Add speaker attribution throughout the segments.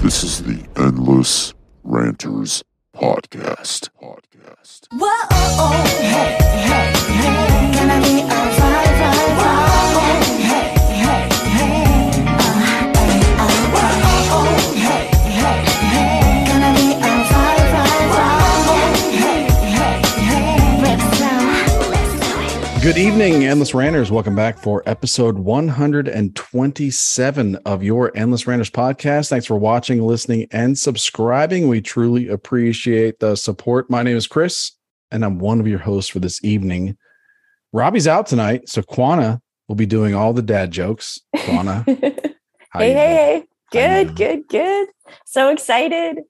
Speaker 1: This is the Endless Ranters Podcast. Podcast.
Speaker 2: Whoa, oh, oh, hey, hey, hey, can I be a five, five, five? Hey, hey, hey, uh, hey, uh, whoa, oh, oh, hey, hey, hey, can I be a five, five, five? Hey, hey, hey, let's go.
Speaker 3: Good evening, Endless Ranters. Welcome back for episode 127 of your Endless Ranters podcast. Thanks for watching, listening, and subscribing. We truly appreciate the support. My name is Chris, and I'm one of your hosts for this evening. Robbie's out tonight, so Quana will be doing all the dad jokes. Quana,
Speaker 4: hey,
Speaker 3: how you
Speaker 4: hey,
Speaker 3: doing? How
Speaker 4: hey.
Speaker 3: you
Speaker 4: Good, good, good. So excited.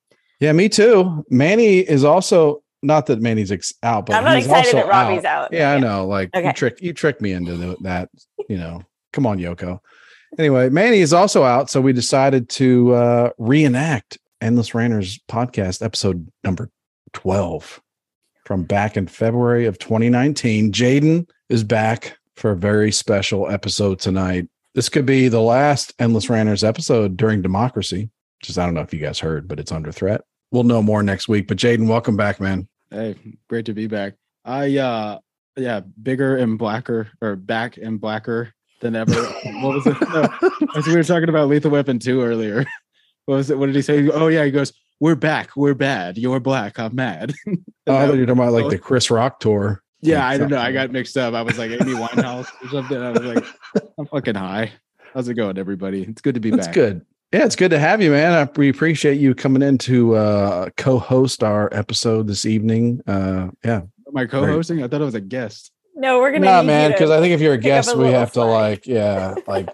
Speaker 3: Yeah, me too. Manny is also not that Manny's ex- out, but
Speaker 4: I'm not
Speaker 3: he's
Speaker 4: excited
Speaker 3: also
Speaker 4: that Robbie's out.
Speaker 3: Yeah, I know. Like you
Speaker 4: Okay.
Speaker 3: trick you tricked me into th- that. You know, come on, Yoko. Anyway, Manny is also out, so we decided to uh, reenact Endless Ranters podcast episode number twelve from back in February of 2019. Jaden is back for a very special episode tonight. This could be the last Endless Ranters episode during democracy. Just I don't know if you guys heard, but it's under threat. We'll know more next week. But Jaden, welcome back, man.
Speaker 5: Hey, great to be back. I uh yeah, bigger and blacker or back and blacker than ever. what was it? No, as we were talking about Lethal Weapon 2 earlier. What was it? What did he say? Oh yeah, he goes, We're back, we're bad, you're black, I'm mad. And
Speaker 3: Oh, I
Speaker 5: that-
Speaker 3: thought you were talking about like the Chris Rock tour.
Speaker 5: yeah, I don't know. I got mixed up. I was like Amy Winehouse or something. I was like, I'm fucking high. How's it going, everybody? It's good to be
Speaker 3: That's
Speaker 5: back.
Speaker 3: good. Yeah, it's good to have you, man. I, we appreciate you coming in to uh, co-host our episode this evening. Uh, yeah,
Speaker 5: Am I co-hosting? I thought I was a guest.
Speaker 4: No, we're gonna
Speaker 3: nah,
Speaker 4: need
Speaker 3: man.
Speaker 4: you to-
Speaker 3: Because I think if you're a
Speaker 4: pick up
Speaker 3: guest,
Speaker 4: a
Speaker 3: we
Speaker 4: little
Speaker 3: have to
Speaker 4: slack.
Speaker 3: like, yeah, like,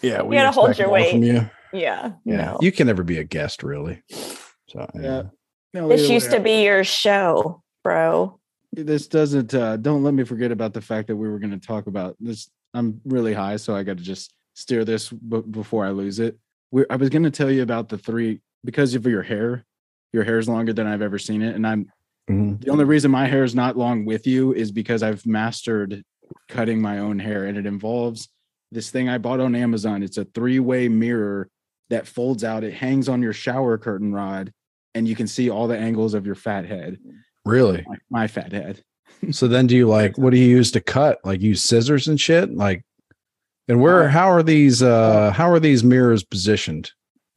Speaker 3: yeah, we
Speaker 4: gotta hold
Speaker 3: expect
Speaker 4: your
Speaker 3: more
Speaker 4: weight.
Speaker 3: from you.
Speaker 4: yeah,
Speaker 3: Yeah,
Speaker 4: no.
Speaker 3: you can never be a guest, really. So yeah,
Speaker 5: Yeah. No,
Speaker 4: This
Speaker 5: either
Speaker 4: used
Speaker 5: way,
Speaker 4: to be your show, bro.
Speaker 5: this doesn't uh don't let me forget about the fact that we were going to talk about this i'm really high so i got to just steer this b- before i lose it we i was going to tell you about the three because of your hair your hair is longer than i've ever seen it and i'm
Speaker 3: Mhm.
Speaker 5: the only reason my hair is not long with you is because i've mastered cutting my own hair and it involves this thing i bought on amazon it's a three-way mirror that folds out it hangs on your shower curtain rod and you can see all the angles of your fat head
Speaker 3: really.
Speaker 5: my, my fat head
Speaker 3: So then, do you like what do you use to cut? Like use scissors and shit. Like, and where? How are these? uh How are these mirrors positioned?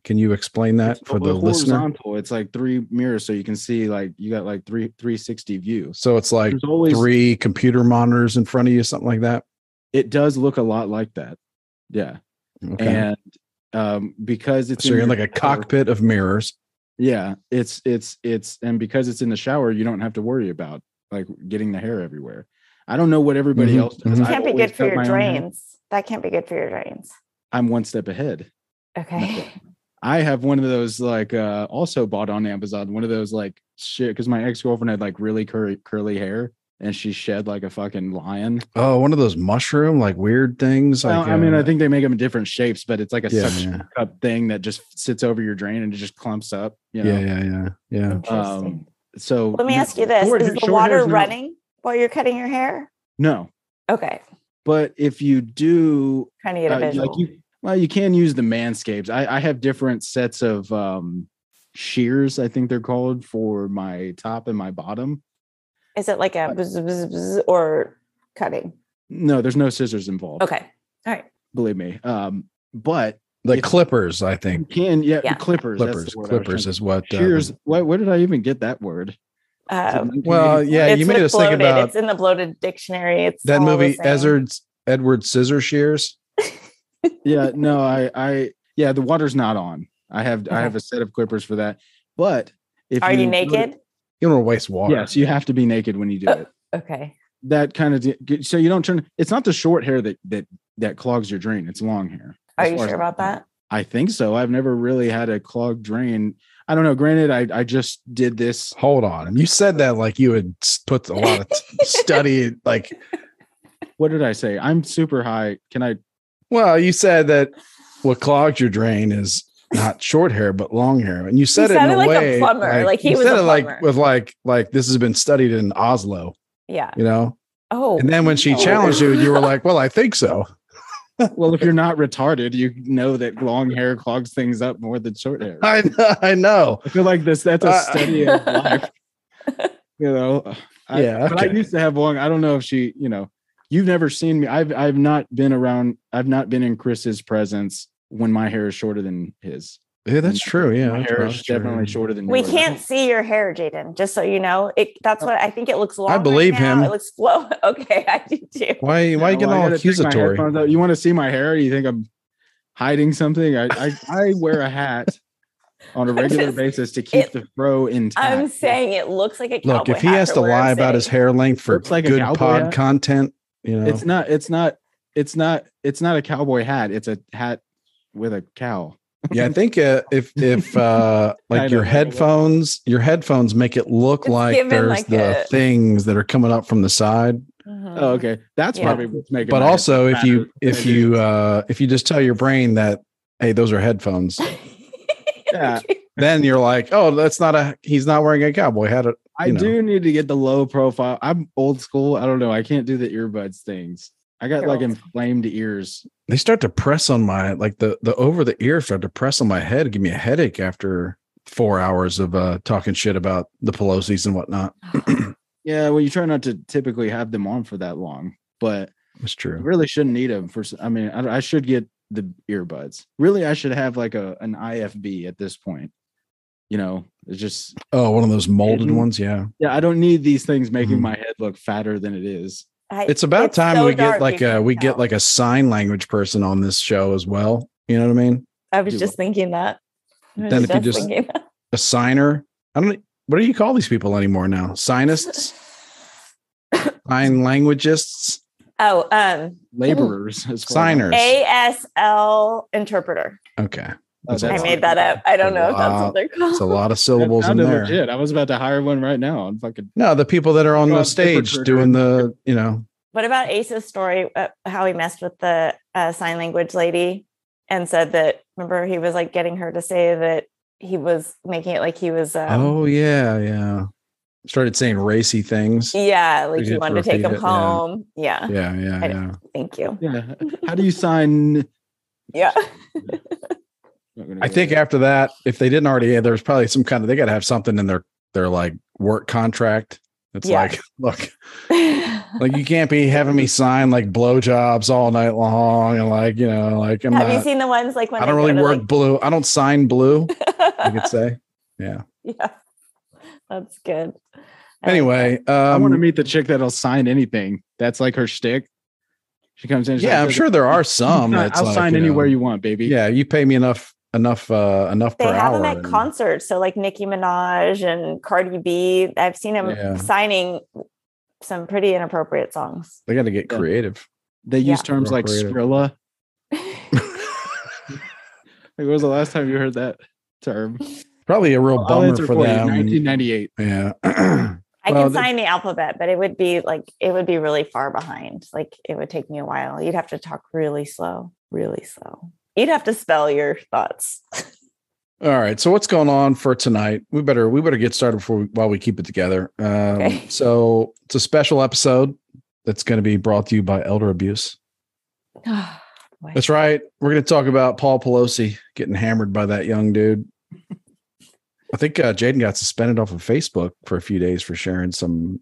Speaker 3: Can you explain that
Speaker 5: It's
Speaker 3: for the listener?
Speaker 5: horizontal. It's like three mirrors, so you can see like you got like three three sixty views.
Speaker 3: So it's like
Speaker 5: There's always
Speaker 3: three computer monitors in front of you, something like that.
Speaker 5: it does look a lot like that. Yeah,
Speaker 3: Okay.
Speaker 5: and um, because it's
Speaker 3: so you're in
Speaker 5: your
Speaker 3: like a
Speaker 5: shower-
Speaker 3: cockpit of mirrors.
Speaker 5: Yeah, it's it's it's and because it's in the shower, you don't have to worry about like getting the hair everywhere. I don't know what everybody
Speaker 3: Mhm,
Speaker 5: else does.
Speaker 3: mhm.
Speaker 5: I've
Speaker 4: Can't be
Speaker 5: always
Speaker 4: good for
Speaker 5: cut
Speaker 4: your
Speaker 5: my own hair.
Speaker 4: drains. That can't be good for your drains.
Speaker 5: I'm one step ahead.
Speaker 4: Okay.
Speaker 5: I have one of those like uh also bought on Amazon, one of those like shit because my ex-girlfriend had like really curly curly hair and she shed like a fucking lion.
Speaker 3: Oh, one of those mushroom like weird things.
Speaker 5: Well,
Speaker 3: like,
Speaker 5: I mean,
Speaker 3: uh,
Speaker 5: I think they make them in different shapes, but it's like a
Speaker 3: Yeah,
Speaker 5: suction
Speaker 3: yeah.
Speaker 5: cup thing that just sits over your drain and it just clumps up. You know?
Speaker 3: yeah, yeah, yeah, yeah.
Speaker 4: Interesting.
Speaker 5: Um, So
Speaker 4: Let me
Speaker 5: no,
Speaker 4: ask you this:
Speaker 5: short
Speaker 4: Is
Speaker 5: hair-
Speaker 4: the
Speaker 5: short hair
Speaker 4: water
Speaker 5: is not-
Speaker 4: running while you're cutting your hair?
Speaker 5: No,
Speaker 4: Okay,
Speaker 5: but if you do,
Speaker 4: trying to get a
Speaker 5: uh,
Speaker 4: visual.
Speaker 5: like you, well, you can use the manscapes. I, I have different sets of um shears. I think they're called for my top and my bottom.
Speaker 4: Is it like a bzz, bzz, bzz, or cutting?
Speaker 5: No, there's no scissors involved.
Speaker 4: Okay, all right.
Speaker 5: believe me. Um, but
Speaker 3: The
Speaker 5: If-
Speaker 3: clippers, I think.
Speaker 5: you can yeah,
Speaker 4: Yeah.
Speaker 5: clippers, that's the
Speaker 3: Clippers,
Speaker 5: word I was
Speaker 3: clippers
Speaker 5: trying to-
Speaker 3: is what. uh,
Speaker 5: shears. Why, where did I even get that word? Is it
Speaker 4: Um,
Speaker 3: well,
Speaker 5: 1985?
Speaker 3: yeah, you made
Speaker 4: with
Speaker 3: us think
Speaker 4: bloated.
Speaker 3: about
Speaker 4: it's in the bloated dictionary. It's
Speaker 3: that
Speaker 4: all the
Speaker 3: movie
Speaker 4: same.
Speaker 3: Edward Edward Scissorshears.
Speaker 5: yeah no i i yeah the water's not on i have i have a set of clippers for that but if
Speaker 4: Are you
Speaker 5: go to-
Speaker 4: naked? Oh.
Speaker 3: You don't want to waste water.
Speaker 5: yes you have to be naked when you do it
Speaker 4: Okay.
Speaker 5: that kind of de- so you don't turn it's not the short hair that that that clogs your drain it's long hair
Speaker 4: Are
Speaker 5: as
Speaker 4: you
Speaker 5: far as
Speaker 4: sure
Speaker 5: I'm
Speaker 4: about
Speaker 5: concerned.
Speaker 4: that?
Speaker 5: i think so i've never really had a clogged drain i don't know granted i i just did this
Speaker 3: Hold on. You said that like you had s- put a lot of t- study. Like,
Speaker 5: what did i say i'm super high can i
Speaker 3: well, you said that what clogged your drain is not short hair but long hair, and you said it in
Speaker 4: sounded
Speaker 3: a
Speaker 4: like a
Speaker 3: way
Speaker 4: plumber, like he
Speaker 3: you
Speaker 4: was
Speaker 3: said
Speaker 4: a
Speaker 3: it like
Speaker 4: plumber.
Speaker 3: with like like this has been studied in Oslo.
Speaker 4: Yeah.
Speaker 3: You know,
Speaker 4: Oh,
Speaker 3: And then when she
Speaker 4: no.
Speaker 3: challenged you, you were like, "Well, I think so."
Speaker 5: Well, if you're not retarded, you know that long hair clogs things up more than short hair.
Speaker 3: I I know.
Speaker 5: I feel like this that's a
Speaker 3: Uh,
Speaker 5: study of life. You know, I,
Speaker 3: Yeah,
Speaker 5: But I
Speaker 3: okay.
Speaker 5: used to have long. I don't know if she, you know, you've never seen me. I've I've not been around. I've not been in Chris's presence when my hair is shorter than his.
Speaker 3: Yeah, that's
Speaker 5: And
Speaker 3: true. Yeah,
Speaker 5: Mm, my
Speaker 3: that's
Speaker 5: hair
Speaker 3: about
Speaker 5: is
Speaker 3: true.
Speaker 5: definitely shorter than.
Speaker 4: we
Speaker 5: yours.
Speaker 4: can't see your hair, Jaden. Just so you know, it. That's what I think. It looks long. right
Speaker 3: Oh. believe
Speaker 4: now.
Speaker 3: him.
Speaker 4: It looks slow. Okay, I do too.
Speaker 3: Why? Why you
Speaker 5: know,
Speaker 3: getting
Speaker 5: I
Speaker 3: all
Speaker 5: gotta take my
Speaker 3: accusatory?
Speaker 5: headphones out. You want to see my hair? You think I'm hiding something? I I, I wear a hat on a
Speaker 4: I'm
Speaker 5: regular
Speaker 4: just-
Speaker 5: basis to keep
Speaker 4: it-
Speaker 5: the fro intact.
Speaker 4: I'm saying it looks like a
Speaker 3: Look,
Speaker 4: cowboy
Speaker 3: if he
Speaker 4: hat
Speaker 3: has
Speaker 4: for
Speaker 3: to
Speaker 4: what I'm
Speaker 3: lie about his
Speaker 4: saying.
Speaker 3: hair length for
Speaker 5: Looks like a
Speaker 3: good
Speaker 5: cowboy
Speaker 3: pod
Speaker 5: hat.
Speaker 3: content, you know,
Speaker 5: it's not. It's not. It's not. It's not a cowboy hat. It's a hat with a cow.
Speaker 3: yeah, I think uh, if if uh,
Speaker 5: I
Speaker 3: like
Speaker 5: don't
Speaker 3: your
Speaker 5: know.
Speaker 3: headphones, your headphones make it look
Speaker 4: It's
Speaker 3: like
Speaker 4: given
Speaker 3: there's
Speaker 4: like
Speaker 3: the
Speaker 4: a-
Speaker 3: things that are coming up from the side.
Speaker 4: Mhm.
Speaker 5: Oh, okay. That's
Speaker 4: Yeah.
Speaker 5: probably what's making.
Speaker 3: But
Speaker 5: my head
Speaker 3: also, if you
Speaker 5: fatter
Speaker 3: if
Speaker 5: than it
Speaker 3: you
Speaker 5: is.
Speaker 3: uh, if you just tell your brain that hey, those are headphones,
Speaker 5: Yeah.
Speaker 3: then you're like, oh, that's not a he's not wearing a cowboy hat. Uh, You
Speaker 5: I
Speaker 3: know.
Speaker 5: do need to get the low profile. I'm old school. I don't know. I can't do the earbuds things. I got
Speaker 4: You're
Speaker 5: like
Speaker 4: old
Speaker 5: inflamed ears.
Speaker 3: They start to press on my like the the over the ear start to press on my head, give me a headache after four hours of uh talking shit about the Pelosi's and whatnot.
Speaker 5: Yeah. Well, you try not to typically have them on for that long, but
Speaker 3: It's
Speaker 5: You
Speaker 3: true.
Speaker 5: really shouldn't need them for s- i mean i, I should get the earbuds really i should have like a an ifb at this point you know it's just
Speaker 3: Oh, one of those molded
Speaker 5: Mhm.
Speaker 3: ones. Yeah.
Speaker 5: yeah i don't need these things making
Speaker 3: Mhm.
Speaker 5: my head look fatter than it is
Speaker 4: I-
Speaker 3: It's about time
Speaker 4: so
Speaker 3: we get
Speaker 4: dark,
Speaker 3: like
Speaker 4: you
Speaker 3: a
Speaker 4: can't
Speaker 3: we
Speaker 4: tell.
Speaker 3: get like a sign language person on this show as well. You know what I mean?
Speaker 4: I was
Speaker 5: Do
Speaker 4: just thinking that. I was
Speaker 3: Then if you just-
Speaker 4: thinking that.
Speaker 3: A signer. I don't. e, What do you call these people anymore now? Signists, sign languagists,
Speaker 4: oh, um,
Speaker 5: laborers as far as-
Speaker 3: signers.
Speaker 4: ASL interpreter.
Speaker 3: Okay,
Speaker 5: Oh,
Speaker 3: That's
Speaker 4: I
Speaker 5: that's-
Speaker 4: made that up. I don't know if that's
Speaker 3: Wow.
Speaker 4: what they're
Speaker 3: it's a
Speaker 4: called.
Speaker 3: lot of
Speaker 5: that
Speaker 3: syllables in
Speaker 5: sounded
Speaker 3: there.
Speaker 5: legit. i was about to hire one right now i'm fucking
Speaker 3: No, the people that are on
Speaker 5: Go
Speaker 3: the
Speaker 5: on, paper
Speaker 3: stage
Speaker 5: trigger.
Speaker 3: doing the you know.
Speaker 4: What about Ace's story? Uh, how he messed with the uh, sign language lady and said that. Remember, he was like getting her to say that he was making it like he was. Um,
Speaker 3: oh yeah, yeah. Started saying racy things. Yeah,
Speaker 4: yeah, like
Speaker 3: You
Speaker 4: he
Speaker 3: have to
Speaker 4: wanted to take
Speaker 3: repeat
Speaker 4: him
Speaker 3: it, yeah.
Speaker 4: home. Yeah.
Speaker 3: yeah, yeah.
Speaker 4: I know. thank you.
Speaker 5: yeah how do you sign
Speaker 4: Yeah,
Speaker 5: Not gonna
Speaker 3: I
Speaker 5: go
Speaker 3: think
Speaker 5: there.
Speaker 3: after that, if they didn't already, there's probably some kind of they got to have something in their their like work contract. It's
Speaker 4: Yeah.
Speaker 3: like, look, Like you can't be having me sign like blowjobs all night long and like you know like I'm
Speaker 4: Have you
Speaker 3: not.
Speaker 4: seen the ones like when
Speaker 3: uh, I don't
Speaker 4: they
Speaker 3: really
Speaker 4: go
Speaker 3: work
Speaker 4: to,
Speaker 3: blue. I don't sign blue.
Speaker 4: like-
Speaker 3: I could say.
Speaker 4: yeah, that's good. I like
Speaker 3: Anyway, um,
Speaker 5: i want to meet the chick that'll sign anything that's like her shtick. she comes in she's
Speaker 3: yeah,
Speaker 5: like,
Speaker 3: I'm sure there are some. that's
Speaker 5: i'll
Speaker 3: like,
Speaker 5: sign
Speaker 3: you know,
Speaker 5: anywhere you want baby
Speaker 3: Yeah, you pay me enough, enough, uh enough
Speaker 4: They
Speaker 3: per
Speaker 4: have them
Speaker 3: hour.
Speaker 4: at
Speaker 3: and-
Speaker 4: concerts. So like Nicki Minaj and Cardi B. I've seen them
Speaker 3: Yeah.
Speaker 4: signing some pretty inappropriate songs.
Speaker 3: they got to get
Speaker 5: Yeah.
Speaker 3: creative.
Speaker 5: they use
Speaker 4: Yeah.
Speaker 5: terms like
Speaker 3: Appropriative.
Speaker 5: sprilla Like, when was the last time you heard that term?
Speaker 3: Probably a real
Speaker 5: I'll
Speaker 3: bummer
Speaker 5: answer
Speaker 3: for
Speaker 5: you.
Speaker 3: them.
Speaker 5: 1998.
Speaker 3: Yeah,
Speaker 4: I
Speaker 3: Well,
Speaker 4: can
Speaker 3: the-
Speaker 4: sign the alphabet, but it would be like it would be really far behind. Like it would take me a while. You'd have to talk really slow, really slow. You'd have to spell your thoughts.
Speaker 3: All right. So what's going on for tonight? We better we better get started before we, while we keep it together. Um,
Speaker 4: Okay.
Speaker 3: So it's a special episode that's going to be brought to you by Elder Abuse.
Speaker 4: Boy.
Speaker 3: That's right. We're going to talk about Paul Pelosi getting hammered by that young dude. I think uh, Jaden got suspended off of Facebook for a few days for sharing some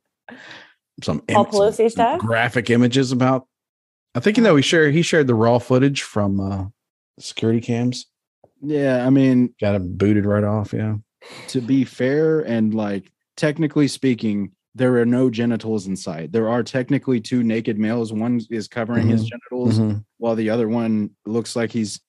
Speaker 3: some,
Speaker 4: Paul
Speaker 3: im- some
Speaker 4: Pelosi stuff? Oh.
Speaker 3: graphic images about. I think you know he shared he shared the raw footage from uh, security cams.
Speaker 5: Yeah, I mean,
Speaker 3: Got him booted right off. Yeah.
Speaker 5: to be fair and like technically speaking, there are no genitals in sight. There are technically two naked males. One is covering his genitals,
Speaker 3: Mhm.
Speaker 5: while the other one looks like he's.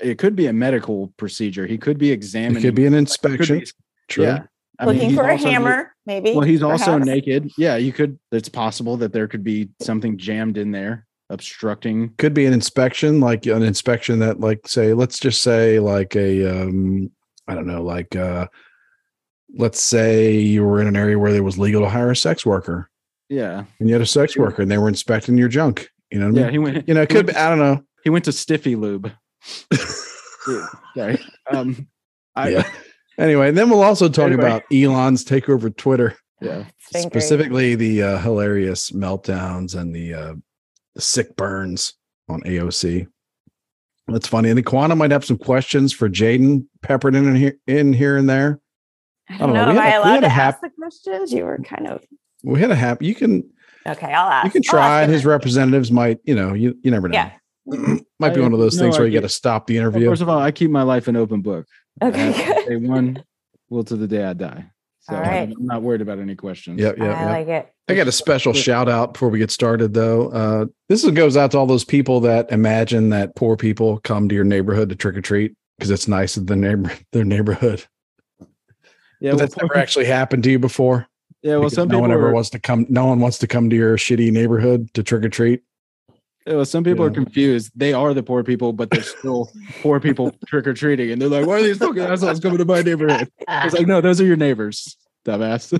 Speaker 5: It could be a medical procedure. He could be
Speaker 3: It
Speaker 5: examining.
Speaker 3: could be an
Speaker 5: could be-
Speaker 3: inspection. True.
Speaker 5: Yeah. I mean,
Speaker 4: Looking
Speaker 5: he's
Speaker 4: for a
Speaker 5: also na-
Speaker 4: hammer, maybe.
Speaker 5: Well, he's also
Speaker 4: perhaps.
Speaker 5: naked. Yeah, you could. It's possible that there could be something jammed in there, obstructing.
Speaker 3: Could be an inspection, like an inspection that, like, say, let's just say, like a, um, I don't know, like, uh, let's say you were in an area where it was legal to hire a sex worker,
Speaker 5: Yeah,
Speaker 3: and you had a sex
Speaker 5: Sure.
Speaker 3: worker, and they were inspecting your junk. You know what I mean?
Speaker 5: yeah. He went.
Speaker 3: You know, it
Speaker 5: he
Speaker 3: could.
Speaker 5: went
Speaker 3: Be, I don't know.
Speaker 5: He went to Stiffy Lube. Yeah, Sorry. Um, I,
Speaker 3: yeah. Anyway, and then we'll also talk
Speaker 5: Anyway.
Speaker 3: about Elon's takeover Twitter.
Speaker 5: Yeah.
Speaker 4: It's been great.
Speaker 3: specifically the uh, hilarious meltdowns and the, uh, the sick burns on AOC. That's funny. And the Quantum might have some questions for Jaden peppered in and here, in here and there.
Speaker 4: I
Speaker 3: I
Speaker 4: don't
Speaker 3: don't
Speaker 4: know.
Speaker 3: know,
Speaker 4: Am
Speaker 3: we
Speaker 4: I
Speaker 3: had a- we
Speaker 4: allowed
Speaker 3: had a
Speaker 4: to
Speaker 3: hap-
Speaker 4: ask the questions? You were kind of
Speaker 3: We had a happy. You can
Speaker 4: okay. I'll ask.
Speaker 3: you can
Speaker 4: I'll ask
Speaker 3: try, and
Speaker 4: them.
Speaker 3: his representatives might. You know, you you never know.
Speaker 4: oh, Yeah.
Speaker 3: might be
Speaker 5: I
Speaker 3: one of those
Speaker 5: have
Speaker 3: things
Speaker 5: no
Speaker 3: where you
Speaker 5: idea.
Speaker 3: got to stop the
Speaker 5: Well,
Speaker 3: interview.
Speaker 5: first of all, I keep my life an open book.
Speaker 4: Okay. Good.
Speaker 5: Day one, will to the day I die. So
Speaker 4: All right.
Speaker 5: I'm not worried about any questions.
Speaker 3: yep, yep,
Speaker 4: I
Speaker 3: yep.
Speaker 4: like it.
Speaker 3: I got a special shout out before we get started, though. Uh, this is- goes out to all those people that imagine that poor people come to your neighborhood to trick or treat because it's nice in the neighbor their neighborhood.
Speaker 5: Yeah.
Speaker 3: But
Speaker 5: well,
Speaker 3: that's never actually happened to you before.
Speaker 5: yeah. Well,
Speaker 3: because
Speaker 5: some
Speaker 3: no
Speaker 5: people
Speaker 3: one ever
Speaker 5: are,
Speaker 3: wants to come. No one wants to come to your shitty neighborhood to trick or treat.
Speaker 5: yeah, well, Uh, some people are
Speaker 3: Yeah.
Speaker 5: confused. They are the poor people, but they're still poor people trick or treating, and they're like, "Why are these fucking assholes coming to my neighborhood?" It's like, no, those are your neighbors, dumbass.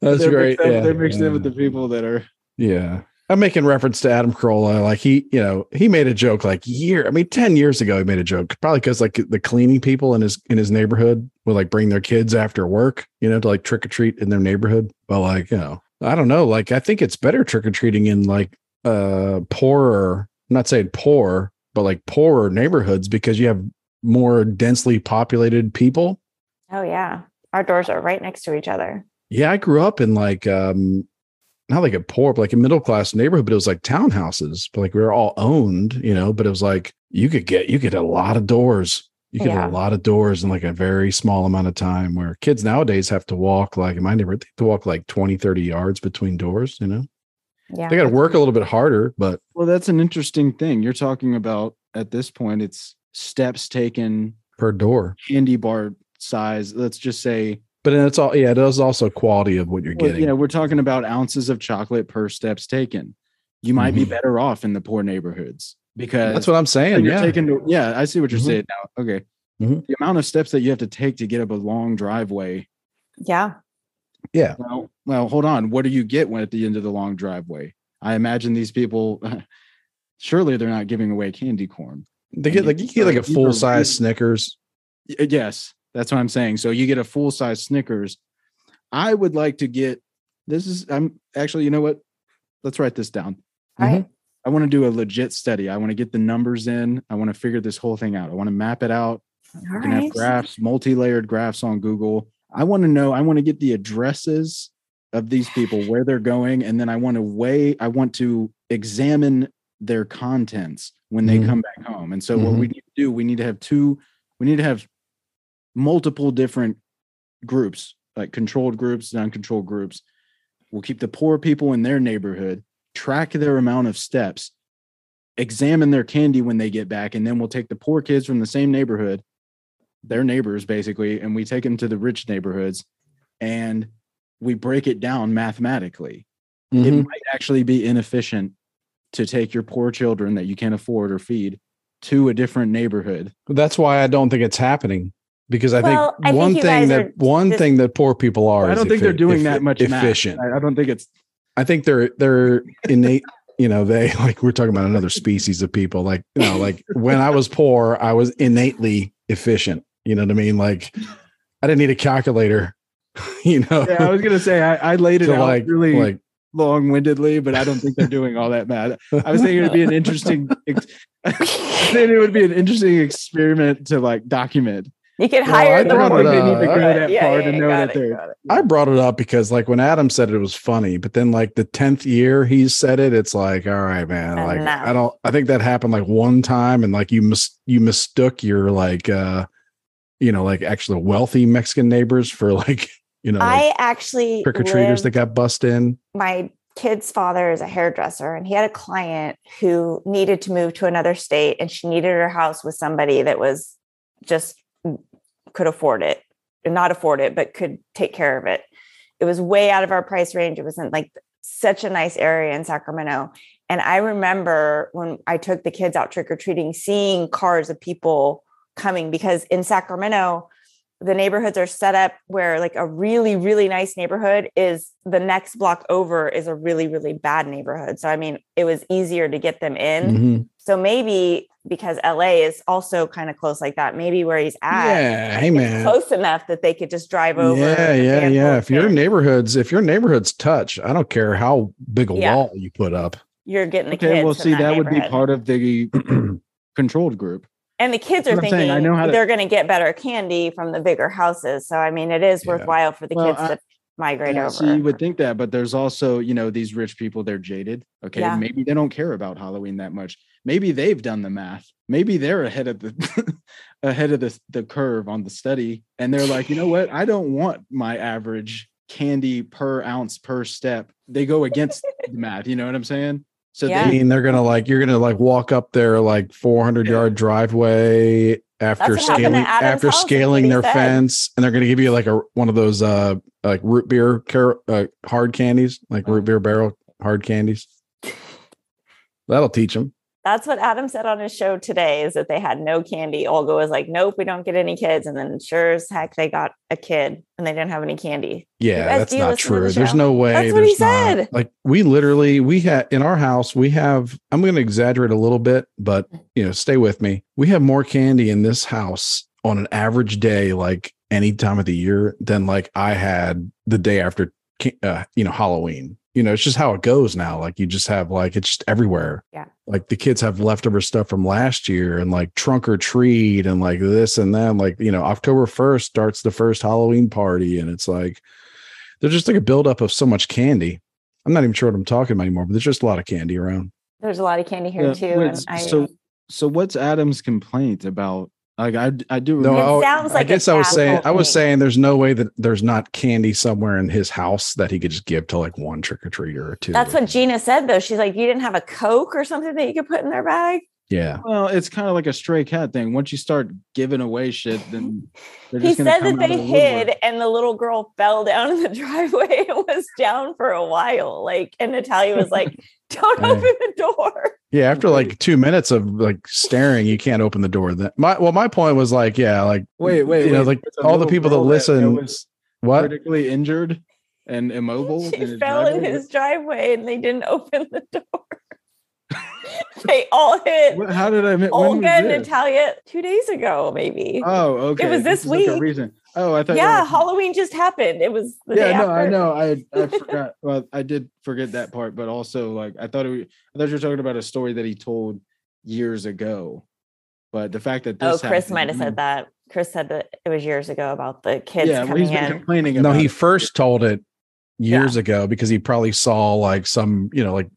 Speaker 3: That's
Speaker 5: they're
Speaker 3: great.
Speaker 5: Mixed up,
Speaker 3: yeah,
Speaker 5: they're mixed
Speaker 3: yeah.
Speaker 5: in with the people that are.
Speaker 3: Yeah. I'm making reference to Adam Carolla. Like he, you know, he made a joke like year, I mean, 10 years ago, he made a joke probably because like the cleaning people in his, in his neighborhood would like bring their kids after work, you know, to like trick or treat in their neighborhood. But like, you know, I don't know. Like, I think it's better trick or treating in like, uh, poorer, I'm not saying poor, but like poorer neighborhoods because you have more densely populated people.
Speaker 4: Oh yeah. Our doors are right next to each other.
Speaker 3: Yeah, I grew up in like um not like a poor, but like a middle class neighborhood, but it was like townhouses, but like we were all owned, you know, but it was like you could get you get a lot of doors. You could
Speaker 4: Yeah.
Speaker 3: get a lot of doors in like a very small amount of time where kids nowadays have to walk like in my neighborhood, they have to walk like 20, 30 yards between doors, you know.
Speaker 4: Yeah.
Speaker 3: They gotta work a little bit harder, but
Speaker 5: Well, that's an interesting thing you're talking about. At this point, it's steps taken,
Speaker 3: per door.
Speaker 5: indie bar size. Let's just say
Speaker 3: But then it's all yeah, it is also quality of what you're
Speaker 5: Well,
Speaker 3: getting.
Speaker 5: Yeah, we're talking about ounces of chocolate per steps taken. You might be
Speaker 3: Mhm.
Speaker 5: better off in the poor neighborhoods because
Speaker 3: That's what I'm saying.
Speaker 5: you're
Speaker 3: Yeah.
Speaker 5: taking. to- yeah, I see what you're
Speaker 3: Mhm.
Speaker 5: saying now. Okay,
Speaker 3: Mhm.
Speaker 5: the amount of steps that you have to take to get up a long driveway.
Speaker 4: yeah.
Speaker 5: Well, well, hold on. What do you get when at the end of the long driveway? I imagine these people. Surely they're not giving away candy corn.
Speaker 3: they get like you get like a
Speaker 5: These are
Speaker 3: full size
Speaker 5: really-
Speaker 3: Snickers.
Speaker 5: Y- uh, Yes, that's what I'm saying. So you get a full size Snickers. I would like to get this is I'm actually, you know what? Let's write this down.
Speaker 4: All right.
Speaker 5: I want to do a legit study. I want to get the numbers in. I want to figure this whole thing out. I want to map it out.
Speaker 4: All
Speaker 5: I can have
Speaker 4: right.
Speaker 5: graphs, multi-layered graphs on Google. I want to know, I want to get the addresses of these people, where they're going, and then I want to weigh, I want to examine their contents when they
Speaker 3: Mhm.
Speaker 5: come back home. And so what we need to do, we need to have two, we need to have multiple different groups, like controlled groups, non-controlled groups. We'll keep the poor people in their neighborhood, track their amount of steps, examine their candy when they get back, and then we'll take the poor kids from the same neighborhood, their neighbors basically, and we take them to the rich neighborhoods and we break it down mathematically. It
Speaker 3: Mhm.
Speaker 5: might actually be inefficient to take your poor children that you can't afford or feed to a different neighborhood.
Speaker 3: That's why I don't think it's happening because I
Speaker 4: Well, I
Speaker 3: think
Speaker 4: think
Speaker 3: one
Speaker 4: you
Speaker 3: thing
Speaker 4: guys
Speaker 3: that
Speaker 4: are
Speaker 3: one
Speaker 4: just-
Speaker 3: thing that poor people are.
Speaker 5: I
Speaker 3: is
Speaker 5: don't think they're
Speaker 3: effi-
Speaker 5: doing
Speaker 3: effi-
Speaker 5: that much math.
Speaker 3: efficient.
Speaker 5: I, I don't think it's
Speaker 3: I think they're they're innate. You know, they like we're talking about another species of people. Like you know, like when I was poor, I was innately efficient. You know what I mean? Like I didn't need a calculator. You know,
Speaker 5: yeah, I was gonna say I, I laid it
Speaker 3: to
Speaker 5: out
Speaker 3: like
Speaker 5: really
Speaker 3: like
Speaker 5: long-windedly, but I don't think they're doing all that bad. I was thinking it'd be an interesting. Ex- I think it would be an interesting experiment to like document.
Speaker 4: You could
Speaker 3: Well, I uh,
Speaker 4: hire the
Speaker 3: brought
Speaker 5: I
Speaker 3: it
Speaker 5: don't think they
Speaker 3: up.
Speaker 5: need to go
Speaker 4: Right.
Speaker 5: that
Speaker 4: Yeah,
Speaker 5: far
Speaker 4: yeah,
Speaker 5: to
Speaker 4: got
Speaker 5: know that
Speaker 4: it,
Speaker 5: they're.
Speaker 4: got it.
Speaker 3: I brought it up because like when Adam said it, it was funny, but then like the tenth year he said it, it's like, all right, man. Like
Speaker 4: Enough.
Speaker 3: I don't I think that happened like one time and like you mis you mistook your like uh you know, like actually wealthy Mexican neighbors for like, you know, like
Speaker 4: I actually
Speaker 3: trick or treaters that
Speaker 4: lived-
Speaker 3: got bust in.
Speaker 4: my kid's father is a hairdresser and he had a client who needed to move to another state and she needed her house with somebody that was just could afford it not afford it but could take care of it it was way out of our price range it wasn't like such a nice area in sacramento and i remember when i took the kids out trick-or-treating seeing cars of people coming because in sacramento the neighborhoods are set up where like a really really nice neighborhood is the next block over is a really really bad neighborhood so i mean it was easier to get them in
Speaker 3: Mhm.
Speaker 4: so maybe because la is also kind of close like that maybe where he's at
Speaker 3: Yeah, hey man.
Speaker 4: close enough that they could just drive over
Speaker 3: Yeah,
Speaker 4: and
Speaker 3: yeah,
Speaker 4: handle
Speaker 3: yeah.
Speaker 4: it
Speaker 3: If your
Speaker 4: there.
Speaker 3: neighborhoods, if your neighborhoods touch, I don't care how big a
Speaker 4: Yeah.
Speaker 3: wall you put up.
Speaker 4: you're getting the
Speaker 5: Okay,
Speaker 4: kids
Speaker 5: well,
Speaker 4: from
Speaker 5: see, that would be
Speaker 4: neighborhood.
Speaker 5: part of the controlled group.
Speaker 4: and the kids are
Speaker 5: That's what I'm
Speaker 4: thinking
Speaker 5: saying. I know how to-
Speaker 4: they're going to get better candy from the bigger houses so i mean it is
Speaker 3: Yeah.
Speaker 4: worthwhile for the
Speaker 5: Well,
Speaker 4: kids
Speaker 5: I-
Speaker 4: to migrate
Speaker 5: Yeah,
Speaker 4: over
Speaker 5: so you would think that, but there's also, you know, these rich people, they're jaded. Okay.
Speaker 4: Yeah.
Speaker 5: Maybe they don't care about Halloween that much. Maybe they've done the math. Maybe they're ahead of the ahead of the, the curve on the study. And they're like, you know what? I don't want my average candy per ounce per step. They go against the math. You know what I'm saying? So
Speaker 3: I
Speaker 4: Yeah.
Speaker 3: mean, they're gonna like you're gonna like walk up their like 400 yard driveway after
Speaker 4: what happened
Speaker 3: scaling
Speaker 4: to Adam's
Speaker 3: after
Speaker 4: house, that's what
Speaker 3: scaling
Speaker 4: he
Speaker 3: their
Speaker 4: said.
Speaker 3: fence, and they're gonna give you like a one of those uh like root beer car- uh, hard candies, like
Speaker 4: Mm.
Speaker 3: root beer barrel hard candies. That'll teach them.
Speaker 4: that's what adam said on his show today is that they had no candy olga was like nope we don't get any kids and then sure as heck they got a kid and they didn't have any candy
Speaker 3: Yeah,
Speaker 4: guys
Speaker 3: that's
Speaker 4: do
Speaker 3: not
Speaker 4: listen to the
Speaker 3: true. There's
Speaker 4: show.
Speaker 3: no way.
Speaker 4: That's what he
Speaker 3: there's not.
Speaker 4: said.
Speaker 3: Like we literally, we had in our house, we have. I'm going to exaggerate a little bit, but
Speaker 4: Mm.
Speaker 3: you know, stay with me. We have more candy in this house on an average day, like any time of the year, than like I had the day after, ca- uh, you know, Halloween. You know, it's just how it goes now. Like you just have like it's just everywhere.
Speaker 4: Yeah.
Speaker 3: Like the kids have leftover stuff from last year and like trunk or treat and like this and that. Like, you know, October 1st starts the first Halloween party. And it's like there's just like a buildup of so much candy. I'm not even sure what I'm talking about anymore, but there's just a lot of candy around.
Speaker 4: there's a lot of candy here
Speaker 5: Yeah,
Speaker 4: too
Speaker 5: wait,
Speaker 4: and I,
Speaker 5: so so what's Adam's complaint about? Like I I do
Speaker 3: No,
Speaker 5: remember
Speaker 4: it
Speaker 3: oh,
Speaker 4: sounds
Speaker 3: I
Speaker 4: like
Speaker 3: guess
Speaker 4: an
Speaker 3: I was saying
Speaker 4: asshole
Speaker 3: I was
Speaker 4: thing.
Speaker 3: saying there's no way that there's not candy somewhere in his house that he could just give to like one trick or treater or two.
Speaker 4: that's what gina said though she's like you didn't have a coke or something that you could put in their bag
Speaker 3: Yeah.
Speaker 5: Well, it's kind of like a stray cat thing. Once you start giving away shit, then they're
Speaker 4: he
Speaker 5: just gonna
Speaker 4: said
Speaker 5: come
Speaker 4: that
Speaker 5: out
Speaker 4: they
Speaker 5: of the woodwork.
Speaker 4: hid and the little girl fell down in the driveway and was down for a while like and natalia was like don't
Speaker 3: Yeah.
Speaker 4: open the door
Speaker 3: Yeah, after like two minutes of like staring, you can't open the door. That my well, my point was like, yeah, like
Speaker 5: Wait, wait,
Speaker 3: you know,
Speaker 5: wait.
Speaker 3: like
Speaker 5: It's a
Speaker 3: all the
Speaker 5: little
Speaker 3: people that
Speaker 5: girl
Speaker 3: listen,
Speaker 5: was
Speaker 3: what?
Speaker 5: critically injured and immobile.
Speaker 4: she
Speaker 5: and is
Speaker 4: fell in
Speaker 5: driving?
Speaker 4: his driveway and they didn't open the door they all hit
Speaker 5: What- how did I? mi- When was
Speaker 4: olga and
Speaker 5: this?
Speaker 4: natalia two days ago maybe
Speaker 5: Oh, okay.
Speaker 4: was this
Speaker 5: is like a
Speaker 4: week.
Speaker 5: reason. Oh, I thought. you
Speaker 4: yeah
Speaker 5: were-
Speaker 4: halloween just happened it was the day
Speaker 5: yeah, no,
Speaker 4: after.
Speaker 5: I know. I I forgot. Well, I did forget that part, but also like I thought it. Was, I thought you were talking about a story that he told years ago, but the fact that this
Speaker 4: oh chris
Speaker 5: happened-
Speaker 4: might have
Speaker 5: I mean,
Speaker 4: said that chris said that it was years ago about the kids
Speaker 5: Yeah, well,
Speaker 4: coming
Speaker 5: he's been
Speaker 4: in
Speaker 5: complaining
Speaker 3: No,
Speaker 5: about.
Speaker 3: he
Speaker 5: it.
Speaker 3: first told it years ago because he probably saw like some, you know, like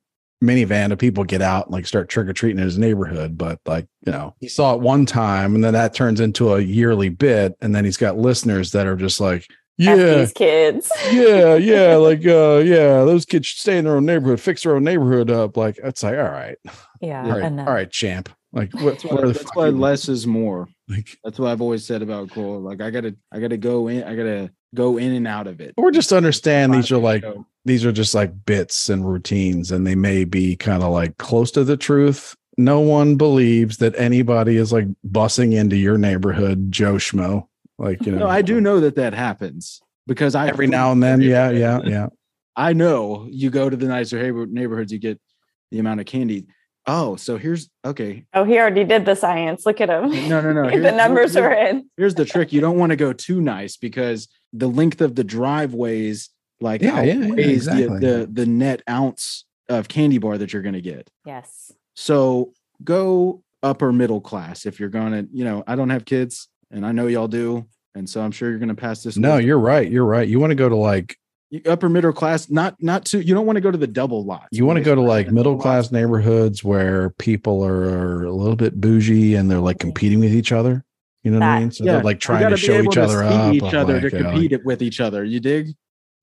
Speaker 3: minivan of people get out and like start trick or treating in his neighborhood. But like, you know, he saw it one time and then that turns into a yearly bit. And then he's got listeners that are just like,
Speaker 4: F
Speaker 3: yeah,
Speaker 4: these kids
Speaker 3: yeah, yeah, like, uh, yeah, those kids should stay in their own neighborhood, fix their own neighborhood up. Like, it's like, all right,
Speaker 4: yeah
Speaker 3: all right,
Speaker 4: enough.
Speaker 3: all right, champ. Like, what,
Speaker 5: That's why,
Speaker 3: where the
Speaker 5: that's
Speaker 3: fuck
Speaker 5: why
Speaker 3: you-
Speaker 5: less is more.
Speaker 3: like,
Speaker 5: That's what I've always said about Cole. Like I gotta, I gotta go in, I gotta go in and out of it.
Speaker 3: or just understand these are like
Speaker 5: So,
Speaker 3: these are just like bits and routines and they may be kind of like close to the truth no one believes that anybody is like bussing into your neighborhood joe schmo like you know
Speaker 5: no, I do know that that happens because I
Speaker 3: every now and then yeah yeah yeah
Speaker 5: I know you go to the nicer neighbor- neighborhoods, you get the amount of candy. Oh, so here's okay.
Speaker 4: Oh, he already did the science. Look at him.
Speaker 5: No, no, no. here's-
Speaker 4: the numbers
Speaker 5: here's-
Speaker 4: are in.
Speaker 5: Here's the trick: you don't want to go too nice because the length of the driveways like
Speaker 3: Yeah, yeah, yeah,
Speaker 5: outweighs
Speaker 3: exactly.
Speaker 5: the, the the net ounce of candy bar that you're gonna get.
Speaker 4: Yes.
Speaker 5: So go upper middle class if you're gonna, you know, I don't have kids and I know y'all do. And so I'm sure you're gonna pass this.
Speaker 3: no
Speaker 5: list.
Speaker 3: you're right you're right you want to go to like
Speaker 5: You- upper middle class, not not too you don't want to go to the double lot.
Speaker 3: you want to go to like middle class neighborhoods where people are a little bit bougie and they're like competing with each other you know what i
Speaker 4: That-
Speaker 3: mean so they're like trying to show each other
Speaker 5: see
Speaker 3: up
Speaker 5: each
Speaker 3: of,
Speaker 5: other
Speaker 3: like, uh,
Speaker 5: to
Speaker 3: you know, like,
Speaker 5: compete it with each other. You dig?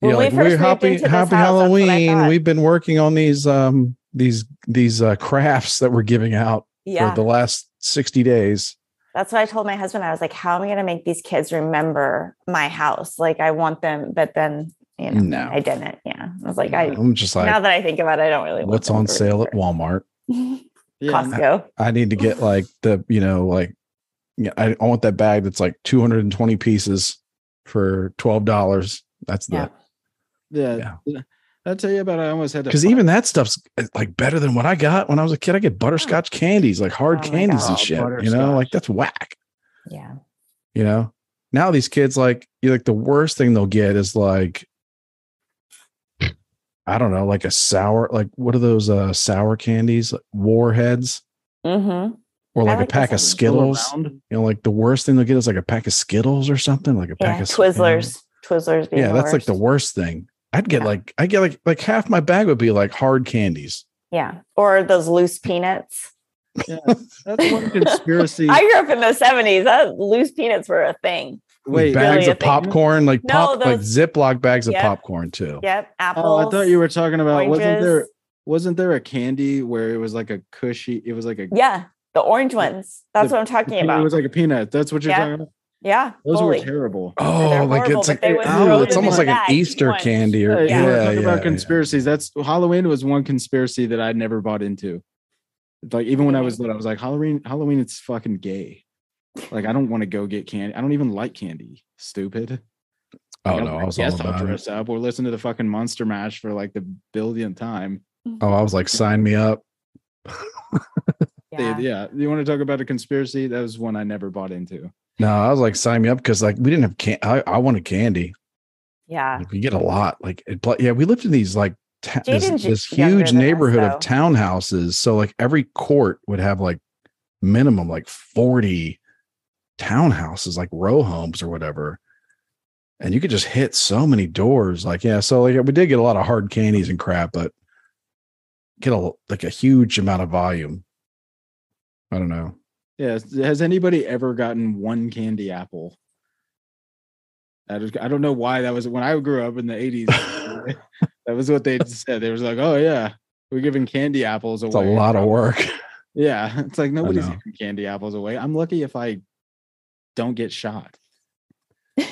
Speaker 3: Yeah,
Speaker 4: When we
Speaker 3: like
Speaker 4: first
Speaker 3: we're
Speaker 4: moved
Speaker 3: happy
Speaker 4: into this
Speaker 3: happy
Speaker 4: house, that's what I
Speaker 3: Halloween.
Speaker 4: thought.
Speaker 3: We've been working on these um these these uh crafts that we're giving out
Speaker 4: Yeah.
Speaker 3: for the last 60 days.
Speaker 4: That's what I told my husband. I was like, how am I going to make these kids remember my house? Like, I want them, but then, you know,
Speaker 3: No.
Speaker 4: I didn't. Yeah. I was like, I,
Speaker 3: I'm just
Speaker 4: now
Speaker 3: like
Speaker 4: that I think about it, I don't really want
Speaker 3: what's
Speaker 4: them
Speaker 3: on
Speaker 4: to
Speaker 3: sale at
Speaker 4: remember.
Speaker 3: Walmart?
Speaker 5: Yeah.
Speaker 4: Costco.
Speaker 3: I need to get like the, you know, like yeah, I I want that bag that's like 220 pieces for twelve dollars. That's the
Speaker 5: Yeah. I'll tell you about I almost had to
Speaker 3: because even that stuff's uh, like better than what I got when I was a kid. I get butterscotch candies, like hard
Speaker 4: Oh my
Speaker 3: candies
Speaker 5: God.
Speaker 3: and shit. You know,
Speaker 5: Butterscotch.
Speaker 3: like that's whack.
Speaker 4: Yeah.
Speaker 3: You know, now these kids like you like the worst thing they'll get is like I don't know, like a sour, like what are those uh sour candies? Like warheads
Speaker 4: Mm-hmm.
Speaker 3: or
Speaker 4: I
Speaker 3: like,
Speaker 4: like
Speaker 3: a pack of
Speaker 4: those
Speaker 3: Skittles.
Speaker 5: Around.
Speaker 3: You know, like the worst thing they'll get is like a pack of Skittles or something, like a
Speaker 4: Yeah.
Speaker 3: pack of
Speaker 4: Twizzlers. Twizzlers. Being
Speaker 3: yeah, that's like the worst
Speaker 4: worst.
Speaker 3: thing. I'd get
Speaker 4: Yeah.
Speaker 3: like I get like like half my bag would be like hard candies.
Speaker 4: Yeah. Or those loose peanuts.
Speaker 5: That's one conspiracy.
Speaker 4: I grew up in the 70s. That, loose peanuts were a thing.
Speaker 5: Wait,
Speaker 3: bags
Speaker 4: really a
Speaker 3: of
Speaker 4: thing?
Speaker 3: popcorn, like
Speaker 4: No,
Speaker 3: pop, like
Speaker 4: those-
Speaker 3: Ziploc bags of
Speaker 4: Yeah.
Speaker 3: popcorn too.
Speaker 4: Yep. Apples.
Speaker 5: oh, I thought you were talking about wasn't there
Speaker 4: oranges.
Speaker 5: wasn't there a candy where it was like a cushy? It was like a
Speaker 4: Yeah. The orange ones. That's what I'm talking
Speaker 5: It
Speaker 4: about.
Speaker 5: was like a peanut. That's what you're
Speaker 4: Yeah.
Speaker 5: talking about.
Speaker 4: yeah.
Speaker 5: Those
Speaker 4: fully.
Speaker 5: were terrible.
Speaker 3: Oh,
Speaker 4: They're
Speaker 3: like
Speaker 4: horrible,
Speaker 3: it's like
Speaker 4: but they would
Speaker 5: throw
Speaker 3: oh,
Speaker 5: them
Speaker 3: it's
Speaker 5: in
Speaker 3: almost
Speaker 5: the
Speaker 3: like an
Speaker 4: bag, each
Speaker 3: Easter
Speaker 4: one.
Speaker 3: candy or yeah,
Speaker 5: Yeah, you wanna
Speaker 3: yeah,
Speaker 5: talk about
Speaker 3: yeah.
Speaker 5: conspiracies. That's Halloween was one conspiracy that I never bought into. Like even when I was little, I was like Halloween. Halloween, it's fucking gay. Like I don't want to go get candy. I don't even like candy. Stupid.
Speaker 3: Oh
Speaker 5: Like,
Speaker 3: no,
Speaker 5: I'm
Speaker 3: I
Speaker 5: like,
Speaker 3: was all
Speaker 5: yes, I'll
Speaker 3: about it.
Speaker 5: dress up or listen to the fucking Monster Mash for like the billionth time.
Speaker 3: Oh, I was like, sign me up.
Speaker 5: Dude, Yeah. You want to talk about a conspiracy? That was one I never bought into.
Speaker 3: No, I was like, sign me up because like we didn't have can. I, I wanted candy.
Speaker 4: Yeah.
Speaker 3: Like, we get a lot. Like it, pl- yeah, we lived in these like ta- this,
Speaker 4: Jaden's
Speaker 3: this
Speaker 4: younger
Speaker 3: huge
Speaker 4: than us,
Speaker 3: neighborhood
Speaker 4: though.
Speaker 3: of townhouses. So like every court would have like minimum like 40 townhouses, like row homes or whatever. And you could just hit so many doors. Like, yeah, so like we did get a lot of hard candies and crap, but get a like a huge amount of volume. I don't know.
Speaker 5: Yeah. Has anybody ever gotten one candy apple? I, just, I don't know why that was when I grew up in the 80s. that was what they said. They was like, oh, yeah, we're giving candy apples away.
Speaker 3: It's a lot of work.
Speaker 5: Yeah. It's like nobody's
Speaker 3: know.
Speaker 5: giving candy apples away. I'm lucky if I don't get shot.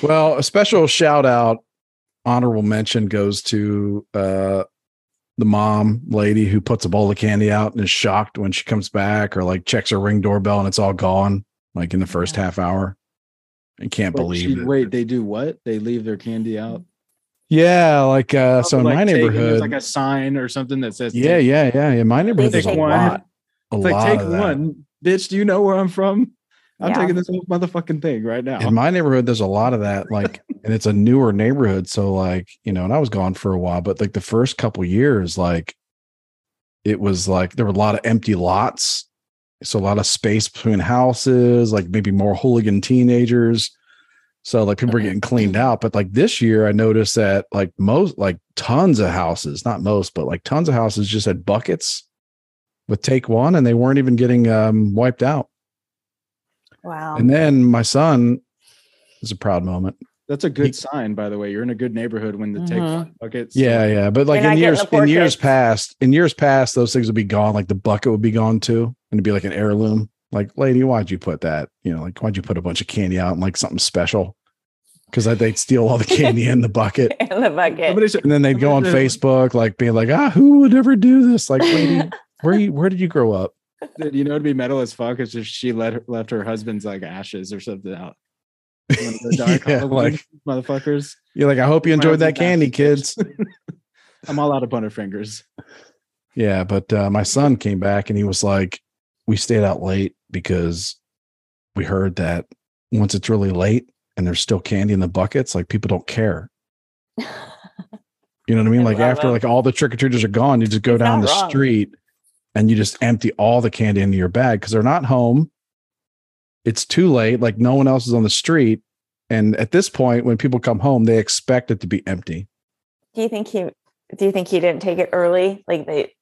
Speaker 3: Well, a special shout out, honorable mention goes to uh, the mom lady who puts a bowl of candy out and is shocked when she comes back, or like checks her ring doorbell and it's all gone, like in the first half hour, and can't
Speaker 5: Wait,
Speaker 3: believe
Speaker 5: she-
Speaker 3: it.
Speaker 5: Wait, they do what? They leave their candy out.
Speaker 3: Yeah, like uh, so in
Speaker 5: Like,
Speaker 3: my
Speaker 5: take- and
Speaker 3: neighborhood.
Speaker 5: there's like a sign or something that says,
Speaker 3: yeah,
Speaker 5: take-
Speaker 3: yeah, yeah. In my neighborhood,
Speaker 4: Please
Speaker 3: there's a
Speaker 4: take one.
Speaker 3: lot. A
Speaker 5: It's like
Speaker 3: lot
Speaker 5: take
Speaker 3: of that.
Speaker 5: one, bitch. Do you know where I'm from? I'm
Speaker 4: Yeah.
Speaker 5: taking this whole motherfucking thing right now.
Speaker 3: in my neighborhood there's a lot of that like and it's a newer neighborhood so like you know and i was gone for a while but like the first couple years like it was like there were a lot of empty lots so a lot of space between houses like maybe more hooligan teenagers so like people were getting cleaned out but like this year i noticed that like most like tons of houses not most but like tons of houses just had buckets with take one and they weren't even getting um wiped out
Speaker 4: Wow.
Speaker 3: and then my son is a proud moment.
Speaker 5: That's a good
Speaker 3: He-
Speaker 5: sign, by the way. You're in a good neighborhood when the take
Speaker 4: Mhm.
Speaker 5: one buckets.
Speaker 3: Yeah, yeah. But like in
Speaker 4: They're not getting
Speaker 3: years
Speaker 4: the poor
Speaker 3: in years
Speaker 4: kids.
Speaker 3: past, in years past, those things would be gone. Like the bucket would be gone too. And it'd be like an heirloom. Like, lady, why'd you put that? You know, like why'd you put a bunch of candy out and like something special? Because they'd steal all the candy in the bucket.
Speaker 4: In the bucket.
Speaker 5: Somebody said-
Speaker 3: And then they'd go on
Speaker 5: Somebody said-
Speaker 3: Facebook, like being like, ah, who would ever do this? Like, lady, where you where did you grow up?
Speaker 5: Dude, you know it'd be metal as fuck is if she let her, left her husband's like ashes or something out. You wanna go die,
Speaker 3: Yeah,
Speaker 5: Halloween,
Speaker 3: like-
Speaker 5: motherfuckers.
Speaker 3: You're like, I hope you enjoyed that candy, kids.
Speaker 5: I'm all out of butterfingers.
Speaker 3: Yeah, but uh, my son came back and he was like, "We stayed out late because we heard that once it's really late and there's still candy in the buckets, like people don't care." You know what I mean?
Speaker 4: I
Speaker 3: Like
Speaker 4: love
Speaker 3: after
Speaker 4: it.
Speaker 3: like all the trick or treaters are gone, you just go
Speaker 4: He's
Speaker 3: down
Speaker 4: not
Speaker 3: the
Speaker 4: wrong.
Speaker 3: street and you just empty all the candy into your bag because they're not home. It's too late. Like no one else is on the street, and at this point, when people come home, they expect it to be empty.
Speaker 4: Do you think he do you think he didn't take it early? Like they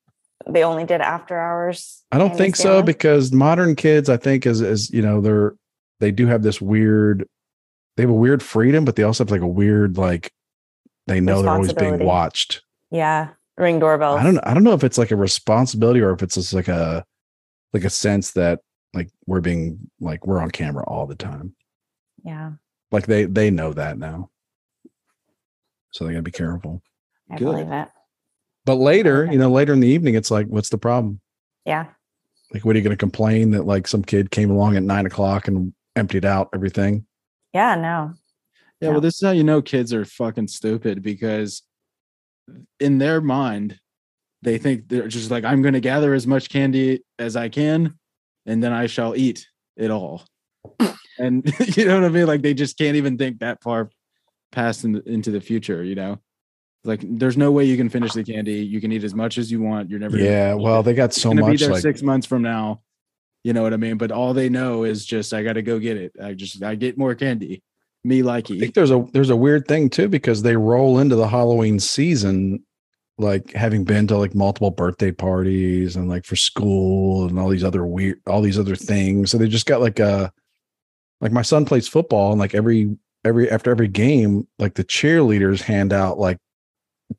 Speaker 4: they only did after hours?
Speaker 3: I don't
Speaker 4: candy
Speaker 3: think so
Speaker 4: sandwich?
Speaker 3: because modern kids, I think, is is you know they're they do have this weird, they have a weird freedom, but they also have like a weird like they know they're always being
Speaker 4: Responsibility.
Speaker 3: watched.
Speaker 4: Yeah. Ring doorbells.
Speaker 3: I don't I don't know if it's like a responsibility or if it's just like a like a sense that like we're being like we're on camera all the time.
Speaker 4: Yeah.
Speaker 3: Like they they know that now, so they gotta be careful.
Speaker 4: I
Speaker 5: Good.
Speaker 4: believe it.
Speaker 3: But later, you know, later in the evening, it's like, what's the problem?
Speaker 4: Yeah.
Speaker 3: Like, what are you going to complain that like some kid came along at nine o'clock and emptied out everything.
Speaker 4: Yeah, no.
Speaker 5: Yeah,
Speaker 4: Yeah.
Speaker 5: well, this is how you know kids are fucking stupid because in their mind, they think they're just like, I'm going to gather as much candy as I can and then I shall eat it all. and you know what I mean? Like, they just can't even think that far past in into the future, you know? Like, there's no way you can finish the candy. You can eat as much as you want. You're never. gonna
Speaker 3: Yeah,
Speaker 5: finish
Speaker 3: well,
Speaker 5: it.
Speaker 3: they got
Speaker 5: It's
Speaker 3: so
Speaker 5: gonna be
Speaker 3: much
Speaker 5: there
Speaker 3: like
Speaker 5: six months from now. You know what I mean? But all they know is just I got to go get it. I just I get more candy. Me
Speaker 3: I
Speaker 5: likey.
Speaker 3: think there's a there's a weird thing too because they roll into the Halloween season like having been to like multiple birthday parties and like for school and all these other weird all these other things. So they just got like a like my son plays football and like every every after every game like the cheerleaders hand out like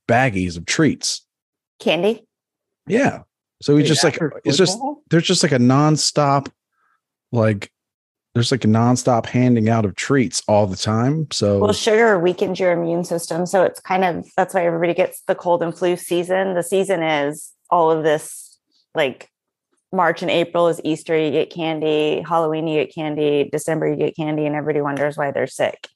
Speaker 3: baggies of treats.
Speaker 4: Candy.
Speaker 3: Yeah. So he's just like it's just there's just like a nonstop, like there's like a nonstop handing out of treats all the time. So
Speaker 4: Well, sugar weakens your immune system. So it's kind of that's why everybody gets the cold and flu season. The season is all of this like March and April is Easter, you get candy, Halloween, you get candy, December, you get candy, and everybody wonders why they're sick.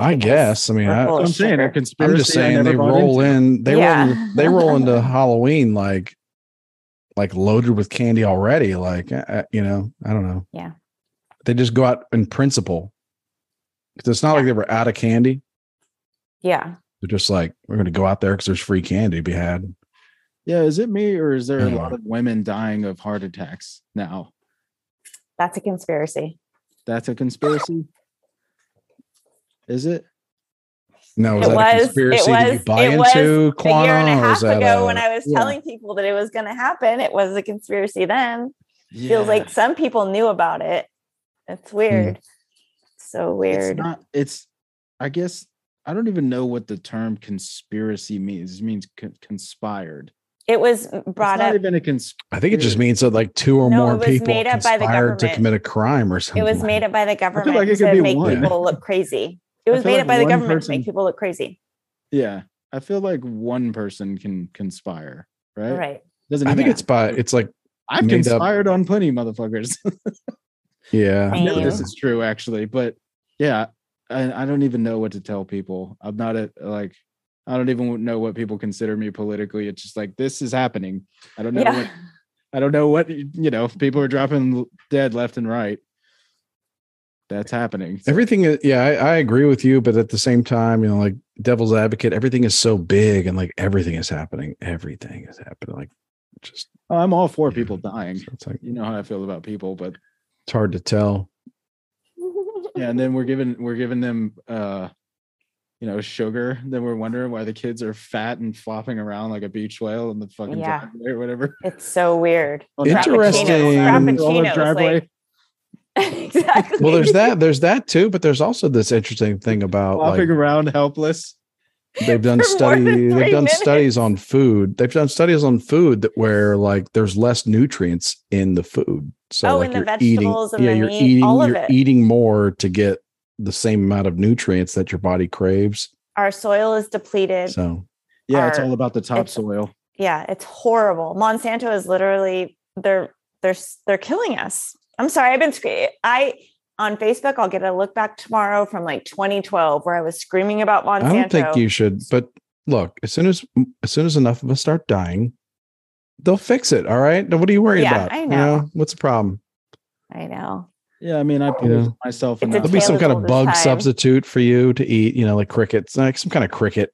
Speaker 3: I guess I mean I,
Speaker 4: Well,
Speaker 5: I'm saying
Speaker 4: sugar.
Speaker 5: a
Speaker 4: I'm
Speaker 5: conspiracy.
Speaker 3: I'm just
Speaker 5: I
Speaker 3: saying
Speaker 5: never
Speaker 3: they
Speaker 5: bought
Speaker 3: roll
Speaker 5: into.
Speaker 3: in they roll
Speaker 4: Yeah.
Speaker 3: in, they roll into Halloween like like loaded with candy already. Like uh, uh, you know I don't know.
Speaker 4: Yeah.
Speaker 3: they just go out in principle. 'Cause It's not like they were out of candy.
Speaker 4: Yeah.
Speaker 3: They're just like we're going to go out there because there's free candy to be had.
Speaker 5: Yeah, is it me or is there a
Speaker 3: Yeah.
Speaker 5: lot of women dying of heart attacks now?
Speaker 4: That's a conspiracy.
Speaker 5: That's a conspiracy. Is it?
Speaker 3: No, was
Speaker 4: It
Speaker 3: that a
Speaker 4: was- it
Speaker 3: conspiracy that you
Speaker 4: was-
Speaker 3: buy
Speaker 4: it was
Speaker 3: into?
Speaker 4: a year and a
Speaker 3: Quanah, or
Speaker 4: half
Speaker 3: was that
Speaker 4: ago,
Speaker 3: a-
Speaker 4: when I was
Speaker 5: yeah.
Speaker 4: telling people that it was going to happen, it was a conspiracy then. Feels
Speaker 5: Yeah. Hmm.
Speaker 4: like some people knew about it. It's weird. So
Speaker 5: it's
Speaker 4: weird.
Speaker 5: not it's i guess i don't even know what the term conspiracy means it means con- conspired
Speaker 4: it was brought
Speaker 5: it's not
Speaker 4: up
Speaker 5: even a cons-
Speaker 3: I think it just
Speaker 5: Dude.
Speaker 3: means that like two or
Speaker 4: No,
Speaker 3: more
Speaker 4: it was
Speaker 3: people
Speaker 4: made up by the
Speaker 3: conspired to
Speaker 4: government.
Speaker 3: commit a crime or
Speaker 4: It
Speaker 3: something.
Speaker 4: was made up by the
Speaker 5: like
Speaker 4: government
Speaker 5: it could be
Speaker 4: to make
Speaker 5: one.
Speaker 4: people look crazy. It
Speaker 5: I
Speaker 4: was made
Speaker 5: feel like
Speaker 4: up by the
Speaker 5: one
Speaker 4: government to
Speaker 5: person-
Speaker 4: make people look crazy.
Speaker 5: yeah i feel like one person can conspire right,
Speaker 4: Right.
Speaker 5: doesn't
Speaker 3: I
Speaker 5: even
Speaker 3: think it's by it's like
Speaker 5: i've
Speaker 3: made up-
Speaker 5: conspired on plenty motherfuckers
Speaker 3: yeah.
Speaker 5: i know this
Speaker 3: yeah.
Speaker 5: is true actually but yeah I, I don't even know what to tell people i'm not a like i don't even know what people consider me politically it's just like this is happening i don't know
Speaker 4: Yeah.
Speaker 5: what I don't know what you know. People are dropping l- dead left and right. That's happening.
Speaker 3: Everything is yeah, I, I agree with you, but at the same time, you know, like devil's advocate, everything is so big and like everything is happening. Everything is happening. Like just
Speaker 5: Oh, I'm all for people dying.
Speaker 3: so it's like
Speaker 5: You know how I feel about people, but
Speaker 3: it's hard to tell.
Speaker 5: yeah. And then we're giving we're giving them, uh, you know, sugar. Then we're wondering why the kids are fat and flopping around like a beach whale in the fucking
Speaker 4: Yeah.
Speaker 5: driveway or whatever.
Speaker 4: It's so weird.
Speaker 5: On that-
Speaker 3: Interesting.
Speaker 5: Frappuccino-
Speaker 4: Frappuccinos,
Speaker 5: Frappuccino's driveway.
Speaker 4: like- exactly.
Speaker 3: Well, there's that, there's that too, but there's also this interesting thing
Speaker 5: Oh,
Speaker 3: about like
Speaker 5: flopping around helpless.
Speaker 3: they've done
Speaker 4: for more
Speaker 3: study
Speaker 4: than
Speaker 3: they've
Speaker 4: three
Speaker 3: done
Speaker 4: minutes.
Speaker 3: studies on food they've done studies on food that where like there's less nutrients in the food so
Speaker 4: Oh,
Speaker 3: like
Speaker 4: in
Speaker 3: you're
Speaker 4: the
Speaker 3: eating
Speaker 4: vegetables and
Speaker 3: yeah
Speaker 4: the
Speaker 3: you're
Speaker 4: meat,
Speaker 3: eating
Speaker 4: all of
Speaker 3: you're
Speaker 4: it.
Speaker 3: eating more to get the same amount of nutrients that your body craves
Speaker 4: Our soil is depleted.
Speaker 3: so
Speaker 5: Yeah, it's
Speaker 4: Are-
Speaker 5: all about the topsoil.
Speaker 4: yeah, it's horrible. Monsanto is literally they're they're they're killing us. I'm sorry, I've been scre- I on Facebook. I'll get a look back tomorrow from like 2012 where I was screaming about Monsanto.
Speaker 3: i don't think you should but look as soon as as soon as enough of us start dying they'll fix it all right what are you worried
Speaker 4: Yeah,
Speaker 3: about
Speaker 4: I
Speaker 3: You
Speaker 4: know.
Speaker 3: what's the problem
Speaker 4: I know.
Speaker 5: Yeah, I mean, I poisoned myself.
Speaker 4: It's a
Speaker 5: enough.
Speaker 3: there'll be some
Speaker 4: Taylor's
Speaker 3: kind of
Speaker 4: oldest
Speaker 3: bug
Speaker 4: time.
Speaker 3: substitute for you to eat you know like crickets like some kind of cricket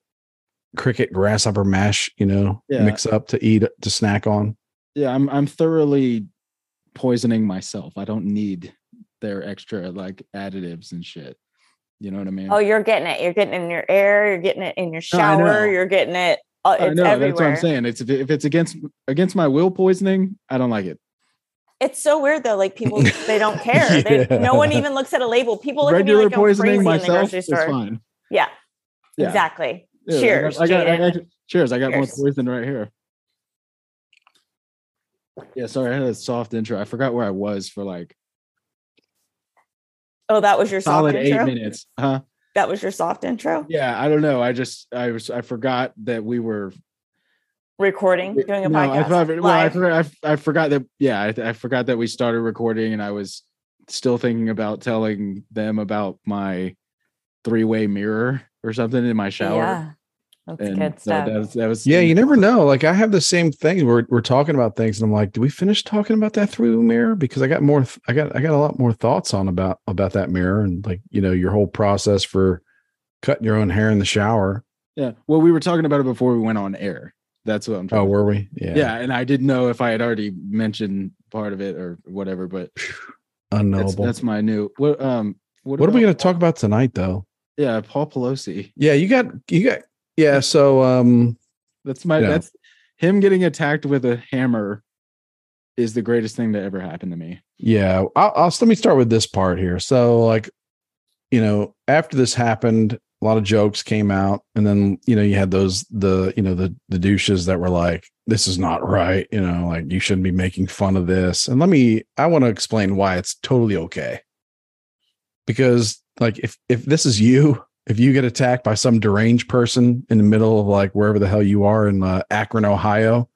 Speaker 3: cricket grasshopper mash you know
Speaker 5: Yeah.
Speaker 3: mix up to eat to snack on
Speaker 5: yeah i'm i'm thoroughly poisoning myself i don't need their extra like additives and shit you know what i mean
Speaker 4: Oh, you're getting it. You're getting it in your air. You're getting it in your
Speaker 5: No, Oh, I know.
Speaker 4: shower. you're getting it. Uh,
Speaker 5: I
Speaker 4: it's
Speaker 5: know that's what
Speaker 4: everywhere.
Speaker 5: i'm saying it's if, it- if it's against against my will poisoning i don't like it
Speaker 4: It's so weird though. Like people, they don't care.
Speaker 3: Yeah.
Speaker 4: They, no one even looks at a label. People look
Speaker 5: regular
Speaker 4: at me like
Speaker 5: poisoning
Speaker 4: I'm crazy in
Speaker 5: myself
Speaker 4: the grocery
Speaker 5: is
Speaker 4: store.
Speaker 5: fine
Speaker 4: Yeah,
Speaker 5: Yeah.
Speaker 4: exactly.
Speaker 5: Yeah, I got-
Speaker 4: Cheers,
Speaker 5: I got, I
Speaker 4: Jaden.
Speaker 5: got- cheers i got
Speaker 4: Cheers.
Speaker 5: more poison right here yeah sorry i had a soft intro i forgot where i was for like
Speaker 4: Oh, that was your
Speaker 5: solid
Speaker 4: soft
Speaker 5: eight
Speaker 4: intro.
Speaker 5: minutes huh
Speaker 4: That was your soft intro.
Speaker 5: yeah i don't know i just i was i forgot that we were
Speaker 4: recording, doing a
Speaker 5: No, I
Speaker 4: podcast.
Speaker 5: thought, well, I
Speaker 4: live.
Speaker 5: forgot, I, I forgot that. Yeah, I, I forgot that we started recording, and I was still thinking about telling them about my three-way mirror or something in my shower.
Speaker 4: Yeah. That's
Speaker 5: And
Speaker 4: good
Speaker 5: no,
Speaker 4: stuff.
Speaker 5: that was, that was
Speaker 3: Yeah, you never know. Like I have the same thing. We're we're talking about things, and I'm like, do we finish talking about that through mirror? Because I got more. th- I got I got a lot more thoughts on about about that mirror and like you know your whole process for cutting your own hair in the shower.
Speaker 5: Yeah. Well, we were talking about it before we went on air. That's what I'm
Speaker 3: Oh,
Speaker 5: trying.
Speaker 3: were we?
Speaker 5: yeah. And I didn't know if I had already mentioned part of it or whatever, but that's,
Speaker 3: unknowable.
Speaker 5: that's my new. What um. What,
Speaker 3: what are we going
Speaker 5: about-
Speaker 3: to talk about tonight, though?
Speaker 5: Yeah, Paul Pelosi.
Speaker 3: Yeah, you got you got yeah. So um,
Speaker 5: That's my.
Speaker 3: Yeah.
Speaker 5: That's him getting attacked with a hammer. Is the greatest thing that ever happened to me.
Speaker 3: Yeah, I'll, I'll let me start with this part here. So, like, you know, after this happened, a lot of jokes came out, and then you know you had those the you know the the douches that were like, "This is not right," you know, like you shouldn't be making fun of this. And let me, I want to explain why it's totally okay. Because like, if if this is you, if you get attacked by some deranged person in the middle of like wherever the hell you are in uh, Akron, Ohio,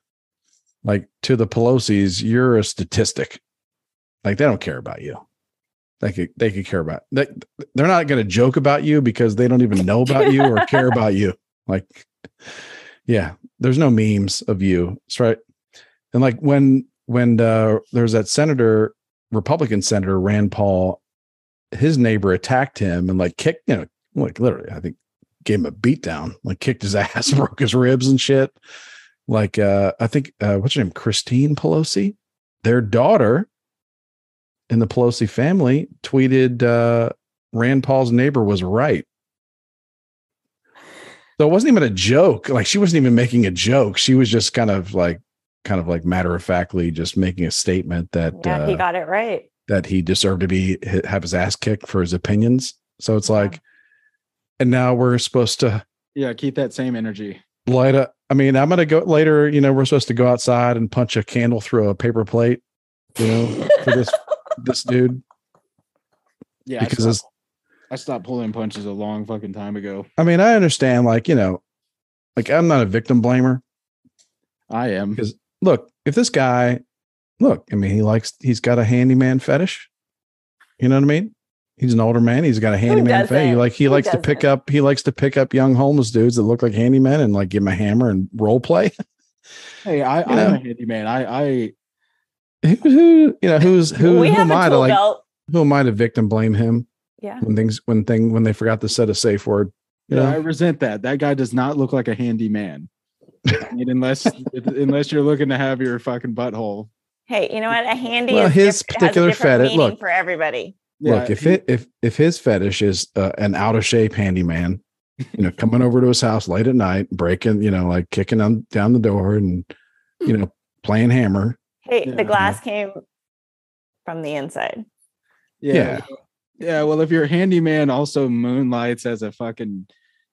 Speaker 3: like to the Pelosi's, you're a statistic like they don't care about you they could they could care about they, they're not going to joke about you because they don't even know about you or care about you like yeah there's no memes of you that's right and like when when uh, there was that senator republican senator rand paul his neighbor attacked him and like kicked you know like literally i think gave him a beat down like kicked his ass broke his ribs and shit like uh i think uh what's her name christine pelosi their daughter in the Pelosi family tweeted uh, Rand Paul's neighbor was right. So it wasn't even a joke. Like she wasn't even making a joke. She was just kind of like, kind of like matter of factly, just making a statement that
Speaker 4: yeah,
Speaker 3: uh,
Speaker 4: he got it right.
Speaker 3: that he deserved to be ha- have his ass kicked for his opinions. So it's like, and now we're supposed to
Speaker 5: Yeah, keep that same energy.
Speaker 3: light up. I mean, I'm gonna go later. You know, we're supposed to go outside and punch a candle through a paper plate. You know, for this this dude
Speaker 5: Yeah,
Speaker 3: because
Speaker 5: I
Speaker 3: it's
Speaker 5: stopped, I stopped pulling punches a long fucking time ago.
Speaker 3: I mean, I understand, like, you know, like I'm not a victim blamer.
Speaker 5: I am.
Speaker 3: Because- Look, if this guy, look, I mean, he likes, he's got a handyman fetish. You know what I mean? He's an older man. He's got a handyman fetish. He
Speaker 4: doesn't?
Speaker 3: Like he
Speaker 4: Who
Speaker 3: likes to pick
Speaker 4: doesn't?
Speaker 3: up, he likes to pick up young homeless dudes that look like handymen and like give him a hammer and role play.
Speaker 5: Hey, I,
Speaker 3: You
Speaker 5: I'm
Speaker 3: know.
Speaker 5: a handyman. I, I,
Speaker 3: who, who, you know, who's who?
Speaker 4: we
Speaker 3: who am
Speaker 4: have a
Speaker 3: I
Speaker 4: tool
Speaker 3: to like?
Speaker 4: belt.
Speaker 3: Who am I to victim blame him
Speaker 4: Yeah.
Speaker 3: when things when thing when they forgot to set a safe word? You
Speaker 5: yeah,
Speaker 3: know?
Speaker 5: I resent that. That guy does not look like a handyman. I mean, unless unless you're looking to have your fucking butthole.
Speaker 4: Hey, you know what? A handy
Speaker 3: Well,
Speaker 4: is
Speaker 3: his
Speaker 4: diff- has a
Speaker 3: particular
Speaker 4: different
Speaker 3: fetish-
Speaker 4: meaning
Speaker 3: look.
Speaker 4: for everybody.
Speaker 3: Look, if
Speaker 5: he-
Speaker 3: it if if his fetish is uh, an out of shape handyman, you know, coming over to his house late at night, breaking, you know, like kicking on down the door and you know, playing hammer.
Speaker 4: Hey,
Speaker 5: Yeah.
Speaker 4: the glass came from the inside.
Speaker 5: yeah,
Speaker 3: yeah.
Speaker 5: well- yeah. Well, if your handyman also moonlights as a fucking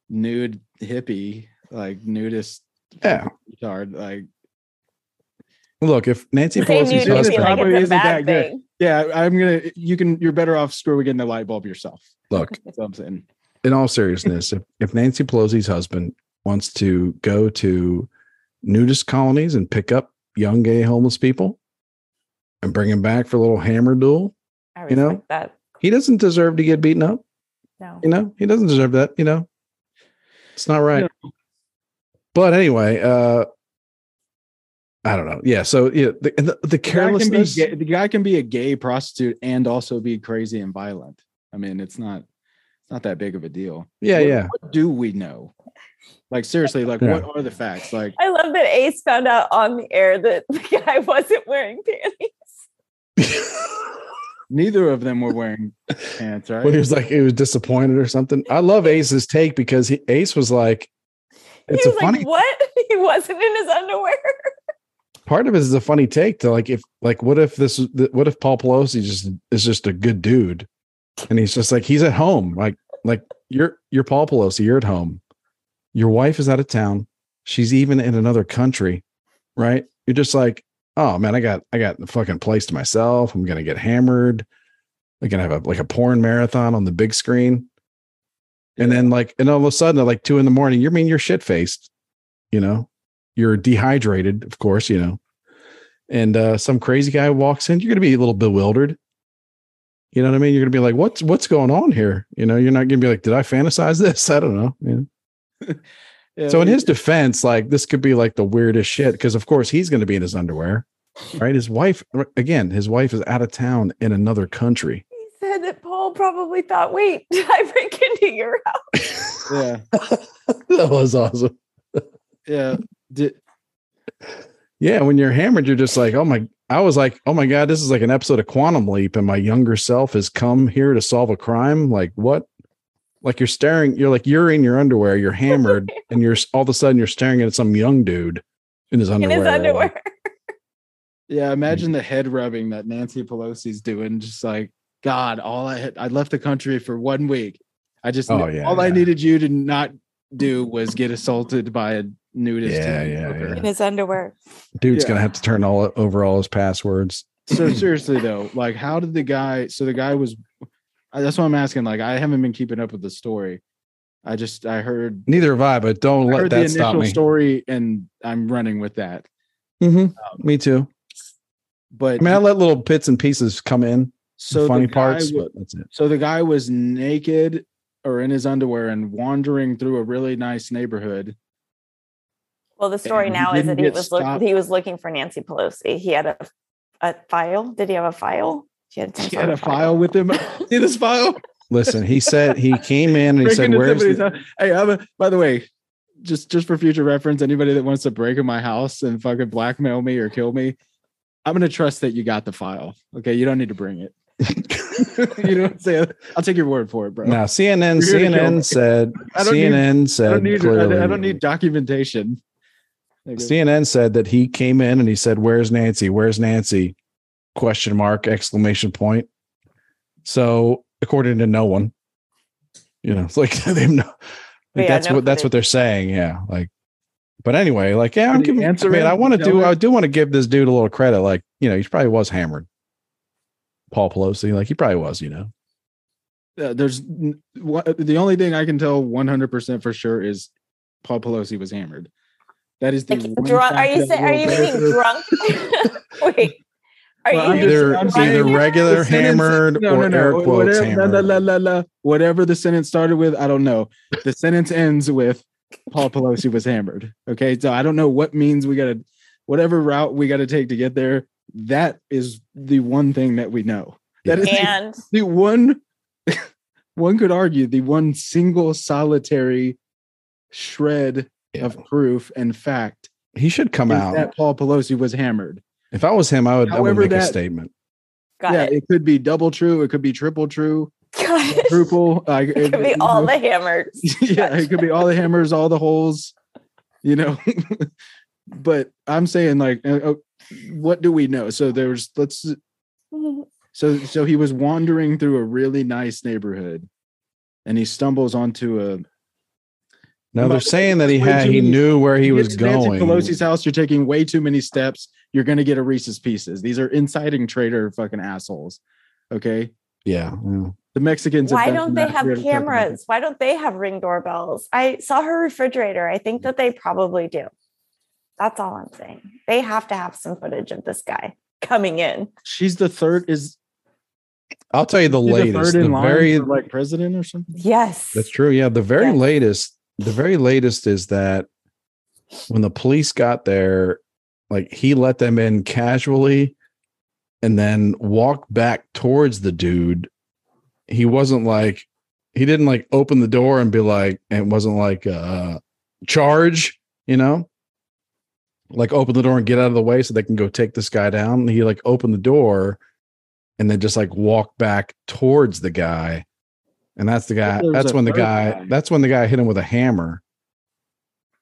Speaker 5: nude hippie, like nudist
Speaker 3: Yeah.
Speaker 5: retard, like
Speaker 3: Look, if Nancy
Speaker 4: Say nude
Speaker 3: Pelosi's
Speaker 4: to be
Speaker 5: husband-
Speaker 4: like it's
Speaker 5: Probably
Speaker 4: a
Speaker 5: isn't
Speaker 4: bad
Speaker 5: that good.
Speaker 4: thing.
Speaker 5: yeah, I'm gonna. You can. You're better off screwing in the light bulb yourself.
Speaker 3: look,
Speaker 5: That's what I'm saying.
Speaker 3: in all seriousness, if, if Nancy Pelosi's husband wants to go to nudist colonies and pick up young gay homeless people and bring them back for a little hammer duel,
Speaker 4: I
Speaker 3: You
Speaker 4: respect
Speaker 3: know?
Speaker 4: that.
Speaker 3: he doesn't deserve to get beaten up.
Speaker 4: No.
Speaker 3: you know he doesn't deserve that you know it's not right but anyway uh i don't know yeah so yeah the, and the, the
Speaker 5: The guy can be
Speaker 3: carelessness
Speaker 5: gay- the guy can be a gay prostitute and also be crazy and violent. I mean, it's not it's not that big of a deal.
Speaker 3: yeah
Speaker 5: What-
Speaker 3: yeah
Speaker 5: What do we know? Like seriously, like
Speaker 3: Yeah.
Speaker 5: what are the facts? Like
Speaker 4: I love that Ace found out on the air that the guy wasn't wearing panties.
Speaker 5: neither of them were wearing pants, right?
Speaker 3: when he was like he was disappointed or something i love ace's take because he, ace was like it's
Speaker 4: he
Speaker 3: a
Speaker 4: was
Speaker 3: funny
Speaker 4: like, "What? He wasn't in his underwear."
Speaker 3: part of it is a funny take to like if like what if this what if Paul Pelosi just is just a good dude and he's just like he's at home like like you're you're Paul Pelosi you're at home your wife is out of town she's even in another country right you're just like oh man I got I got the fucking place to myself I'm gonna get hammered I'm gonna have a like a porn marathon on the big screen and then like and all of a sudden at like two in the morning you mean you're shit faced you know you're dehydrated of course you know and uh some crazy guy walks in you're gonna be a little bewildered You know what I mean? You're gonna be like, what's what's going on here? You know, you're not gonna be like, did I fantasize this? I don't know. You know?
Speaker 5: Yeah,
Speaker 3: So in
Speaker 5: he-
Speaker 3: his defense, like this could be like the weirdest shit because of course he's going to be in his underwear, right? His wife again, his wife is out of town in another country.
Speaker 4: He said that Paul probably thought, wait, did I break into your house?
Speaker 5: yeah,
Speaker 3: That was awesome.
Speaker 5: yeah. Did,
Speaker 3: Yeah, when you're hammered, you're just like, oh my. I was like, oh my god, this is like an episode of Quantum Leap, and my younger self has come here to solve a crime. Like what? Like you're staring. You're like you're in your underwear. You're hammered, and you're all of a sudden you're staring at some young dude in his
Speaker 4: In
Speaker 3: underwear.
Speaker 4: his underwear.
Speaker 3: Hmm.
Speaker 5: yeah, imagine the head rubbing that Nancy Pelosi's doing. Just like God, all I had, I left the country for one week. I just
Speaker 3: Oh, yeah,
Speaker 5: all I
Speaker 3: yeah.
Speaker 5: needed you to not do was get assaulted by a nudist.
Speaker 3: Yeah,
Speaker 5: in
Speaker 3: yeah,
Speaker 5: Booker.
Speaker 3: yeah.
Speaker 4: In his underwear.
Speaker 3: Dude's
Speaker 5: Yeah.
Speaker 3: gonna have to turn all over all his passwords.
Speaker 5: so seriously though like how did the guy so the guy was I- that's what i'm asking like i haven't been keeping up with the story i just i heard
Speaker 3: Neither have I, but don't
Speaker 5: I
Speaker 3: let
Speaker 5: heard the
Speaker 3: that stop
Speaker 5: initial
Speaker 3: me.
Speaker 5: story and i'm running with that
Speaker 3: Mm-hmm. Me too.
Speaker 5: but
Speaker 3: I mean, I let little bits and pieces come in, the
Speaker 5: so the
Speaker 3: funny
Speaker 5: guy
Speaker 3: parts,
Speaker 5: wa-
Speaker 3: but that's it.
Speaker 5: so the guy was naked or in his underwear and wandering through a really nice neighborhood
Speaker 4: Well, the story
Speaker 5: And he
Speaker 4: now is
Speaker 5: didn't
Speaker 4: that he
Speaker 5: get
Speaker 4: was look,
Speaker 5: stopped.
Speaker 4: he was looking for Nancy Pelosi. He had a a file. Did he have a file? She had, some
Speaker 5: he
Speaker 4: sort
Speaker 5: had a
Speaker 4: of
Speaker 5: file with him see this file
Speaker 3: Listen, he said he came in and he
Speaker 5: Breaking
Speaker 3: said,
Speaker 5: into
Speaker 3: "Where's
Speaker 5: somebody's
Speaker 3: the-"
Speaker 5: house. hey I'm a, by the way just just for future reference anybody that wants to break in my house and fucking blackmail me or kill me i'm gonna trust that you got the file okay you don't need to bring it you know what i'm saying i'll take your word for it bro
Speaker 3: now CNN?
Speaker 5: You're gonna kill me.
Speaker 3: CNN said
Speaker 5: I don't need-
Speaker 3: CNN
Speaker 5: i
Speaker 3: said
Speaker 5: don't need I,
Speaker 3: clearly,
Speaker 5: don't- I don't need documentation Like,
Speaker 3: CNN said that he came in and he said, "Where's Nancy? Where's Nancy?" Question mark exclamation point. So according to no one, you know, it's like they've no,
Speaker 4: Yeah,
Speaker 3: like that's
Speaker 4: no
Speaker 3: what that's what
Speaker 4: footage.
Speaker 3: they're saying. Yeah, like. But anyway, like yeah, I'm
Speaker 5: Did he
Speaker 3: giving. I
Speaker 5: answer
Speaker 3: mean,
Speaker 5: it?
Speaker 3: I want to
Speaker 5: Tell
Speaker 3: do.
Speaker 5: it?
Speaker 3: I do want to give this dude a little credit. Like you know, he probably was hammered. Paul Pelosi, like he probably was. You know,
Speaker 5: uh, there's n- what, the only thing i can tell 100% for sure is paul pelosi was hammered that is the
Speaker 4: Like,
Speaker 5: one
Speaker 4: drunk? Are
Speaker 5: fact
Speaker 4: you
Speaker 5: that
Speaker 4: saying? Are
Speaker 5: will
Speaker 4: you
Speaker 5: bear
Speaker 4: meaning
Speaker 5: proof.
Speaker 4: drunk? Wait. Are
Speaker 5: Well, I'm
Speaker 4: you
Speaker 5: just-
Speaker 3: either
Speaker 5: I'm saying-
Speaker 3: either regular
Speaker 5: The sentence-
Speaker 3: hammered or air quotes
Speaker 5: whatever, la,
Speaker 3: hammered.
Speaker 5: la, la, la, la, whatever the sentence started with, I don't know. The sentence ends with Paul Pelosi was hammered. Okay, so I don't know what means we got to, whatever route we got to take to get there. That is the one thing that we know. That is the,
Speaker 4: and
Speaker 5: the one. one could argue the one single solitary shred
Speaker 3: Yeah.
Speaker 5: of proof and fact
Speaker 3: He should come
Speaker 5: is
Speaker 3: out.
Speaker 5: that Paul Pelosi was hammered.
Speaker 3: If I was him, I would. I would
Speaker 5: However
Speaker 3: make a
Speaker 5: that-
Speaker 3: statement.
Speaker 4: got
Speaker 5: yeah,
Speaker 4: it.
Speaker 5: it could be double true. It could be triple true.
Speaker 4: Got it.
Speaker 5: quadruple. Like
Speaker 4: It could be all the hammers.
Speaker 5: yeah, it could be all the hammers, all the holes, you know. but I'm saying like, uh, uh, what do we know? So there's let's so so he was wandering through a really nice neighborhood, and he stumbles onto a.
Speaker 3: Now they're
Speaker 5: But-
Speaker 3: saying that he
Speaker 5: Way
Speaker 3: had.
Speaker 5: too
Speaker 3: He
Speaker 5: many-
Speaker 3: knew where he
Speaker 5: You
Speaker 3: was
Speaker 5: get to Nancy
Speaker 3: going.
Speaker 5: Pelosi's house. You're taking way too many steps. You're gonna get a Reese's Pieces. These are inciting traitor fucking assholes. Okay,
Speaker 3: Yeah. yeah.
Speaker 5: the Mexicans. have
Speaker 4: Why
Speaker 5: done
Speaker 4: don't they
Speaker 5: that.
Speaker 4: have
Speaker 5: We're gonna talk about that.
Speaker 4: cameras? Why don't they have ring doorbells? I saw her refrigerator. I think that they probably do. That's all I'm saying. They have to have some footage of this guy coming in.
Speaker 5: She's the third. Is
Speaker 3: I'll tell you the
Speaker 5: she's
Speaker 3: latest.
Speaker 5: third in
Speaker 3: The
Speaker 5: line
Speaker 3: very.
Speaker 5: for, like president or something.
Speaker 4: Yes.
Speaker 3: That's true. Yeah. The very
Speaker 4: Yeah.
Speaker 3: latest, the very latest is that when the police got there, like he let them in casually and then walked back towards the dude. He wasn't like, he didn't like open the door and be like, and it wasn't like, uh, charge, you know, like open the door and get out of the way so they can go take this guy down. And he like opened the door and then just like walked back towards the guy. And that's the guy.
Speaker 5: there was
Speaker 3: That's
Speaker 5: a
Speaker 3: when the
Speaker 5: third
Speaker 3: guy,
Speaker 5: guy.
Speaker 3: That's when the guy hit him with a hammer.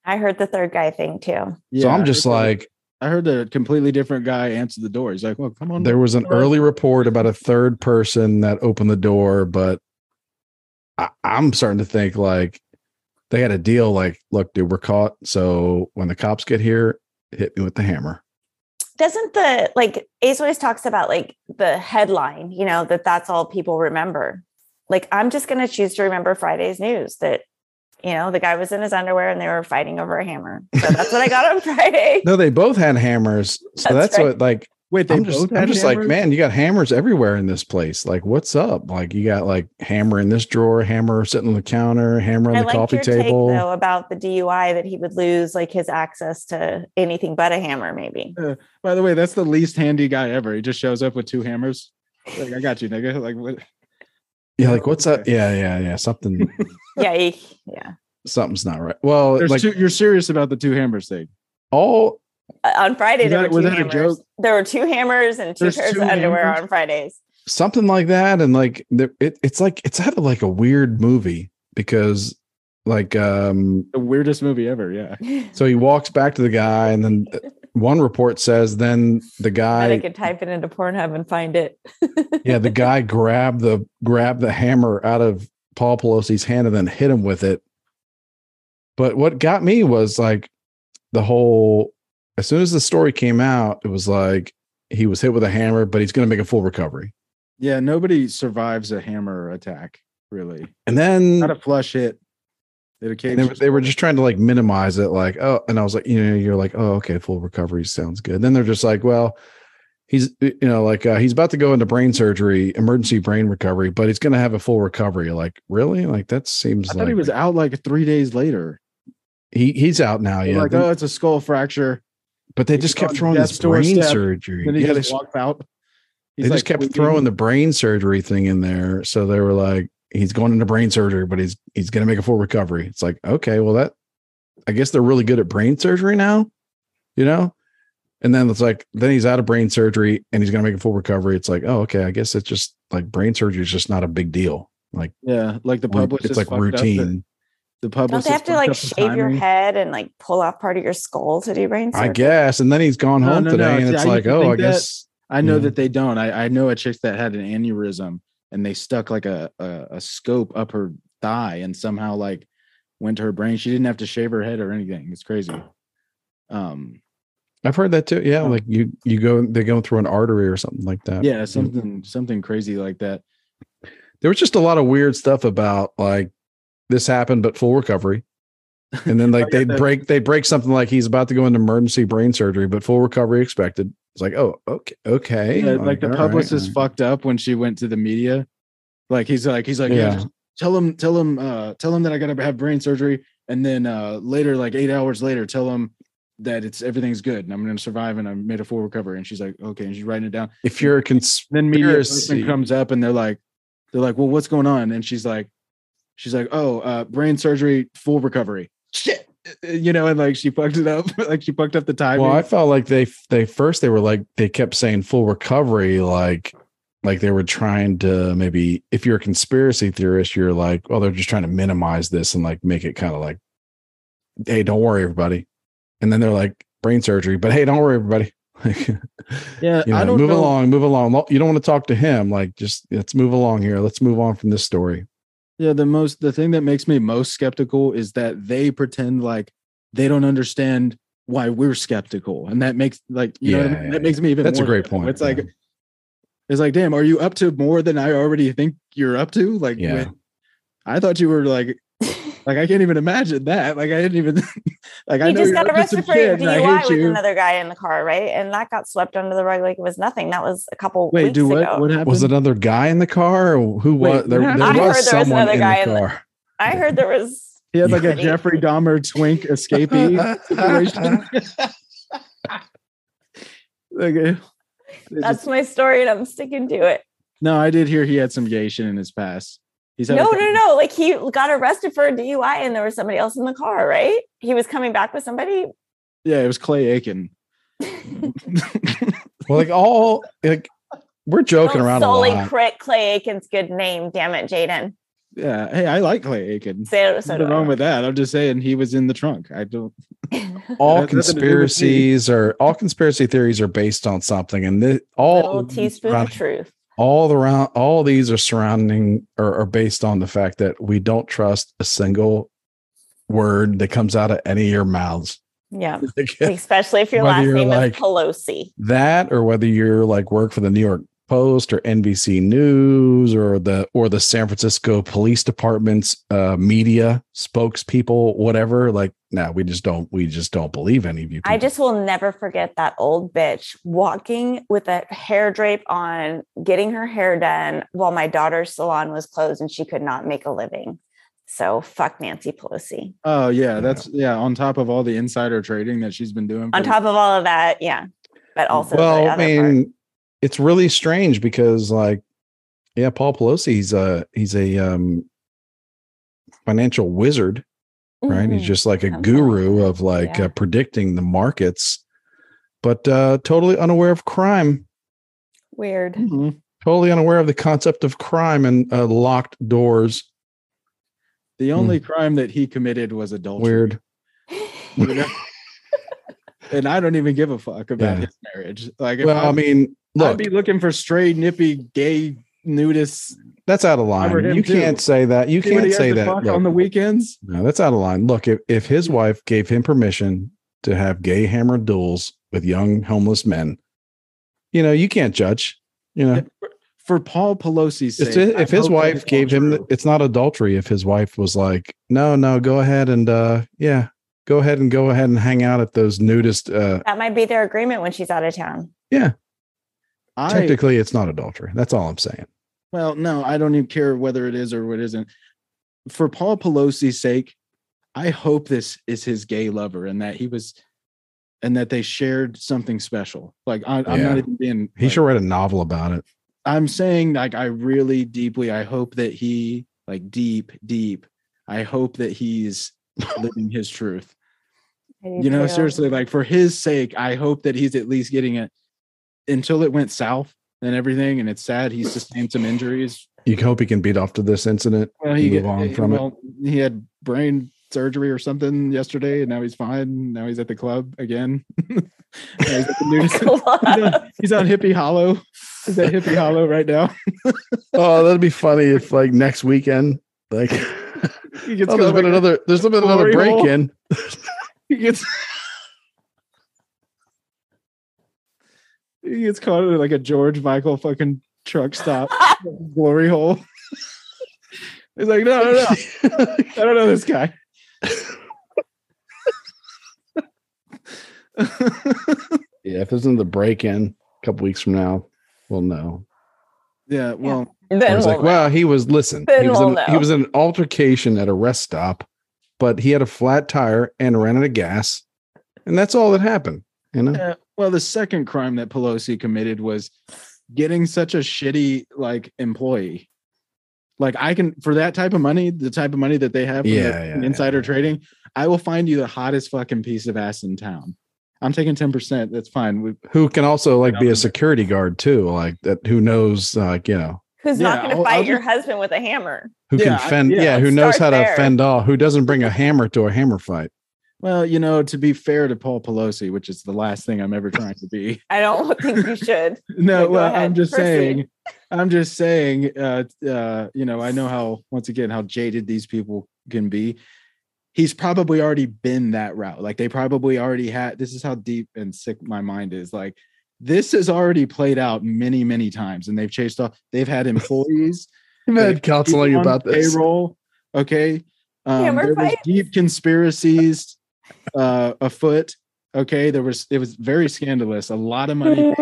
Speaker 4: I heard the third guy thing too.
Speaker 3: so
Speaker 5: I
Speaker 3: I'm
Speaker 5: heard
Speaker 3: just
Speaker 5: that-
Speaker 3: like,
Speaker 5: I heard that a completely different guy answered the door. He's like, "Well, come on."
Speaker 3: there was an
Speaker 5: Well,
Speaker 3: early report about a third person that opened the door, but I, I'm starting to think like they had a deal. Like, look, dude, we're caught. So when the cops get here, hit me with the hammer.
Speaker 4: Doesn't the like Ace always talks about like the headline, you know, that that's all people remember. Like I'm just going to choose to remember Friday's news that you know, the guy was in his underwear and they were fighting over a hammer. So that's what I got on Friday.
Speaker 3: No, they both had hammers. So
Speaker 4: That's
Speaker 3: that's,
Speaker 4: right.
Speaker 3: what like
Speaker 5: Wait, they
Speaker 3: I'm just,
Speaker 5: both
Speaker 3: I'm
Speaker 5: had
Speaker 3: just like,
Speaker 5: hammers?
Speaker 3: man, you got hammers everywhere in this place. Like, what's up? Like, you got like hammer in this drawer, hammer sitting on the counter, hammer on
Speaker 4: I
Speaker 3: the
Speaker 4: liked
Speaker 3: coffee
Speaker 4: your
Speaker 3: table.
Speaker 4: take though about the DUI that he would lose like his access to anything but a hammer, maybe.
Speaker 5: By the way, that's the least handy guy ever. He just shows up with two hammers. Like, I got you, nigga. Like, what?
Speaker 3: yeah, like what's up? Yeah, yeah, yeah. Something,
Speaker 4: yeah, he, yeah.
Speaker 3: something's not right. Well,
Speaker 5: There's
Speaker 3: like
Speaker 5: two, you're serious about the two hammers thing.
Speaker 3: all
Speaker 4: Uh, On Friday
Speaker 5: Was
Speaker 4: there
Speaker 5: that-
Speaker 4: were
Speaker 5: was
Speaker 4: two
Speaker 5: that a
Speaker 4: hammers.
Speaker 5: joke?
Speaker 4: There were two hammers and two
Speaker 5: There's
Speaker 4: pairs
Speaker 5: two
Speaker 4: of underwear
Speaker 5: hammers?
Speaker 4: on Fridays.
Speaker 3: something like that, and like there, it, it's like it's out of like a weird movie because like um
Speaker 5: The weirdest movie ever. Yeah.
Speaker 3: so he walks back to the guy and then uh, one report says then the
Speaker 4: I, I
Speaker 3: guy
Speaker 4: could type it into Pornhub and find it.
Speaker 3: yeah the guy grabbed the grabbed the hammer out of paul pelosi's hand and then hit him with it but what got me was like the whole as soon as the story came out it was like he was hit with a hammer but he's going to make a full recovery
Speaker 5: Yeah. Nobody survives a hammer attack, really.
Speaker 3: and then
Speaker 5: Not a flush hit. It
Speaker 3: Mm. and they, were-
Speaker 5: occasionally.
Speaker 3: they were just trying to like minimize it like oh and i was like you know you're like oh okay full recovery sounds good then they're just like well he's you know like uh, he's about to go into brain surgery emergency brain recovery but he's going to have a full recovery like really like that seems
Speaker 5: I thought
Speaker 3: like
Speaker 5: he was out like three days later.
Speaker 3: he he's out now
Speaker 5: They're
Speaker 3: yeah
Speaker 5: like,
Speaker 3: Then-
Speaker 5: oh, it's a skull fracture.
Speaker 3: but they
Speaker 5: he
Speaker 3: just
Speaker 5: was
Speaker 3: kept
Speaker 5: on
Speaker 3: throwing this
Speaker 5: death's doorstep,
Speaker 3: brain
Speaker 5: Then
Speaker 3: surgery
Speaker 5: he
Speaker 3: yeah, they,
Speaker 5: just walks out.
Speaker 3: they just kept throwing the brain surgery thing in there so they were like he's going into brain surgery but he's he's going to make a full recovery it's like okay well that i guess they're really good at brain surgery now you know and then it's like then he's out of brain surgery and he's going to make a full recovery it's like oh okay i guess it's just like brain surgery is just not a big deal like
Speaker 5: Yeah, like the publicist.
Speaker 3: it's like
Speaker 5: fucked up the-
Speaker 3: routine
Speaker 5: The publicist.
Speaker 4: Don't they have to like
Speaker 5: fucked up the
Speaker 4: shave your
Speaker 5: timing.
Speaker 4: head and like pull off part of your skull to do brain
Speaker 3: i
Speaker 4: surgery?
Speaker 3: guess and then he's gone
Speaker 5: No,
Speaker 3: home
Speaker 5: no, no.
Speaker 3: today and
Speaker 5: See,
Speaker 3: it's
Speaker 5: I
Speaker 3: like
Speaker 5: used to
Speaker 3: oh i
Speaker 5: think that.
Speaker 3: guess
Speaker 5: I know
Speaker 3: Yeah.
Speaker 5: that they don't. I, I know a chick that had an aneurysm and they stuck like a, a a scope up her thigh and somehow like went to her brain. She didn't have to shave her head or anything. It's crazy. Um
Speaker 3: i've heard that too yeah like you you go they go through an artery or something like that
Speaker 5: yeah, something something crazy like that.
Speaker 3: there was just a lot of weird stuff about like this happened but full recovery and then like
Speaker 5: Oh, yeah,
Speaker 3: they'd
Speaker 5: the-
Speaker 3: break they break something like he's about to go into emergency brain surgery but full recovery expected it's like oh okay okay
Speaker 5: Yeah, Uh, like the
Speaker 3: all right,
Speaker 5: publicist
Speaker 3: all right.
Speaker 5: fucked up when she went to the media. Like he's like he's like yeah,
Speaker 3: Yeah.
Speaker 5: just tell him tell him uh tell him that I got to have brain surgery and then uh later like 8 hours later tell him that it's everything's good and I'm going to survive and I made a full recovery and she's like okay and she's writing it down.
Speaker 3: if you're a cons-
Speaker 5: then media
Speaker 3: Conspiracy.
Speaker 5: person comes up and they're like they're like well what's going on and she's like she's like oh uh brain surgery full recovery shit Uh, you know and like she fucked it up like she fucked up the timing
Speaker 3: well i felt like they they first they were like they kept saying full recovery like like they were trying to maybe if you're a conspiracy theorist you're like well they're just trying to minimize this and like make it kind of like hey don't worry everybody and then they're like brain surgery but hey don't worry everybody like
Speaker 5: yeah
Speaker 3: you know,
Speaker 5: i don't
Speaker 3: move
Speaker 5: know
Speaker 3: along, move along. Lo- You don't want to talk to him. Like, just let's move along here. Let's move on from this story.
Speaker 5: yeah the most the thing that makes me most skeptical is that they pretend like they don't understand why we're skeptical and that makes like you know what I
Speaker 3: Yeah,
Speaker 5: mean?
Speaker 3: yeah,
Speaker 5: that makes me even
Speaker 3: That's a
Speaker 5: more
Speaker 3: great
Speaker 5: skeptical.
Speaker 3: point.
Speaker 5: it's like it's like damn are you up to more than i already think you're up to like
Speaker 3: Yeah.
Speaker 5: when- i thought you were like Like I can't even imagine that. Like I didn't even like I
Speaker 4: he
Speaker 5: know
Speaker 4: just
Speaker 5: you're
Speaker 4: got
Speaker 5: up to
Speaker 4: arrested
Speaker 5: some
Speaker 4: for a
Speaker 5: shit and I
Speaker 4: DUI
Speaker 5: hate
Speaker 4: with
Speaker 5: you.
Speaker 4: another guy in the car, right? And that got swept under the rug like it was nothing. That was a couple
Speaker 5: Wait,
Speaker 4: weeks
Speaker 5: do what?
Speaker 4: ago.
Speaker 5: What happened?
Speaker 3: was it another guy in the car? Or who was
Speaker 5: Wait,
Speaker 3: there?
Speaker 5: what
Speaker 3: There
Speaker 5: happened?
Speaker 4: I
Speaker 3: was
Speaker 4: heard there was
Speaker 3: someone
Speaker 4: another
Speaker 3: in
Speaker 4: guy
Speaker 3: the
Speaker 4: in the-
Speaker 3: car.
Speaker 4: I heard there was
Speaker 5: he had like a
Speaker 4: Yeah.
Speaker 5: Jeffrey Dahmer twink escapee situation. like, eh, it
Speaker 4: that's
Speaker 5: just-
Speaker 4: my story and I'm sticking to it.
Speaker 5: no, I did hear he had some gay shit in his past. He's had a
Speaker 4: No,
Speaker 5: couple-
Speaker 4: no, no. Like he got arrested for a DUI and there was somebody else in the car, right? He was coming back with somebody.
Speaker 5: Yeah, it was Clay Aiken.
Speaker 3: Well, like all like we're joking
Speaker 4: Don't
Speaker 3: around a
Speaker 4: solely
Speaker 3: lot.
Speaker 4: crit Clay Aiken's good name. Damn it, Jaden.
Speaker 5: yeah, hey, I like Clay Aiken.
Speaker 4: So, so do
Speaker 5: Nothing
Speaker 4: I.
Speaker 5: wrong with that. I'm just saying he was in the trunk. I
Speaker 3: all
Speaker 5: don't. It has nothing to do with me.
Speaker 3: conspiracies are all conspiracy theories are based on something, and the, all
Speaker 4: little
Speaker 3: of them
Speaker 4: teaspoon
Speaker 3: surround-
Speaker 4: of truth.
Speaker 3: all the round all these are surrounding or are based on the fact that we don't trust a single word that comes out of any of your mouths.
Speaker 4: Yeah.
Speaker 3: Like,
Speaker 4: Especially if your
Speaker 3: Whether
Speaker 4: last
Speaker 3: you're
Speaker 4: name
Speaker 3: like-
Speaker 4: is Pelosi.
Speaker 3: that or whether you're like work for the New York Post or NBC News or the or the San Francisco Police Department's uh, media spokespeople, whatever. Like, no, we just don't we just don't believe any of you.
Speaker 4: I
Speaker 3: people.
Speaker 4: just will never forget that old bitch walking with a hair drape on, getting her hair done while my daughter's salon was closed and she could not make a living. So fuck Nancy Pelosi.
Speaker 5: Oh yeah, that's yeah. On top of all the insider trading that she's been doing, for-
Speaker 4: On top of all of that, yeah. But also, the
Speaker 3: well, I
Speaker 4: other part.
Speaker 3: mean, it's really strange because like, yeah, Paul Pelosi, he's a he's a um, financial wizard. right? He's
Speaker 4: Mhm.
Speaker 3: just like a
Speaker 4: Something like
Speaker 3: guru
Speaker 4: that,
Speaker 3: of like
Speaker 4: yeah.
Speaker 3: uh, predicting the markets, but uh, totally unaware of crime,
Speaker 4: weird.
Speaker 5: Mhm.
Speaker 3: totally unaware of the concept of crime and uh, locked doors.
Speaker 5: the
Speaker 3: Hmm.
Speaker 5: only crime that he committed was adultery.
Speaker 3: Weird.
Speaker 5: you know? and I don't even give a fuck about
Speaker 3: Yeah.
Speaker 5: his marriage. Like, if
Speaker 3: Well, I
Speaker 5: I'd-
Speaker 3: mean,
Speaker 5: I'd
Speaker 3: look,
Speaker 5: be looking for stray, nippy, gay nudists.
Speaker 3: that's out of line.
Speaker 5: over him
Speaker 3: You
Speaker 5: too.
Speaker 3: can't say that. You
Speaker 5: See what
Speaker 3: can't
Speaker 5: he has
Speaker 3: say
Speaker 5: to
Speaker 3: that.
Speaker 5: fuck
Speaker 3: Look,
Speaker 5: on the weekends.
Speaker 3: no, that's out of line. Look, if, if his wife gave him permission to have gay hammer duels with young homeless men, you know, you can't judge. You know,
Speaker 5: For Paul Pelosi's sake,
Speaker 3: It's just-
Speaker 5: I
Speaker 3: if his
Speaker 5: hope that
Speaker 3: wife
Speaker 5: it's all
Speaker 3: gave him, the,
Speaker 5: true.
Speaker 3: it's not adultery. If his wife was like, no, no, go ahead and uh, yeah, go ahead and go ahead and hang out at those nudist. Uh,
Speaker 4: That might be their agreement when she's out of town.
Speaker 5: I,
Speaker 3: technically, it's not adultery. That's all I'm saying.
Speaker 5: well, no, I don't even care whether it is or what isn't. For Paul Pelosi's sake, I hope this is his gay lover and that he was, and that they shared something special. Like I, I'm
Speaker 3: Yeah.
Speaker 5: not even being.
Speaker 3: He
Speaker 5: like,
Speaker 3: should write a novel about it.
Speaker 5: I'm saying like I really deeply I hope that he like deep deep I hope that he's living his truth.
Speaker 4: I do
Speaker 5: You know
Speaker 4: too.
Speaker 5: seriously like for his sake I hope that he's at least getting it until it went south and everything and it's sad he sustained some injuries.
Speaker 3: You hope he can beat off to this incident.
Speaker 5: Well, he eh,
Speaker 3: Move on from it.
Speaker 5: well, he had brain surgery or something yesterday and now he's fine. Now he's at the club again. Now he's at the nudist- he's, on, he's on Hippie Hollow. He's at Hippie Hollow right now.
Speaker 3: oh, that'd be funny if like next weekend, like
Speaker 5: He gets
Speaker 3: oh, there's been
Speaker 5: going like-
Speaker 3: another there's been another
Speaker 5: glory
Speaker 3: break
Speaker 5: hole.
Speaker 3: in.
Speaker 5: he gets he gets caught in like a George Michael fucking truck stop glory hole. He's like, no, no, no, I don't know this guy.
Speaker 3: yeah, if there's another break in a couple weeks from now, we'll know.
Speaker 5: yeah, well,
Speaker 3: I
Speaker 4: Then
Speaker 3: was
Speaker 4: we'll
Speaker 3: like, well, he was listen.
Speaker 4: Then
Speaker 3: He was,
Speaker 4: we'll
Speaker 3: in, he
Speaker 4: know.
Speaker 3: was in an altercation at a rest stop, but he had a flat tire and ran out of gas, and that's all that happened. You know,
Speaker 5: uh, well, the second crime that Pelosi committed was getting such a shitty like employee. Like I can for that type of money, the type of money that they have from the-
Speaker 3: Yeah, yeah,
Speaker 5: from
Speaker 3: yeah.
Speaker 5: insider trading, I will find you the hottest fucking piece of ass in town. I'm taking 10%. That's fine. We,
Speaker 3: who can also like be
Speaker 5: Yeah.
Speaker 3: a security guard too, like that? Who knows? Like you know,
Speaker 4: who's
Speaker 5: yeah,
Speaker 4: not going to
Speaker 5: I'll-
Speaker 4: fight
Speaker 5: I'll
Speaker 4: your husband with a hammer?
Speaker 3: who
Speaker 5: Yeah, I-
Speaker 3: can fend?
Speaker 5: yeah,
Speaker 3: Yeah, who knows how
Speaker 4: start
Speaker 3: to
Speaker 4: there.
Speaker 3: fend off? Who doesn't bring a hammer to a hammer fight?
Speaker 5: Well, you know, to be fair to Paul Pelosi, which is the last thing I'm ever trying to be.
Speaker 4: I don't think you should.
Speaker 5: No,
Speaker 4: go
Speaker 5: well, I'm
Speaker 4: ahead,
Speaker 5: just
Speaker 4: proceed.
Speaker 5: saying, I'm just saying, uh, uh, you know, I know how, once again, how jaded these people can be. He's probably already been that route. Like they probably already had, this is how deep and sick my mind is. Like this has already played out many, many times and they've chased off, they've had employees.
Speaker 3: I've
Speaker 5: had
Speaker 3: counseling
Speaker 5: people on Payroll, okay. Um,
Speaker 4: Hammer
Speaker 5: there was
Speaker 4: fights.
Speaker 5: deep conspiracies uh, afoot. Okay, there was it was very scandalous. A lot of money,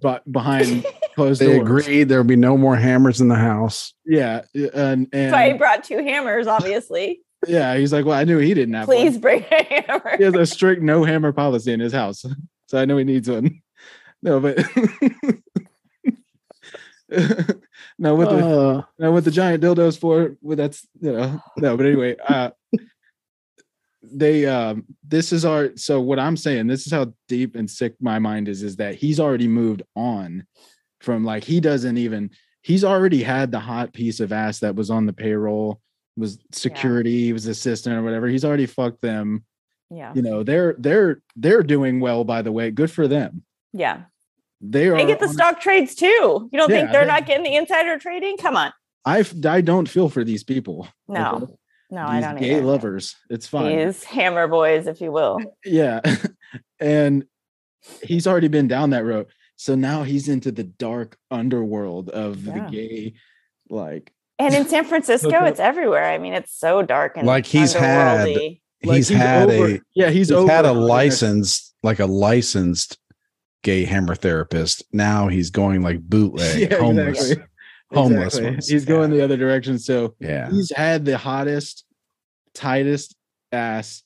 Speaker 5: but behind closed
Speaker 3: They
Speaker 5: doors.
Speaker 3: agreed there would be no more hammers in the house.
Speaker 5: Yeah, and,
Speaker 4: So I
Speaker 5: and
Speaker 4: brought two hammers, obviously.
Speaker 5: yeah, he's like, well, I knew he didn't have. one."
Speaker 4: Please bring a hammer.
Speaker 5: he has a strict no hammer policy in his house, so I know he needs one. No, but no, with the
Speaker 3: Uh,
Speaker 5: Now what the giant dildos for? Well, that's you know no. But anyway, uh, they um, this is our so what I'm saying. This is how deep and sick my mind is. Is that he's already moved on from like he doesn't even he's already had the hot piece of ass that was on the payroll was security he was assistant or whatever he's already fucked them
Speaker 4: Yeah.
Speaker 5: you know they're they're they're doing well by the way good for them
Speaker 4: Yeah.
Speaker 5: they are
Speaker 4: They get the
Speaker 5: on-
Speaker 4: stock trades too. You don't think
Speaker 5: Yeah,
Speaker 4: they're
Speaker 5: they-
Speaker 4: not getting the insider trading? Come on.
Speaker 5: I f- I don't feel for these people
Speaker 4: No.
Speaker 5: Okay?
Speaker 4: No, I
Speaker 5: These
Speaker 4: don't
Speaker 5: gay
Speaker 4: either.
Speaker 5: lovers it's fine
Speaker 4: These hammer boys, if you will.
Speaker 5: yeah and he's already been down that road So now he's into the dark underworld of
Speaker 4: Yeah.
Speaker 5: the gay, like
Speaker 4: And in San Francisco,
Speaker 5: Okay.
Speaker 4: it's everywhere. I mean, it's so dark and
Speaker 3: Like he's had-
Speaker 4: underworldy.
Speaker 5: like
Speaker 3: he's, had
Speaker 5: over-
Speaker 3: a
Speaker 5: yeah he's,
Speaker 3: he's, had
Speaker 5: over
Speaker 3: a
Speaker 5: it.
Speaker 3: licensed like a licensed gay hammer therapist. Now he's going like bootleg
Speaker 5: Yeah,
Speaker 3: homeless.
Speaker 5: exactly.
Speaker 3: Homeless
Speaker 5: Exactly.
Speaker 3: ones.
Speaker 5: He's going the other direction. So
Speaker 3: Yeah.
Speaker 5: he's had the hottest, tightest ass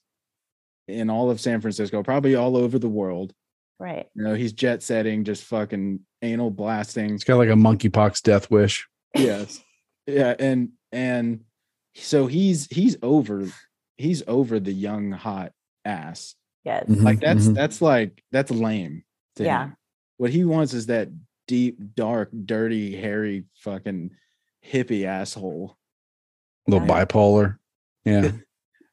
Speaker 5: in all of San Francisco, probably all over the world.
Speaker 4: Right.
Speaker 5: You know, he's jet setting, just fucking anal blasting.
Speaker 3: He's got like a monkeypox death wish.
Speaker 5: yes yeah and and so he's he's over he's over the young hot ass
Speaker 4: Yes.
Speaker 5: like that's
Speaker 3: Mhm.
Speaker 5: that's like that's lame to
Speaker 4: Yeah.
Speaker 5: him. what he wants is that deep dark dirty hairy fucking hippie asshole
Speaker 3: little bipolar. Yeah.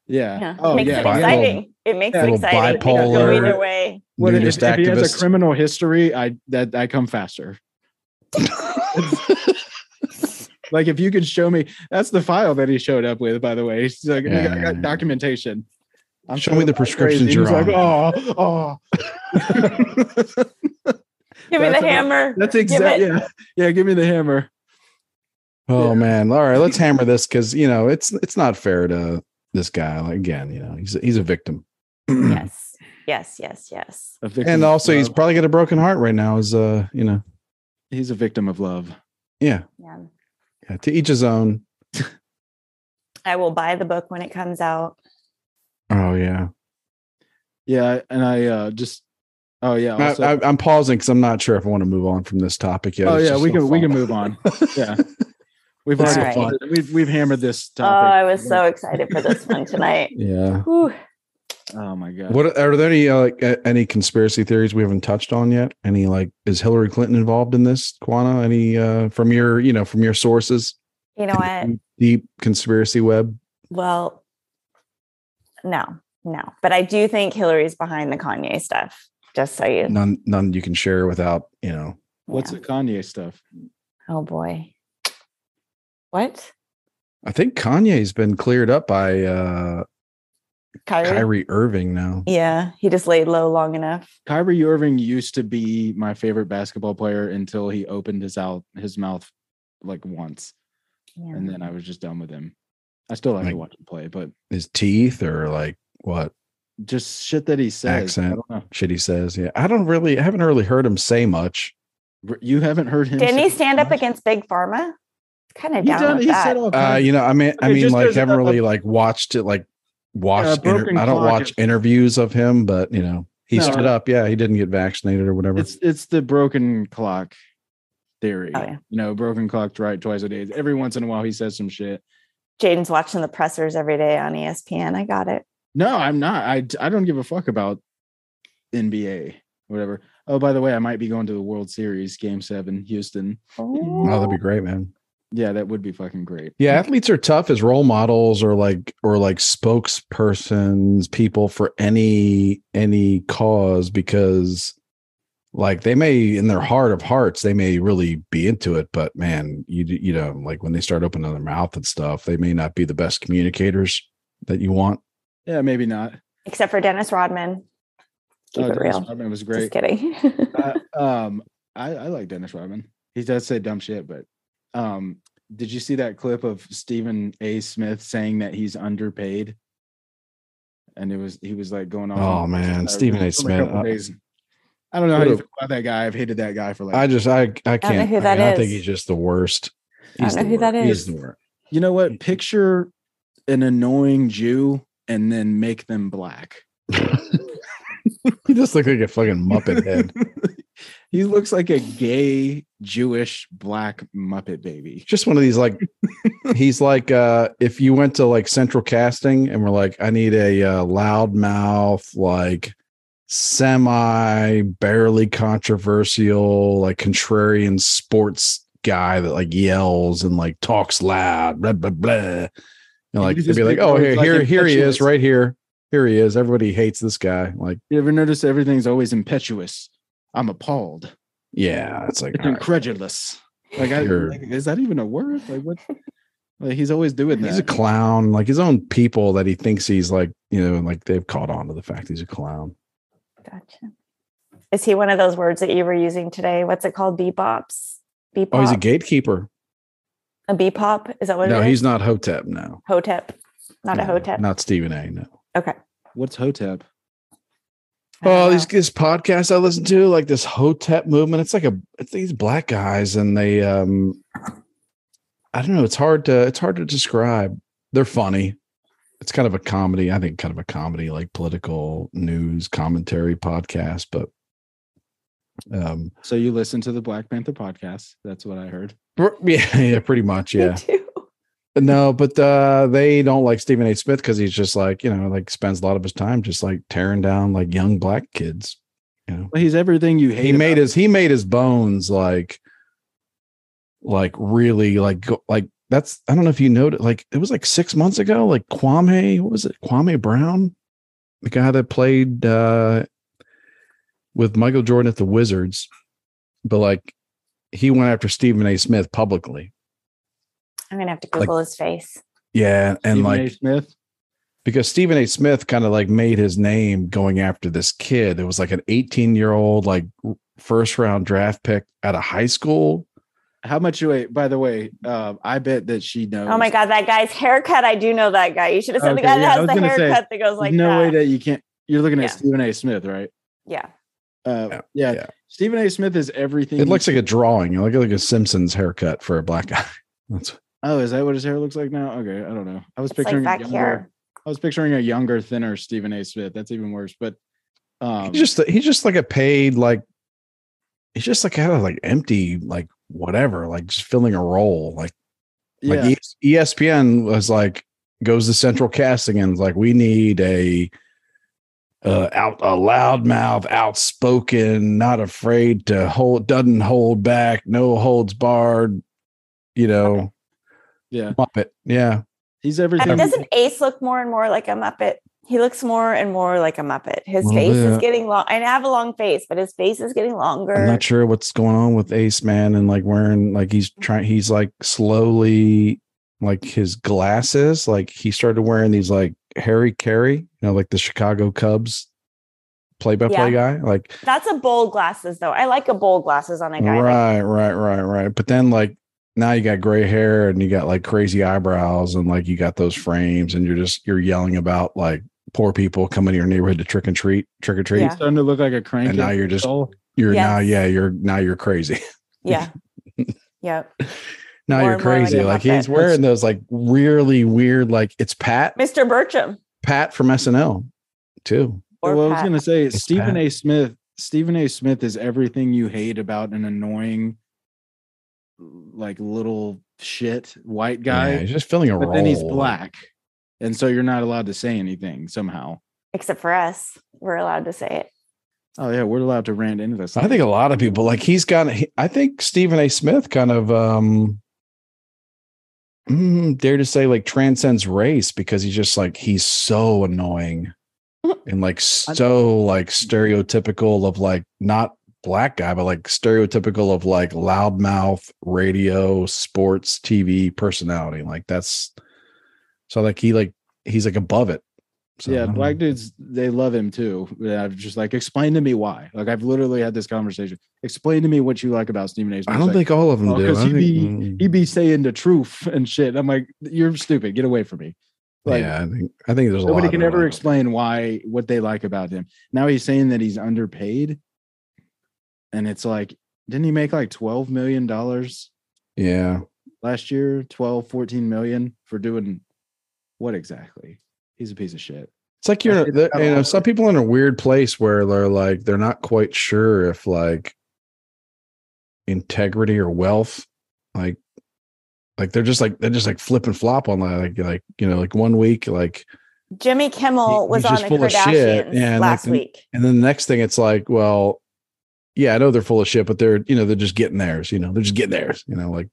Speaker 5: yeah,
Speaker 4: Yeah.
Speaker 5: oh
Speaker 4: makes
Speaker 5: yeah
Speaker 4: it
Speaker 3: Bipolar.
Speaker 4: exciting. It makes
Speaker 5: Yeah.
Speaker 4: it
Speaker 3: Little
Speaker 4: exciting. It
Speaker 3: bipolar-
Speaker 4: can go either way.
Speaker 5: what if,
Speaker 3: Nudist
Speaker 5: if he has a
Speaker 3: activist.
Speaker 5: criminal history i that i come faster like if you could show me that's the file that he showed up with by the way he's like
Speaker 3: Yeah,
Speaker 5: i
Speaker 3: yeah,
Speaker 5: got
Speaker 3: yeah.
Speaker 5: documentation
Speaker 3: Show me the
Speaker 5: totally
Speaker 3: prescriptions
Speaker 5: crazy.
Speaker 3: you're
Speaker 5: He's like, oh oh
Speaker 4: Give me the
Speaker 5: That's a-
Speaker 4: hammer.
Speaker 5: That's
Speaker 4: Give
Speaker 5: exactly
Speaker 4: it-
Speaker 5: yeah. yeah. Give me the hammer.
Speaker 3: Oh man! All right, let's hammer this because you know it's it's not fair to this guy. Like, again, you know he's he's a victim,
Speaker 4: Yes. Yes. Yes. Yes.
Speaker 5: A victim
Speaker 3: and
Speaker 5: of
Speaker 3: also he's
Speaker 5: love.
Speaker 3: probably got a broken heart right now. Is uh you know
Speaker 5: he's a victim of love.
Speaker 3: yeah,
Speaker 4: Yeah.
Speaker 3: yeah to each his own.
Speaker 4: I will buy the book when it comes out.
Speaker 3: Oh yeah,
Speaker 5: Yeah, and I uh just oh yeah.
Speaker 3: I,
Speaker 5: Also,
Speaker 3: I, I'm pausing because I'm not sure if I want to move on from this topic yet.
Speaker 5: oh
Speaker 3: It's
Speaker 5: yeah,
Speaker 3: just
Speaker 5: we
Speaker 3: so
Speaker 5: can we
Speaker 3: fun.
Speaker 5: can move on. Yeah, we've
Speaker 3: It's
Speaker 4: so
Speaker 5: already
Speaker 4: fun.
Speaker 5: we've we've hammered this
Speaker 4: Oh,
Speaker 5: topic.
Speaker 4: I was so excited for this one tonight.
Speaker 3: yeah.
Speaker 4: Whew.
Speaker 5: Oh my god.
Speaker 3: What are there any uh, like uh, any conspiracy theories we haven't touched on yet? Any like is Hillary Clinton involved in this? Quana? Any uh from your you know from your sources?
Speaker 4: You know what?
Speaker 3: Deep conspiracy web.
Speaker 4: Well, no, no. But I do think Hillary's behind the Kanye stuff, just so you know.
Speaker 3: None none you can share without you know
Speaker 5: What's the Kanye stuff?
Speaker 4: Oh, boy. What?
Speaker 3: I think Kanye's been cleared up by uh
Speaker 4: Kyrie?
Speaker 3: Kyrie Irving now.
Speaker 4: Yeah. He just laid low long enough.
Speaker 5: Kyrie Irving used to be my favorite basketball player until he opened his out his mouth like once,
Speaker 4: Yeah.
Speaker 5: and then I was just done with him. I still like to
Speaker 3: Like-
Speaker 5: watch him play, but
Speaker 3: His teeth or like what
Speaker 5: just shit that he says. I
Speaker 3: Accent.
Speaker 5: don't know.
Speaker 3: shit he says. Yeah. I don't really I haven't really heard him say much.
Speaker 5: R- You haven't heard him.
Speaker 4: Didn't
Speaker 5: say
Speaker 4: he stand up
Speaker 5: much?
Speaker 4: against Big Pharma? Kind of
Speaker 5: He,
Speaker 4: down
Speaker 5: done,
Speaker 4: with
Speaker 5: he
Speaker 4: that.
Speaker 5: said all
Speaker 3: Uh
Speaker 5: kinds
Speaker 3: you know, I mean I
Speaker 5: Okay,
Speaker 3: mean
Speaker 5: just
Speaker 3: like
Speaker 5: there's
Speaker 3: haven't
Speaker 5: a-
Speaker 3: really like watched it like watched inter-
Speaker 5: broken
Speaker 3: I don't
Speaker 5: clock
Speaker 3: watch
Speaker 5: is-
Speaker 3: interviews of him, but you know, he
Speaker 5: No.
Speaker 3: stood up. Yeah, he didn't get vaccinated or whatever.
Speaker 5: It's it's the broken clock theory.
Speaker 4: Oh, yeah.
Speaker 5: You know, broken clock right twice a day. Every once in a while he says some shit.
Speaker 4: Jaden's watching the pressers every day on E ESPN. I got it.
Speaker 5: No, I'm not. I d- I don't give a fuck about NBA, whatever. Oh, by the way, I might be going to the World Series game seven, Houston. Mm-hmm.
Speaker 3: oh, that'd be great, man.
Speaker 5: Yeah, that would be fucking great.
Speaker 3: Yeah, athletes are tough as role models or like or like spokespersons, people for any any cause because like they may in their heart of hearts they may really be into it, but man, you d- you know like when they start opening their mouth and stuff, they may not be the best communicators that you want.
Speaker 5: Yeah, maybe not.
Speaker 4: Except for Dennis Rodman. Keep
Speaker 5: Oh,
Speaker 4: it
Speaker 5: Dennis
Speaker 4: real.
Speaker 5: Rodman was
Speaker 4: Just
Speaker 5: great.
Speaker 4: kidding.
Speaker 5: I, um, I, I like Dennis Rodman. He does say dumb shit, but um, did you see that clip of Stephen A. Smith saying that he's underpaid? And it was he was like going on.
Speaker 3: Oh, man, Stephen A.
Speaker 5: from couple
Speaker 3: Smith, I-
Speaker 5: days. I don't know how
Speaker 3: What
Speaker 5: you
Speaker 3: a-
Speaker 5: feel about that guy. I've hated that guy for like.
Speaker 3: I just I I can't.
Speaker 4: know who
Speaker 3: I,
Speaker 4: that
Speaker 3: I
Speaker 4: is.
Speaker 3: think he's just the worst.
Speaker 4: I don't
Speaker 3: He's
Speaker 4: know
Speaker 3: the
Speaker 4: who that
Speaker 3: wor-
Speaker 4: is.
Speaker 3: He's the worst.
Speaker 5: you know
Speaker 3: Mm-hmm.
Speaker 5: what? Picture an annoying Jew and then make them black.
Speaker 3: he just looked like a fucking muppet head.
Speaker 5: he looks like a gay Jewish black Muppet baby.
Speaker 3: just one of these like he's like uh if you went to like central casting and we're like i need a uh, loud mouth like semi barely controversial like contrarian sports guy that like yells and like talks loud blah blah blah and like
Speaker 5: He's
Speaker 3: they'd be
Speaker 5: just
Speaker 3: like
Speaker 5: big
Speaker 3: oh
Speaker 5: words,
Speaker 3: here
Speaker 5: like
Speaker 3: here here he
Speaker 5: impetuous.
Speaker 3: is right here here he is everybody hates this guy like
Speaker 5: You ever notice everything's always impetuous? I'm appalled.
Speaker 3: yeah it's like
Speaker 5: It's
Speaker 3: all right.
Speaker 5: incredulous. Like, I,
Speaker 3: Sure.
Speaker 5: like, is that even a word? Like, what? Like, he's always doing that.
Speaker 3: He's a clown, like his own people that he thinks he's like, you know, like they've caught on to the fact he's a clown.
Speaker 4: gotcha. Is he one of those words that you were using today? What's it called? Bebops? Bebop?
Speaker 3: Oh, he's a gatekeeper.
Speaker 4: a bebop? Is that what
Speaker 3: No,
Speaker 4: it is?
Speaker 3: he's not Hotep. No,
Speaker 4: Hotep. Not a
Speaker 3: No,
Speaker 4: hotep.
Speaker 3: Not Stephen A. No.
Speaker 4: Okay.
Speaker 5: What's Hotep?
Speaker 4: I don't
Speaker 3: Oh,
Speaker 4: know.
Speaker 3: these this podcast I listen to, like this Hotep movement. It's like a it's these black guys, and they um, I don't know. It's hard to it's hard to describe. They're funny. It's kind of a comedy. I think kind of a comedy, like political news commentary podcast. But um,
Speaker 5: So you listen to the Black Panther podcast. That's what I heard.
Speaker 3: br- yeah, yeah, pretty much,
Speaker 4: Me
Speaker 3: yeah.
Speaker 4: too.
Speaker 3: No, but uh, they don't like Stephen A. Smith because he's just like you know, like spends a lot of his time just like tearing down like young black kids. You know,
Speaker 5: Well, he's everything you hate.
Speaker 3: he made
Speaker 5: about-
Speaker 3: his he made his bones like like really like go- like that's I don't know if you know like it was like six months ago like Kwame what was it Kwame Brown the guy that played uh with Michael Jordan at the Wizards but like he went after Stephen A. Smith publicly
Speaker 4: I'm gonna have to Google his face.
Speaker 3: yeah and
Speaker 5: Stephen
Speaker 3: like
Speaker 5: A. Smith.
Speaker 3: because Stephen A. Smith kind of like made his name going after this kid. It was like an 18 year old, like first round draft pick out of high school.
Speaker 5: How much you wait? By the way, uh, I bet that she knows.
Speaker 4: Oh my god, that guy's haircut. I do know that guy. You should have said the
Speaker 5: Okay,
Speaker 4: guy
Speaker 5: yeah, I
Speaker 4: that
Speaker 5: was
Speaker 4: has the
Speaker 5: gonna say,
Speaker 4: haircut that goes
Speaker 5: There's
Speaker 4: like
Speaker 5: no
Speaker 4: that.
Speaker 5: way that you can't. You're looking
Speaker 4: Yeah.
Speaker 5: at Stephen A. Smith, right?
Speaker 4: yeah.
Speaker 5: Uh,
Speaker 3: Yeah,
Speaker 5: yeah,
Speaker 3: yeah.
Speaker 5: Stephen A. Smith is everything.
Speaker 3: It
Speaker 5: you-
Speaker 3: looks like a drawing, like like a Simpsons haircut for a black guy. That's
Speaker 5: Oh, is that what his hair looks like now? Okay, I don't know. I was
Speaker 4: It's like
Speaker 5: picturing a
Speaker 4: back
Speaker 5: younger,
Speaker 4: here.
Speaker 5: I was picturing a younger, thinner Stephen A. Smith. That's even worse. But um,
Speaker 3: he's just he's just like a paid like he's just like kind of like empty like whatever like just filling a role like
Speaker 5: yeah,
Speaker 3: like E ES- ESPN was like goes to central casting and is like we need a uh out a loudmouth outspoken not afraid to hold doesn't hold back no holds barred you know
Speaker 5: yeah,
Speaker 3: muppet yeah
Speaker 5: he's everything.
Speaker 4: Uh,
Speaker 5: you-
Speaker 4: Doesn't Ace look more and more like a Muppet? He looks more and more like a Muppet. His
Speaker 3: Little
Speaker 4: face is
Speaker 3: bit.
Speaker 4: getting long. I have a long face, but his face is getting
Speaker 3: i'm
Speaker 4: longer.
Speaker 3: not sure what's going on with ace man and like wearing like he's trying he's like slowly like his glasses like he started wearing these like harry carey you know like the chicago cubs play-by-play guy like
Speaker 4: That's a bold glasses though. I like a bold glasses on a guy. Like,
Speaker 3: Right, right, right, right. But then like now you got gray hair and you got like crazy eyebrows and like you got those frames and you're just you're yelling about like poor people coming to your neighborhood to trick and treat, trick or treat.
Speaker 4: Yeah.
Speaker 5: starting to look like a crank.
Speaker 3: And now you're just- You're
Speaker 4: Yes.
Speaker 3: now yeah, you're now you're crazy.
Speaker 4: yeah. yeah.
Speaker 3: now
Speaker 4: More
Speaker 3: you're
Speaker 4: and more like
Speaker 3: crazy.
Speaker 4: a
Speaker 3: Like
Speaker 4: Muppet.
Speaker 3: he's wearing those like really weird like it's Pat
Speaker 4: Mr. Bertram.
Speaker 3: Pat from SNL too.
Speaker 4: Or
Speaker 5: well, I was
Speaker 4: Pat.
Speaker 5: gonna say
Speaker 3: It's
Speaker 5: Stephen
Speaker 3: Pat.
Speaker 5: A. Smith. Stephen A. Smith is everything you hate about an annoying, like little shit white guy.
Speaker 3: Yeah, he's just filling a
Speaker 5: but
Speaker 3: role.
Speaker 5: then he's black, and so you're not allowed to say anything somehow.
Speaker 4: Except for us. We're allowed to say it.
Speaker 5: Oh yeah, we're allowed to rant into this.
Speaker 3: I think a lot of people like he's got. he- I think Stephen A. Smith kind of um mm, dare to say like transcends race because he's just like he's so annoying and like so like stereotypical of like not black guy but like stereotypical of like loudmouth radio sports TV personality like that's so like he like he's like above it. So, I
Speaker 5: yeah,
Speaker 3: don't know.
Speaker 5: black dudes they love him too. And I've just like explain to me why. Like I've literally had this conversation. Explain to me what you like about Stephen A. Smith.
Speaker 3: I don't
Speaker 5: Like,
Speaker 3: think all of them
Speaker 5: Oh,
Speaker 3: do.
Speaker 5: 'cause
Speaker 3: I
Speaker 5: he'd
Speaker 3: think-
Speaker 5: be-
Speaker 3: mm.
Speaker 5: he'd be saying the truth and shit. I'm like, you're stupid. Get away from me. Like
Speaker 3: yeah, I think I think there's a
Speaker 5: nobody
Speaker 3: lot
Speaker 5: can
Speaker 3: of
Speaker 5: ever
Speaker 3: that.
Speaker 5: explain why what they like about him. Now he's saying that he's underpaid, and it's like, didn't he make like twelve million dollars
Speaker 3: Yeah.
Speaker 5: last year? 12, 14 million for doing what exactly? He's a piece of shit.
Speaker 3: It's like you're,
Speaker 5: It's
Speaker 3: the-
Speaker 5: kinda
Speaker 3: you know,
Speaker 5: awkward.
Speaker 3: some people are in a weird place where they're like, they're not quite sure if like integrity or wealth, like, like they're just like, they're just like flip and flop on that. Like, like, you know, like one week, like,
Speaker 4: Jimmy Kimmel
Speaker 3: He-
Speaker 4: was
Speaker 3: he's
Speaker 4: on
Speaker 3: just
Speaker 4: the
Speaker 3: full of shit,
Speaker 4: Kardashians
Speaker 3: and, like,
Speaker 4: last
Speaker 3: the-
Speaker 4: week.
Speaker 3: and then the next thing it's like, well, yeah, I know they're full of shit, but they're, you know, they're just getting theirs, you know, they're just getting theirs, you know, like,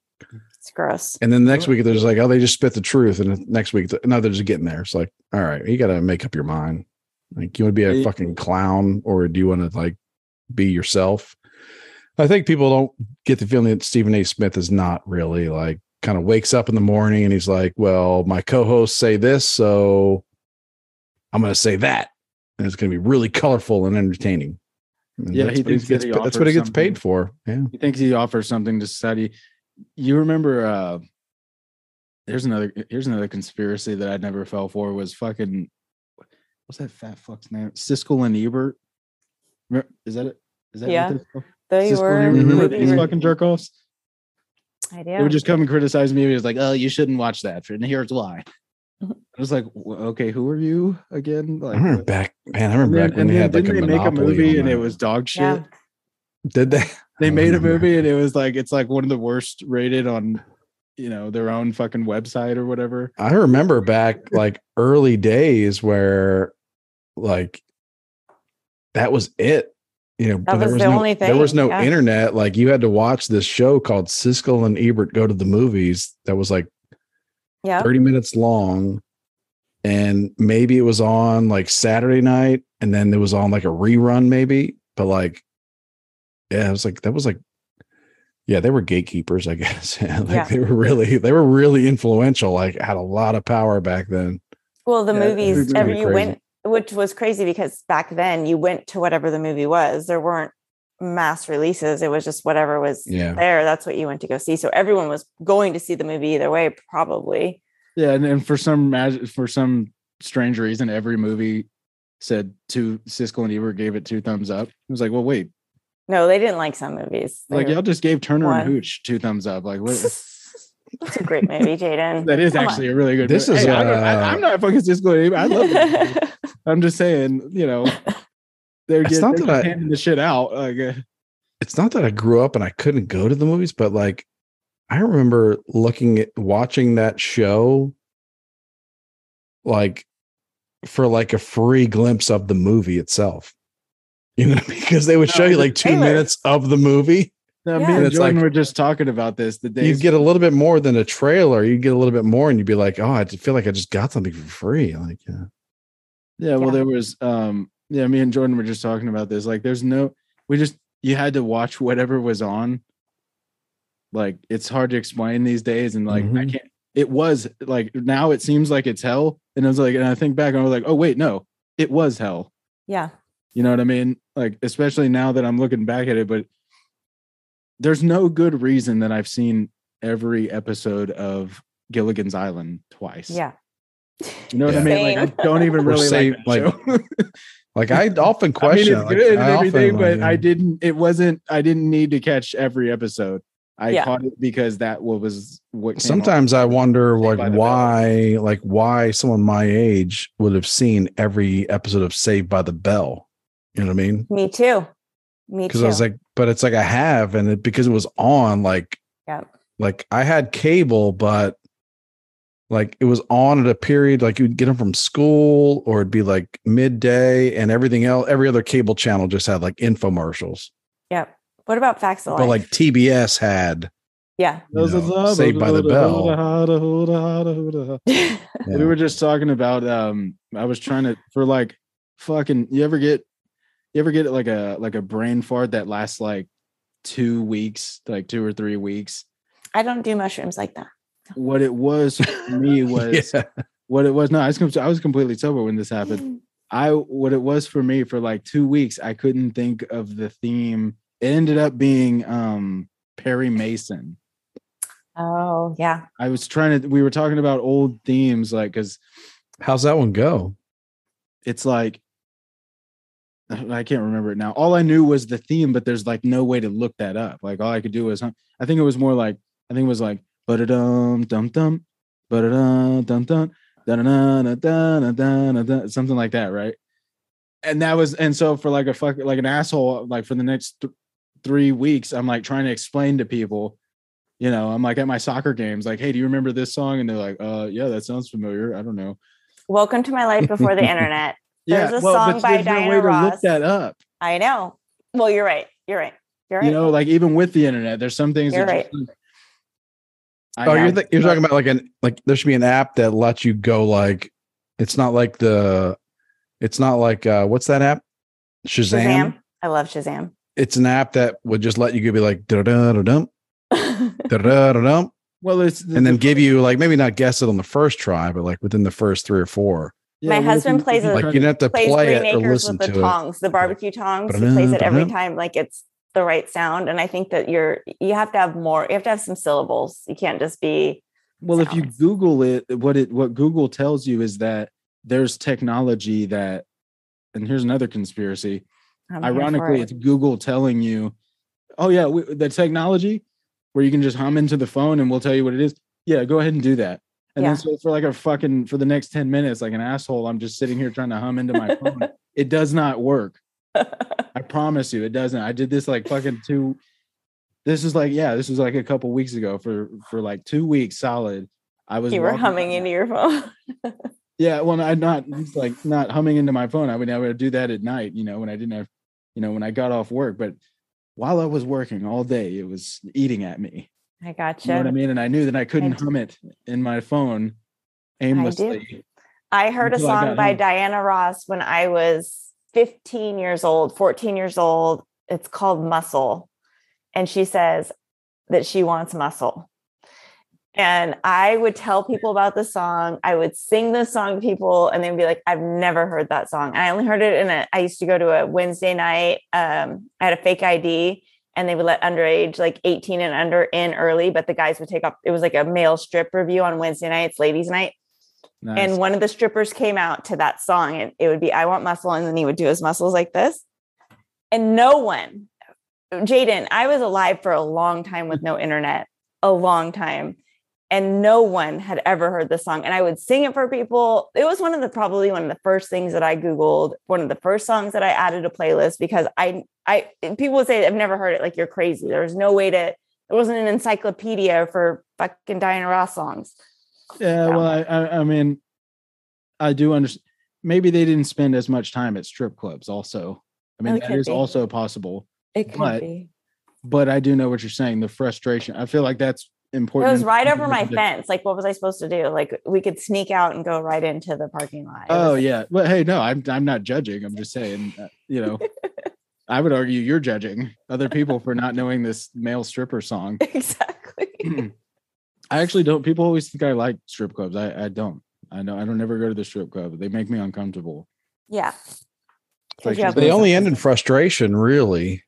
Speaker 4: It's gross.
Speaker 3: and then the next week there's like, oh, they just spit the truth. And the next week, no, they're just getting theirs. Like, all right, you got to make up your mind. Like, you want to be a
Speaker 5: Yeah.
Speaker 3: fucking clown or do you want to like be yourself? I think people don't get the feeling that Stephen A. Smith is not really like kind of wakes up in the morning and he's like, well, my co hosts say this, so I'm going to say that. And it's going to be really colorful and entertaining. And
Speaker 5: Yeah,
Speaker 3: that's
Speaker 5: he
Speaker 3: what, he
Speaker 5: thinks that
Speaker 3: gets,
Speaker 5: he
Speaker 3: that's what he gets
Speaker 5: offers
Speaker 3: paid
Speaker 5: something.
Speaker 3: for. Yeah.
Speaker 5: He thinks he offers something to society. You remember uh here's another here's another conspiracy that I never fell for was fucking what's that fat fuck's name? Siskel and Ebert. Remem- Is that it? Is that what
Speaker 4: Yeah.
Speaker 5: they're called?
Speaker 4: They
Speaker 5: Siskel
Speaker 4: were.
Speaker 5: and Ebert. Remember
Speaker 4: they
Speaker 5: these
Speaker 4: were-
Speaker 5: fucking jerk offs?
Speaker 4: I
Speaker 5: They
Speaker 4: do.
Speaker 5: would just come and criticize me. It was like, oh, you shouldn't watch that. And here's why. I
Speaker 4: Mhm.
Speaker 5: was like, "W- okay, who are you again?
Speaker 3: I
Speaker 5: Like,
Speaker 3: remember
Speaker 5: what-
Speaker 3: back, man. I remember
Speaker 5: and
Speaker 3: back when
Speaker 5: and
Speaker 3: they had like a
Speaker 5: didn't
Speaker 3: monopoly.
Speaker 5: movie
Speaker 3: on
Speaker 5: and it
Speaker 3: that. Mm-hmm.
Speaker 5: was dog shit.
Speaker 4: Yeah.
Speaker 3: Did they?
Speaker 5: They
Speaker 3: don't
Speaker 5: made a
Speaker 3: remember.
Speaker 5: movie and it was like it's like one of the worst rated on, you know, their own fucking website or whatever.
Speaker 3: I remember back like early days where like that was it. You know, but
Speaker 4: was the
Speaker 3: no,
Speaker 4: only
Speaker 3: There
Speaker 4: thing,
Speaker 3: was no
Speaker 4: yeah.
Speaker 3: internet. Like you had to watch this show called Siskel and Ebert Go to the Movies that was like
Speaker 4: yeah.
Speaker 3: 30 minutes long. And maybe it was on like Saturday night and then it was on like a rerun, maybe. But like, yeah, it was like, that was like, yeah, they were gatekeepers, I guess. Yeah, like
Speaker 4: Yeah.
Speaker 3: they were really, they were really influential, like had a lot of power back then.
Speaker 4: Well, the
Speaker 5: Yeah,
Speaker 4: movies,
Speaker 5: it's
Speaker 4: every,
Speaker 3: pretty
Speaker 4: you
Speaker 3: crazy.
Speaker 4: went, which was crazy because back then you went to whatever the movie was. There weren't mass releases. It was just whatever was
Speaker 3: Yeah.
Speaker 4: there. That's what you went to go see. So everyone was going to see the movie either way, probably.
Speaker 5: Yeah, and, and for some magic, for some strange reason, every movie said two Siskel and Ebert gave it two thumbs up. It was like, well, wait,
Speaker 4: No, they didn't like some movies. They
Speaker 5: like
Speaker 4: were-
Speaker 5: y'all just gave Turner
Speaker 4: One.
Speaker 5: and Hooch two thumbs up. Like, what?
Speaker 4: it's a great movie, Jaden.
Speaker 5: That is
Speaker 4: Come on.
Speaker 5: actually a really good.
Speaker 3: This
Speaker 5: movie.
Speaker 3: is,
Speaker 5: Hey, I don't-
Speaker 3: uh,
Speaker 5: I, am not fucking Siskel and Ebert. I love. That movie. I'm just saying, you know, they're
Speaker 3: It's
Speaker 5: just
Speaker 3: not
Speaker 5: they're
Speaker 3: that I-
Speaker 5: handing the shit out. Like, uh,
Speaker 3: it's not that I grew up and I couldn't go to the movies, but like I remember looking at watching that show like for like a free glimpse of the movie itself. You know, because they would show you like two
Speaker 4: trailer.
Speaker 3: minutes of the movie.
Speaker 5: now
Speaker 4: Yeah.
Speaker 5: me
Speaker 3: And
Speaker 5: and
Speaker 3: it's
Speaker 5: Jordan
Speaker 3: like-
Speaker 5: were just talking about this. The days
Speaker 3: You'd get a little bit more than a trailer. You'd get a little bit more and you'd be like, oh, I feel like I just got something for free. Like, yeah.
Speaker 5: Yeah, well,
Speaker 4: Yeah.
Speaker 5: there was um yeah, me and Jordan were just talking about this. Like there's no we just you had to watch whatever was on. Like it's hard to explain these days and like I
Speaker 3: Mhm.
Speaker 5: can't it was like now it seems like it's hell. And I was like, and I think back and I was like, oh wait, no, it was hell.
Speaker 4: yeah.
Speaker 5: You know what I mean? Like, especially now that I'm looking back at it, but there's no good reason that I've seen every episode of Gilligan's Island twice.
Speaker 4: Yeah.
Speaker 5: You know what I
Speaker 3: Yeah.
Speaker 5: mean? Like, I don't even
Speaker 3: Or
Speaker 5: really
Speaker 3: say,
Speaker 5: like, that
Speaker 3: like,
Speaker 5: show.
Speaker 3: Like I often question.
Speaker 5: I mean, it's
Speaker 3: like,
Speaker 5: good and
Speaker 3: I often,
Speaker 5: everything,
Speaker 3: like,
Speaker 5: but I
Speaker 3: yeah.
Speaker 5: didn't. It wasn't. I didn't need to catch every episode. I
Speaker 4: Yeah.
Speaker 5: caught it because that what was what. Came on.
Speaker 3: sometimes i wonder
Speaker 5: Saved
Speaker 3: like
Speaker 5: by the Bell.
Speaker 3: why like why someone my age would have seen every episode of saved by the bell you know what i mean
Speaker 4: Me too. Me
Speaker 3: because
Speaker 4: too.
Speaker 3: i was like but it's like i have and it, because it was on like
Speaker 4: Yeah.
Speaker 3: like i had cable but like it was on at a period like you'd get them from school or it'd be like midday and everything else every other cable channel just had like infomercials
Speaker 4: yep. What about Facts of
Speaker 3: but
Speaker 4: Life?
Speaker 3: like tbs had
Speaker 4: yeah.
Speaker 3: you know, saved by the bell Yeah.
Speaker 5: We were just talking about. Um, I was trying to for like fucking. You ever get? You ever get like a like a brain fart that lasts like two weeks, like two or three weeks?
Speaker 4: I don't do mushrooms like that.
Speaker 5: What it was for me was
Speaker 3: yeah.
Speaker 5: what it was. No, I was com- I was completely sober when this happened. I what it was for me for like two weeks, I couldn't think of the theme. It ended up being um Perry Mason.
Speaker 4: Oh, yeah.
Speaker 5: I was trying to we were talking about old themes, like because
Speaker 3: how's that one go
Speaker 5: it's like I can't remember it now. All I knew was the theme, but there's like no way to look that up. Like all I could do was huh? I think it was more like I think it was like but dum dum dum but dum dum dum da da da da da da da something like that, right? And that was and so for like a fuck like an asshole like for the next th- three weeks I'm like trying to explain to people, you know, I'm like at my soccer games like, hey, do you remember this song? And they're like, uh, yeah, that sounds familiar. I don't know.
Speaker 4: Welcome to my life before the internet. There's a song
Speaker 5: but
Speaker 4: by
Speaker 5: there's no
Speaker 4: Diana
Speaker 5: way to
Speaker 4: Ross.
Speaker 5: look that up.
Speaker 4: I know. Well, you're right. You're right. You're right.
Speaker 5: You know, like even with the internet, there's some things.
Speaker 4: You're
Speaker 5: that just- I
Speaker 3: Oh,
Speaker 5: know.
Speaker 3: you're, th- you're talking about like an like there should be an app that lets you go like it's not like the it's not like uh what's that app Shazam.
Speaker 4: Shazam. I love Shazam.
Speaker 3: It's an app that would just let you go be like da da da dum da da da dum
Speaker 5: well, it's
Speaker 3: and then give you like maybe not guess it on the first try but like within the first three or four
Speaker 4: My husband plays a-
Speaker 3: Like you would have to
Speaker 4: plays
Speaker 3: play
Speaker 4: Green
Speaker 3: it or
Speaker 4: Acres
Speaker 3: listen
Speaker 4: with the
Speaker 3: to it.
Speaker 4: tongs, the barbecue tongs. He plays it every
Speaker 3: Ba-dum,
Speaker 4: time like it's the right sound. And I think that you're you have to have more, you have to have some syllables. You can't just be
Speaker 5: Well, if you
Speaker 4: sounds.
Speaker 5: Google it, what it what Google tells you is that there's technology that, and here's another conspiracy.
Speaker 4: I'm here for
Speaker 5: Ironically,
Speaker 4: it.
Speaker 5: it's Google telling you, "Oh yeah, we, the technology where you can just hum into the phone and we'll tell you what it is." Yeah, go ahead and do that. And
Speaker 4: Yeah.
Speaker 5: then so for like a fucking for the next ten minutes, like an asshole, I'm just sitting here trying to hum into my phone. It does not work. I promise you, it doesn't. I did this like fucking two. This is like yeah, this was like a couple weeks ago for for like two weeks solid. I was
Speaker 4: you were
Speaker 5: walking-
Speaker 4: humming into your phone.
Speaker 5: yeah, well, I'm not it's like not humming into my phone. I would never do that at night, you know, when I didn't have, you know, when I got off work. But while I was working all day, it was eating at me.
Speaker 4: I
Speaker 5: You know
Speaker 4: gotcha.
Speaker 5: what I mean? And I knew that I couldn't
Speaker 4: do.
Speaker 5: hum it in my phone aimlessly.
Speaker 4: I heard a
Speaker 5: Until I
Speaker 4: song
Speaker 5: got
Speaker 4: by
Speaker 5: home.
Speaker 4: Diana Ross when I was 15 years old, 14 years old. It's called Muscle. And she says that she wants muscle. And I would tell people about the song. I would sing the song to people, and they'd be like, I've never heard that song. I only heard it in a, I used to go to a Wednesday night. Um, I had a fake ID, and they would let underage, like 18 and under, in early, but the guys would take off. It was like a male strip review on Wednesday nights, ladies' night
Speaker 5: Nice.
Speaker 4: and one of the strippers came out to that song and it would be i want muscle and then he would do his muscles like this and no one jaden i was alive for a long time with no internet a long time and no one had ever heard the song and i would sing it for people it was one of the probably one of the first things that i googled one of the first songs that i added a playlist because i i people would say i've never heard it like you're crazy there was no way to there wasn't an encyclopedia for fucking diana ross songs
Speaker 5: yeah, well, I, I, I mean, I do understand. Maybe they didn't spend as much time at strip clubs, also. I mean,
Speaker 4: Oh, it
Speaker 5: that
Speaker 4: could
Speaker 5: is
Speaker 4: be.
Speaker 5: also possible.
Speaker 4: it could
Speaker 5: But-
Speaker 4: be
Speaker 5: But I do know what you're saying. The frustration. I feel like that's
Speaker 4: It
Speaker 5: important.
Speaker 4: was right over my
Speaker 5: information.
Speaker 4: fence. Like, what was I supposed to do? Like, we could sneak out and go right into the parking lot. It
Speaker 5: Oh
Speaker 4: was-
Speaker 5: yeah. Well, hey, no, I'm I'm not judging. I'm just saying, uh, you know, I would argue you're judging other people for not knowing this male stripper song.
Speaker 4: exactly.
Speaker 5: I actually don't. People always think I like strip clubs. I I don't. I know I don't ever go to the strip club. They make me uncomfortable.
Speaker 4: Yeah.
Speaker 5: Like,
Speaker 4: you have
Speaker 3: They
Speaker 4: those-
Speaker 3: only end in frustration, really.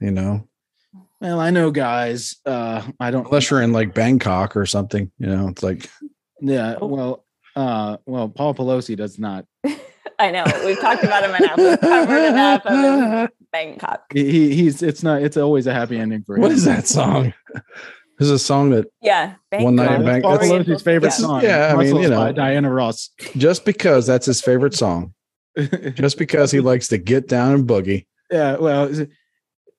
Speaker 3: You know,
Speaker 5: Well, I know guys. Uh, I don't.
Speaker 3: unless you're in like Bangkok or something. You know, it's like
Speaker 5: Yeah.
Speaker 4: Oh.
Speaker 5: Well. Uh. Well, Paul Pelosi does not.
Speaker 4: I know. We've talked about him enough. We've covered enough of his Bangkok.
Speaker 5: He, he he's it's not. It's always a happy ending for him.
Speaker 3: what is that song? This is a song that
Speaker 4: Yeah. Bangkok.
Speaker 3: One night in
Speaker 5: That's
Speaker 3: Bang-
Speaker 5: Uh, Paul
Speaker 3: that's-
Speaker 5: Pelosi's favorite
Speaker 4: Yeah.
Speaker 5: song.
Speaker 3: Yeah, I mean,
Speaker 5: Muscles
Speaker 3: you know.
Speaker 5: by Diana Ross.
Speaker 3: just because that's his favorite song, just because he likes to get down and boogie.
Speaker 5: Yeah, well, is it-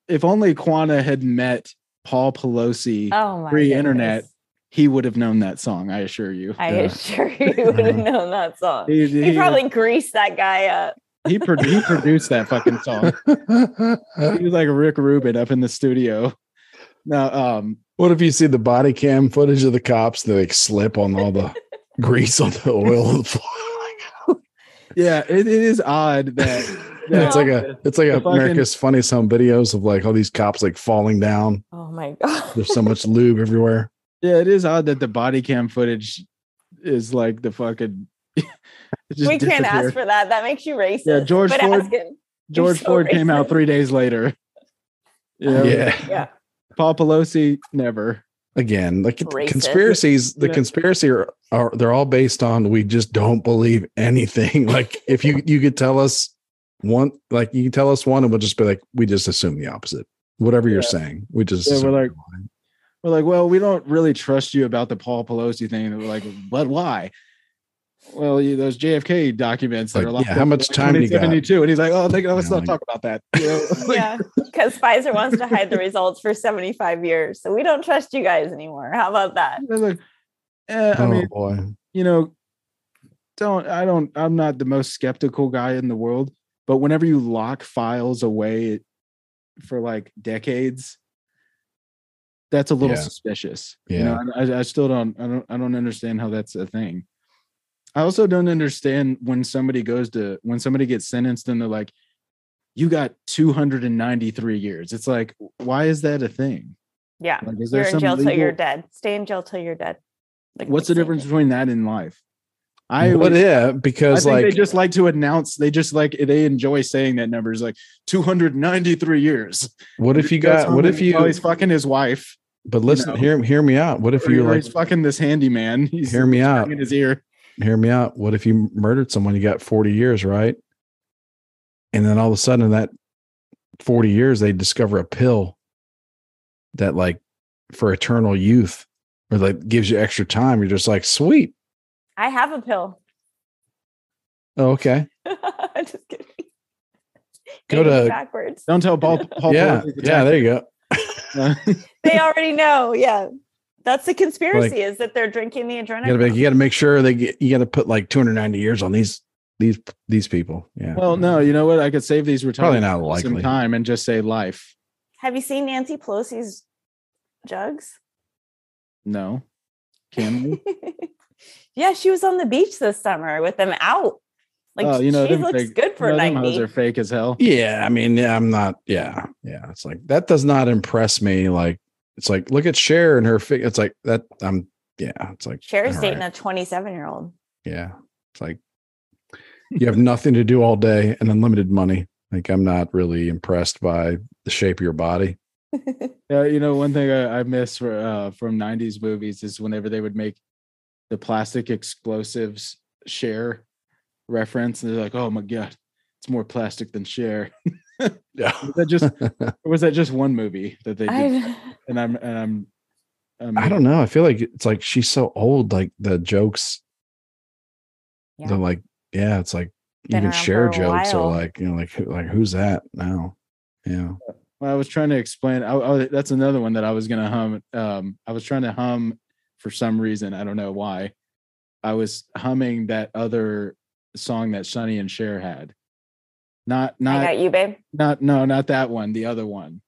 Speaker 5: if only Quana had met Paul Pelosi,
Speaker 4: Oh my.
Speaker 5: Pre-internet.
Speaker 4: goodness.
Speaker 5: he would have known that song. I assure you.
Speaker 4: I
Speaker 3: Yeah.
Speaker 4: assure you, you would have known that song.
Speaker 5: He,
Speaker 4: He
Speaker 5: he-
Speaker 4: probably greased that guy up.
Speaker 5: he, produ- he produced that fucking song. He was like Rick Rubin up in the studio. Now, um,
Speaker 3: What if you see the body cam footage of the cops? They like slip on all the grease on the oil of the floor.
Speaker 5: yeah, it, it is odd that
Speaker 3: Yeah, it's like a it's like
Speaker 5: The
Speaker 3: a
Speaker 5: fucking-
Speaker 3: America's funniest home videos of like all these cops like falling down.
Speaker 4: Oh my god.
Speaker 3: There's so much lube everywhere.
Speaker 5: yeah, it is odd that the body cam footage is like the fucking. it just
Speaker 4: We can't ask
Speaker 5: disappeared.
Speaker 4: for that. That makes you racist.
Speaker 5: Yeah, George
Speaker 4: but
Speaker 5: Ford-
Speaker 4: ask him.
Speaker 5: George
Speaker 4: so
Speaker 5: Ford came out
Speaker 4: racist.
Speaker 5: three days later.
Speaker 3: Yeah.
Speaker 5: Yeah,
Speaker 4: Yeah.
Speaker 5: Paul Pelosi never.
Speaker 3: Again, like the
Speaker 4: Racist.
Speaker 3: conspiracies, the
Speaker 5: Yeah.
Speaker 3: conspiracy are, are they're all based on we just don't believe anything. Like if you you could tell us one, like you can tell us one, and we'll just be like, we just assume the opposite. Whatever you're
Speaker 5: Yeah.
Speaker 3: saying, we just
Speaker 5: Yeah, we're
Speaker 3: assume
Speaker 5: like,
Speaker 3: you're lying.
Speaker 5: We're like, well, we don't really trust you about the Paul Pelosi thing. And we're like, but why? Well, you, those JFK documents that
Speaker 3: Like,
Speaker 5: are locked
Speaker 3: yeah,
Speaker 5: up
Speaker 3: how
Speaker 5: in,
Speaker 3: much
Speaker 5: like,
Speaker 3: time you got?
Speaker 5: 2072. And he's like, oh, they,
Speaker 3: Yeah,
Speaker 5: let's not
Speaker 3: like-
Speaker 5: talk about that. You know, like,
Speaker 4: yeah, because Pfizer wants to hide the results for 75 years. So we don't trust you guys anymore. How about that?
Speaker 5: I was like, eh, I
Speaker 3: oh
Speaker 5: mean,
Speaker 3: boy,
Speaker 5: you know, don't I don't I'm not the most skeptical guy in the world, but whenever you lock files away for like decades, that's a little
Speaker 3: Yeah.
Speaker 5: suspicious.
Speaker 3: Yeah.
Speaker 5: You know, I, I still don't I don't I don't understand how that's a thing. I also don't understand when somebody goes to when somebody gets sentenced and they're like, you got 293 years. It's like, why is that a thing?
Speaker 4: Yeah.
Speaker 5: Like, is there
Speaker 4: You're in
Speaker 5: some
Speaker 4: jail till
Speaker 5: legal-
Speaker 4: you're dead. Stay in jail till you're dead. Like,
Speaker 5: What's the
Speaker 4: stay-
Speaker 5: difference between that and life? I
Speaker 3: what
Speaker 5: would.
Speaker 3: if
Speaker 5: I
Speaker 3: because
Speaker 5: think
Speaker 3: like
Speaker 5: they just like to announce. They just like they enjoy saying that number is like 293 years.
Speaker 3: what if you
Speaker 5: Goes
Speaker 3: got
Speaker 5: home
Speaker 3: what
Speaker 5: and
Speaker 3: if you
Speaker 5: while he's fucking his wife.
Speaker 3: but listen
Speaker 5: know.
Speaker 3: hear hear me out what if
Speaker 5: or
Speaker 3: you like
Speaker 5: he's fucking this handyman. He's
Speaker 3: hear me out
Speaker 5: in his ear.
Speaker 3: hear me out what if you murdered someone you got 40 years right and then all of a sudden in that 40 years they discover a pill that like for eternal youth or like gives you extra time you're just like sweet
Speaker 4: I have a pill.
Speaker 3: oh, okay
Speaker 4: just kidding.
Speaker 3: Go
Speaker 4: Maybe
Speaker 3: to-
Speaker 4: backwards.
Speaker 5: Don't tell Paul. Paul
Speaker 3: yeah
Speaker 5: Pelosi the
Speaker 3: yeah there you go
Speaker 5: tactic.
Speaker 4: They already know. Yeah. That's the conspiracy
Speaker 3: Like-
Speaker 4: is that they're drinking the adrenaline.
Speaker 3: you gotta, make, you gotta make sure they get, you gotta put like 290 years on these these these people yeah
Speaker 5: well, no, you know what? I could save these
Speaker 3: probably
Speaker 5: retirees
Speaker 3: not
Speaker 5: some
Speaker 3: likely
Speaker 5: time and just say life.
Speaker 4: Have you seen Nancy Pelosi's jugs?
Speaker 5: No, can we?
Speaker 4: yeah, she was on the beach this summer with them out. Like
Speaker 5: Oh, you know,
Speaker 4: she
Speaker 5: them
Speaker 4: looks
Speaker 5: fake-
Speaker 4: good for
Speaker 5: you know, them hoes
Speaker 4: ninety.
Speaker 5: are fake as hell.
Speaker 3: Yeah, I mean, yeah, I'm not. Yeah, yeah. It's like that does not impress me. Like it's like look at Cher and her. Fig- it's like that. I'm. Yeah, it's like
Speaker 4: Cher's
Speaker 3: all
Speaker 4: dating
Speaker 3: right,
Speaker 4: a twenty-seven-year-old.
Speaker 3: Yeah, it's like you have nothing to do all day and unlimited money. Like I'm not really impressed by the shape of your body.
Speaker 5: Yeah, Uh, you know, one thing I, I miss for, uh, from '90s movies is whenever they would make the plastic explosives share reference, and they're like, "Oh my god, it's more plastic than share."
Speaker 3: Yeah,
Speaker 5: Was that just or was that just one movie that they did?
Speaker 4: I
Speaker 5: And I'm and I'm, I'm
Speaker 3: I don't know. I feel like it's like she's so old. Like the jokes,
Speaker 4: Yeah.
Speaker 3: they're like yeah. It's like
Speaker 4: Been
Speaker 3: even
Speaker 4: around
Speaker 3: Cher
Speaker 4: for a
Speaker 3: jokes are
Speaker 4: while.
Speaker 3: like you know like who, like who's that now? Yeah.
Speaker 5: Well, I was trying to explain. I, I, that's another one that I was gonna hum. Um, I was trying to hum for some reason. I don't know why. I was humming that other song that Sonny and Cher had. Not, not,
Speaker 4: got you, babe.
Speaker 5: not. No, not that one. The other one.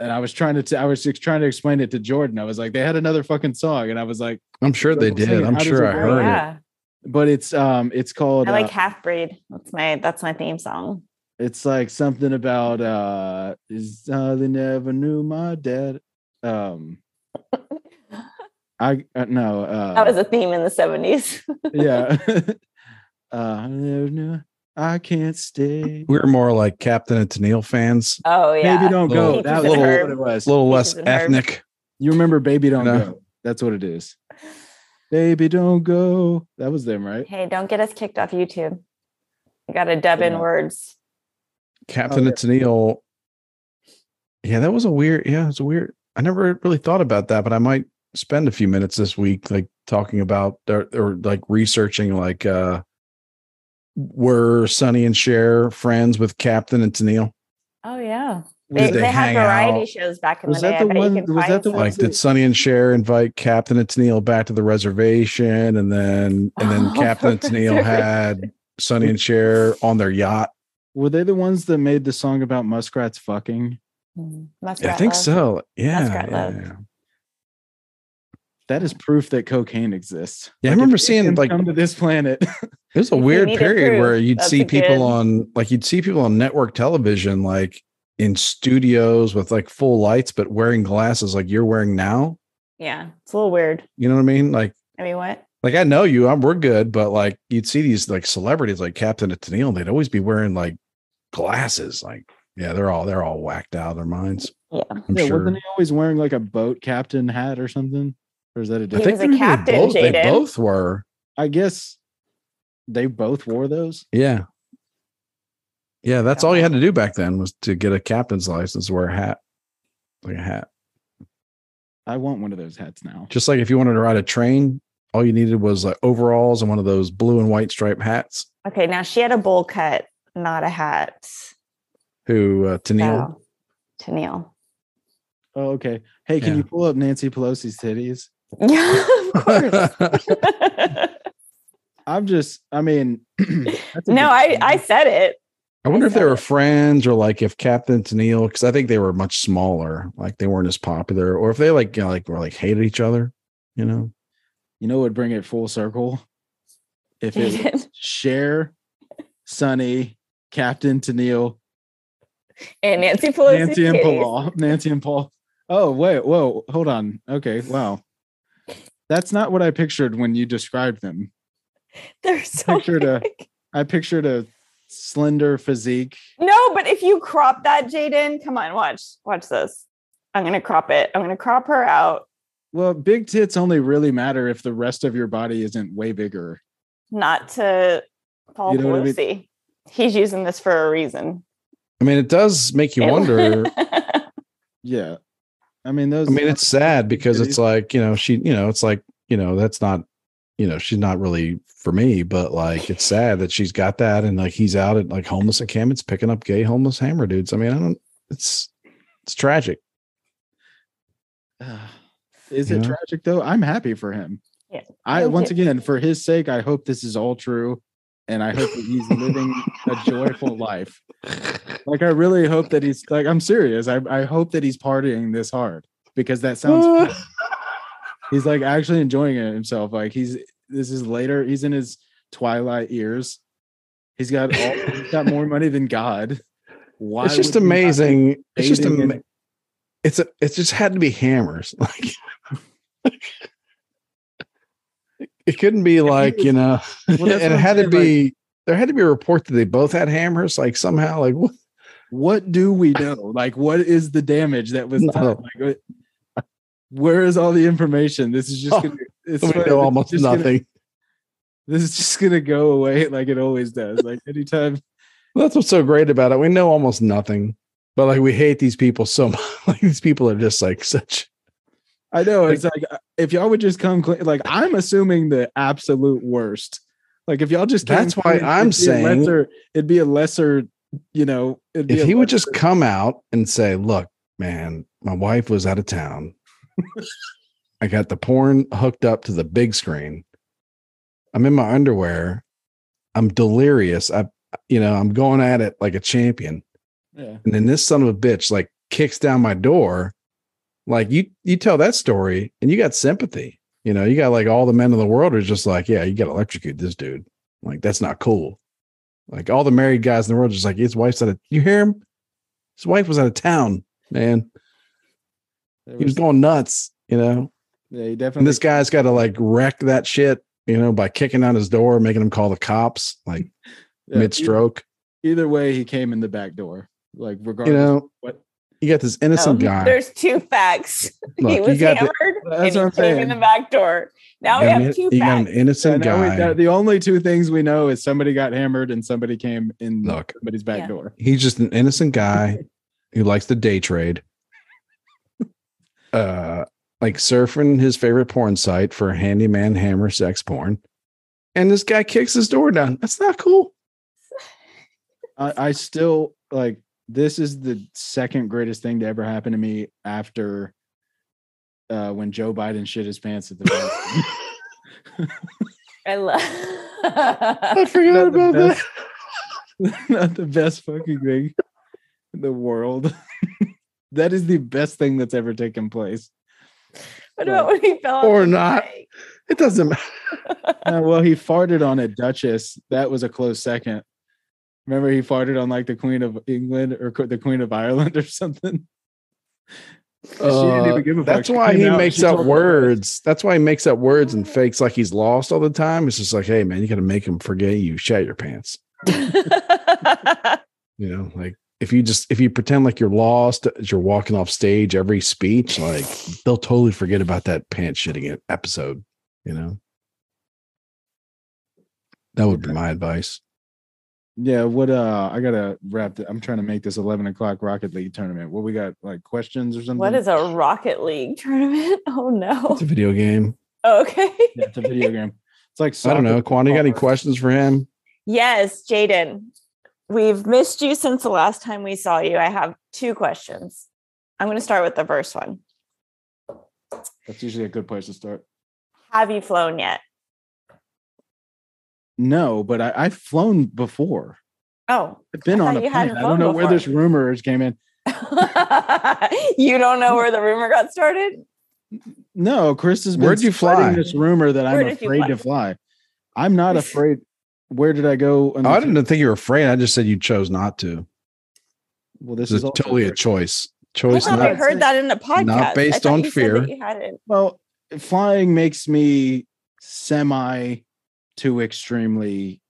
Speaker 5: And I was trying to. T- I was just trying to explain it to Jordan. I was like, they had another fucking song, and I was like,
Speaker 3: I'm sure they
Speaker 5: Sing it.
Speaker 3: did. I'm
Speaker 5: How does
Speaker 3: sure
Speaker 5: it
Speaker 3: I
Speaker 5: go?
Speaker 4: Oh,
Speaker 3: heard it.
Speaker 4: yeah.
Speaker 5: but it's um, it's called.
Speaker 4: I like
Speaker 5: uh,
Speaker 4: half breed. That's my that's my theme song.
Speaker 5: it's like something about uh, is uh, they never knew my dad. Um. I uh, no. Uh,
Speaker 4: That was a theme in the seventies.
Speaker 5: yeah. uh, I never knew I can't stay.
Speaker 3: We were more like Captain and Tennille fans,
Speaker 4: Oh yeah.
Speaker 5: Baby don't
Speaker 3: Little-
Speaker 5: go. That was
Speaker 3: little-
Speaker 5: what it was.
Speaker 3: a little less
Speaker 4: Peaches and Herb.
Speaker 3: ethnic.
Speaker 5: You remember baby don't
Speaker 3: No.
Speaker 5: go. That's what it is. Baby don't go. That was them, right?
Speaker 4: Hey, don't get us kicked off YouTube. You got to dub in
Speaker 5: Yeah.
Speaker 4: words.
Speaker 3: Captain
Speaker 5: Oh,
Speaker 3: and Tennille. Yeah, that was a weird. Yeah, it's a weird. I never really thought about that, but I might spend a few minutes this week, like talking about or, or like researching, like uh were Sonny and Cher friends with Captain and Tennille?
Speaker 4: Oh yeah.
Speaker 5: Was
Speaker 4: They,
Speaker 3: they
Speaker 4: they, had
Speaker 3: hang
Speaker 4: variety
Speaker 3: out?
Speaker 4: shows back in
Speaker 5: Was
Speaker 4: the day.
Speaker 5: that
Speaker 4: I
Speaker 5: the
Speaker 4: bet
Speaker 5: one-
Speaker 4: you can
Speaker 5: was
Speaker 4: find
Speaker 5: that the
Speaker 4: some.
Speaker 5: one-
Speaker 3: Like, did Sonny and Cher invite Captain and Tennille back to the reservation, and then and then
Speaker 4: Oh,
Speaker 3: Captain and
Speaker 4: the
Speaker 3: Tennille had Sonny and Cher on their yacht?
Speaker 5: Were they the ones that made the song about muskrats fucking?
Speaker 4: Mm,
Speaker 3: I
Speaker 4: Muskrat
Speaker 3: think
Speaker 4: Love.
Speaker 3: so. Yeah,
Speaker 4: Muskrat
Speaker 3: yeah,
Speaker 4: Love.
Speaker 3: yeah.
Speaker 5: That is proof that cocaine exists.
Speaker 3: Yeah, I
Speaker 5: if
Speaker 3: remember
Speaker 5: aliens
Speaker 3: seeing, like-
Speaker 5: come to this planet.
Speaker 3: It was a
Speaker 4: If you
Speaker 3: weird
Speaker 4: need it
Speaker 3: period
Speaker 4: proved,
Speaker 3: where you'd
Speaker 4: that's
Speaker 3: see
Speaker 4: a
Speaker 3: people
Speaker 4: good-
Speaker 3: on like you'd see people on network television like in studios with like full lights but wearing glasses like you're wearing now.
Speaker 4: Yeah, it's a little weird.
Speaker 3: You know what I mean? Like
Speaker 4: I mean, what?
Speaker 3: like I know you, I'm we're good, but like you'd see these like celebrities like Captain and Tennille, and they'd always be wearing like glasses. Like, yeah, they're all they're all whacked out of their minds.
Speaker 4: Yeah.
Speaker 3: I'm
Speaker 5: yeah,
Speaker 3: sure.
Speaker 5: wasn't he always wearing like a boat captain hat or something? Or is that
Speaker 3: I
Speaker 5: a
Speaker 4: He
Speaker 5: different?
Speaker 3: think
Speaker 4: was a
Speaker 3: maybe
Speaker 4: captain,
Speaker 3: they both, they
Speaker 4: Jaden.
Speaker 3: both were.
Speaker 5: I guess they both wore those.
Speaker 3: Yeah. Yeah, that's all you had to do back then was to get a captain's license, wear a hat. Like a hat.
Speaker 5: I want one of those hats now.
Speaker 3: just like if you wanted to ride a train, all you needed was like overalls and one of those blue and white striped hats.
Speaker 4: Okay, now she had a bowl cut, not a hat.
Speaker 3: Who uh, Tennille?
Speaker 4: So, Tennille.
Speaker 5: Oh, okay. Hey, can
Speaker 3: Yeah.
Speaker 5: you pull up Nancy Pelosi's titties?
Speaker 4: Yeah, of course.
Speaker 5: I'm just, I mean, that's a
Speaker 4: no,
Speaker 5: good
Speaker 4: I
Speaker 5: question.
Speaker 4: I said it.
Speaker 3: I wonder if they
Speaker 4: said
Speaker 3: were
Speaker 4: it.
Speaker 3: friends or like if Captain Tennille, because I think they were much smaller, like they weren't as popular, or if they like you know, like were like hated each other, you know?
Speaker 5: you know, what would bring it full circle if it was
Speaker 4: Jaden.
Speaker 5: Cher, Sonny, Captain Tennille,
Speaker 4: and Nancy Pelosi.
Speaker 5: Nancy and Paul, Nancy and Paul. Oh, wait, whoa, hold on. Okay, wow. That's not what I pictured when you described them.
Speaker 4: They're so
Speaker 5: Pictured a-
Speaker 4: big.
Speaker 5: I pictured a slender physique.
Speaker 4: No, but if you crop that, Jaden, come on, watch, watch this. I'm gonna crop it. I'm gonna crop her out.
Speaker 5: Well, big tits only really matter if the rest of your body isn't way bigger.
Speaker 4: Not to Paul
Speaker 5: You know what I mean?
Speaker 4: Pelosi. He's using this for a reason.
Speaker 3: I mean, it does make you
Speaker 4: It-
Speaker 3: wonder.
Speaker 5: Yeah. I mean, those.
Speaker 3: I mean, it's sad because
Speaker 5: It
Speaker 3: it's
Speaker 5: is.
Speaker 3: like, you know, she, you know, it's like, you know, that's not, you know, she's not really for me, but like, it's sad that she's got that. And like, he's out at like homeless encampments picking up gay homeless hammer dudes. I mean, I don't, it's, it's tragic.
Speaker 5: Ugh. Is it
Speaker 3: Yeah.
Speaker 5: tragic though? I'm happy for him.
Speaker 4: Yeah.
Speaker 5: I
Speaker 4: Thank
Speaker 5: once
Speaker 4: you.
Speaker 5: again, for his sake, I hope this is all true, and I hope that he's living a joyful life. Like I really hope that he's like I'm serious. I I hope that he's partying this hard because that sounds. fun. he's like actually enjoying it himself. Like he's this is later. He's in his twilight years. He's got all, he's got more money than God. Why
Speaker 3: it's just
Speaker 5: would he not
Speaker 3: amazing.
Speaker 5: be
Speaker 3: It's just,
Speaker 5: dating
Speaker 3: am-
Speaker 5: and-
Speaker 3: it's a, it just had to be hammers. Like, it couldn't be like, you know,
Speaker 5: Well, that's
Speaker 3: and
Speaker 5: what
Speaker 3: it
Speaker 5: I'm
Speaker 3: had to
Speaker 5: saying, like-
Speaker 3: be, there had to be a report that they both had hammers. Like somehow, like what?
Speaker 5: what do we know? Like, what is the damage that was
Speaker 3: No.
Speaker 5: done? Like, what- where is all the information? This is just
Speaker 3: Oh,
Speaker 5: gonna, it's
Speaker 3: We
Speaker 5: funny,
Speaker 3: know
Speaker 5: it's
Speaker 3: almost
Speaker 5: just gonna-
Speaker 3: nothing.
Speaker 5: this is just gonna go away like it always does. Like anytime,
Speaker 3: That's what's so great about it. We know almost nothing, but like we hate these people so much. Like these people are just like such.
Speaker 5: I know it's like uh, if y'all would just come clean. Like I'm assuming the absolute worst. Like if y'all just came
Speaker 3: That's why
Speaker 5: clean,
Speaker 3: I'm
Speaker 5: it'd be a
Speaker 3: saying-
Speaker 5: lesser, it'd be a lesser. You know, it'd be
Speaker 3: If
Speaker 5: a
Speaker 3: he would
Speaker 5: lesser-
Speaker 3: just come out and say, "Look, man, my wife was out of town. I got the porn hooked up to the big screen. I'm in my underwear. I'm delirious. I, you know, I'm going at it like a champion.
Speaker 5: yeah.
Speaker 3: And then this son of a bitch like kicks down my door. Like you, you tell that story, and you got sympathy. You know, you got like all the men in the world are just like, yeah, you got to electrocute this dude. Like that's not cool. Like all the married guys in the world, are just like his wife's out of. You hear him? His wife was out of town, man.
Speaker 5: There
Speaker 3: He was
Speaker 5: was-
Speaker 3: going nuts. You know,
Speaker 5: yeah, he
Speaker 3: and
Speaker 5: definitely.
Speaker 3: this guy's got to like wreck that shit. You know, by kicking out his door, making him call the cops, like
Speaker 5: yeah,
Speaker 3: mid stroke.
Speaker 5: e- Either way, he came in the back door. Like
Speaker 3: You
Speaker 5: regardless,
Speaker 3: know,
Speaker 5: what-
Speaker 3: you got this
Speaker 4: Oh,
Speaker 3: innocent guy.
Speaker 4: There's two facts. he
Speaker 3: Look,
Speaker 4: was
Speaker 3: got the-
Speaker 4: hammered
Speaker 5: That's
Speaker 4: and he
Speaker 5: what
Speaker 4: came
Speaker 5: I'm
Speaker 4: in
Speaker 5: saying.
Speaker 4: the back door. Now we
Speaker 3: got an
Speaker 4: have
Speaker 3: in-
Speaker 4: Oh, two
Speaker 3: you got an
Speaker 4: facts.
Speaker 3: innocent
Speaker 5: Yeah, now we-
Speaker 3: guy.
Speaker 5: that- the only two things we know is somebody got hammered and somebody came in
Speaker 3: Look.
Speaker 5: somebody's back
Speaker 4: Yeah.
Speaker 5: door.
Speaker 3: He's just an innocent guy who likes to day trade. Uh like surfing his favorite porn site for handyman hammer sex porn. And this guy kicks his door down. That's not cool.
Speaker 5: I, I still like this is the second greatest thing to ever happen to me after uh when Joe Biden shit his pants at the bathroom.
Speaker 4: I
Speaker 3: I
Speaker 4: love.
Speaker 3: forgot
Speaker 5: Not the
Speaker 3: about that.
Speaker 5: Not the best fucking thing in the world. that is the best thing that's ever taken place.
Speaker 4: what about when he fell?
Speaker 3: Or
Speaker 4: off the
Speaker 3: not.
Speaker 4: bike?
Speaker 3: It doesn't matter.
Speaker 5: Uh, well, he farted on a duchess. That was a close second. Remember, he farted on like the Queen of England or co- the Queen of Ireland or something.
Speaker 3: Uh,
Speaker 5: give a
Speaker 3: That's
Speaker 5: She
Speaker 3: why
Speaker 5: came
Speaker 3: he
Speaker 5: out and
Speaker 3: makes
Speaker 5: she
Speaker 3: up
Speaker 5: told-
Speaker 3: words. That's why he makes up words
Speaker 4: Mm.
Speaker 3: and fakes like he's lost all the time. It's just like, hey man, you gotta make him forget you shat your pants. you know like if you just if you pretend like you're lost as you're walking off stage every speech like they'll totally forget about that pants shitting e- episode you know that would be my advice
Speaker 5: Yeah, what uh I gotta wrap it. I'm trying to make this eleven o'clock Rocket League tournament. What we got like questions or something?
Speaker 4: what is a Rocket League tournament? Oh no.
Speaker 3: it's a video game
Speaker 4: Okay.
Speaker 5: yeah, it's a video game. It's like
Speaker 3: i don't know
Speaker 5: soccer.
Speaker 3: quan you got any questions for him
Speaker 4: Yes, Jaden, we've missed you since the last time we saw you. I have two questions. I'm going to start with the first one.
Speaker 5: That's usually a good place to start.
Speaker 4: Have you flown yet?
Speaker 5: No, but I, I've flown before.
Speaker 4: Oh,
Speaker 5: I've been
Speaker 4: I
Speaker 5: on
Speaker 4: thought
Speaker 5: a
Speaker 4: you
Speaker 5: plane. I
Speaker 4: hadn't
Speaker 5: don't
Speaker 4: flown
Speaker 5: know where
Speaker 4: before.
Speaker 5: this rumor is came in.
Speaker 4: you don't know where the rumor got started?
Speaker 5: No, Chris has been
Speaker 3: Where'd you fly?
Speaker 5: spreading this rumor that
Speaker 4: Where
Speaker 5: I'm
Speaker 4: did you
Speaker 5: afraid
Speaker 4: fly?
Speaker 5: to fly. I'm not afraid. Where did I go? in
Speaker 3: oh,
Speaker 5: the
Speaker 3: i
Speaker 5: fu-
Speaker 3: didn't think you were afraid i just said you chose not to
Speaker 5: Well,
Speaker 3: this is
Speaker 5: this is also
Speaker 3: totally a
Speaker 5: true.
Speaker 3: choice
Speaker 4: I
Speaker 3: choice
Speaker 4: thought
Speaker 3: not
Speaker 4: I heard that in the podcast. I
Speaker 3: based
Speaker 4: thought
Speaker 3: on
Speaker 4: you said
Speaker 3: fear.
Speaker 4: that you hadn't.
Speaker 5: well. flying makes me semi to extremely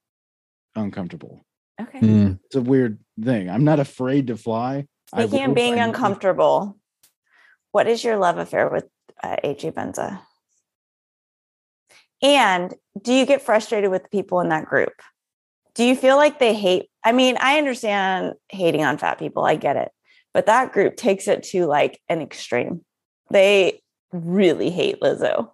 Speaker 5: uncomfortable.
Speaker 4: Okay.
Speaker 3: Mm.
Speaker 5: It's a weird thing. I'm not afraid to fly. I
Speaker 4: Speaking
Speaker 5: will
Speaker 4: of being
Speaker 5: if I need to.
Speaker 4: uncomfortable, what is your love affair with uh, AG Benza? And do you get frustrated with the people in that group? Do you feel like they hate? I mean, I understand hating on fat people, I get it, but that group takes it to like an extreme. They really hate Lizzo.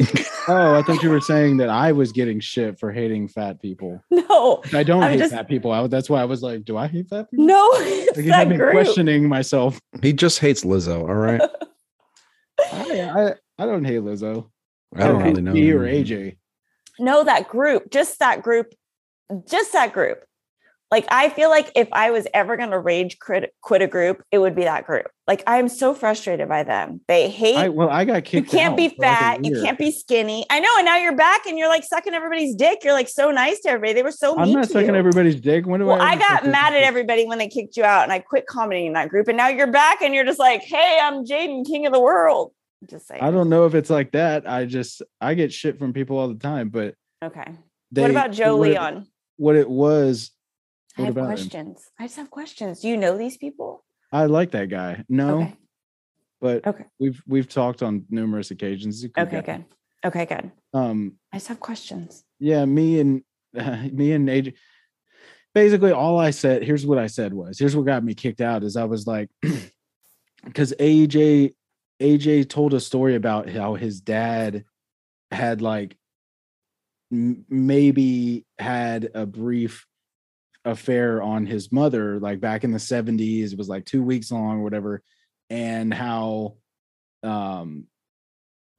Speaker 5: Oh, I thought you were saying that I was getting shit for hating fat people.
Speaker 4: No,
Speaker 5: I don't
Speaker 4: I'm
Speaker 5: hate
Speaker 4: just-
Speaker 5: fat people. I, that's why I was like, do I hate fat people?
Speaker 4: no, it's
Speaker 5: Like, you had
Speaker 4: that
Speaker 5: me
Speaker 4: group.
Speaker 5: questioning myself.
Speaker 3: He just hates Lizzo. All right.
Speaker 5: I, I, I don't hate Lizzo.
Speaker 3: I don't really know.
Speaker 5: Me or AJ.
Speaker 4: No, that group, just that group, just that group. Like I feel like if I was ever going to rage quit, quit a group, it would be that group. Like I am so frustrated by them. They hate.
Speaker 5: I, well, I got
Speaker 4: you
Speaker 5: kicked.
Speaker 4: can't
Speaker 5: out
Speaker 4: be
Speaker 5: for like a
Speaker 4: fat. You
Speaker 5: year.
Speaker 4: can't be skinny. I know. And now you're back and you're like sucking everybody's dick. You're like so nice to everybody. They were so
Speaker 5: I'm
Speaker 4: mean
Speaker 5: not
Speaker 4: to
Speaker 5: sucking
Speaker 4: you.
Speaker 5: everybody's dick. When do
Speaker 4: Well,
Speaker 5: I?
Speaker 4: I
Speaker 5: ever
Speaker 4: got
Speaker 5: suck
Speaker 4: mad at
Speaker 5: people's
Speaker 4: everybody when they kicked you out, and I quit commenting in that group. And now you're back, and you're just like, "Hey, I'm Jaden, king of the world." Just saying.
Speaker 5: dick? I don't know if it's like that. I just I get shit from people all the time, but
Speaker 4: Okay.
Speaker 5: they,
Speaker 4: what about Joe
Speaker 5: what it-
Speaker 4: Leon?
Speaker 5: What it was,
Speaker 4: I
Speaker 5: What
Speaker 4: have
Speaker 5: about him?
Speaker 4: questions. I just have questions. Do you know these people?
Speaker 5: I like that guy. No,
Speaker 4: Okay.
Speaker 5: but
Speaker 4: Okay.
Speaker 5: we've we've talked on numerous occasions. He's a
Speaker 4: Okay,
Speaker 5: guy.
Speaker 4: good. Okay, good.
Speaker 5: Um,
Speaker 4: I just have questions.
Speaker 5: yeah, me and me and AJ. Basically, all I said here's what I said was here's what got me kicked out is I was like, because AJ AJ told a story about how his dad had like m- maybe had a brief affair on his mother like back in the 70s it was like two weeks long or whatever and how um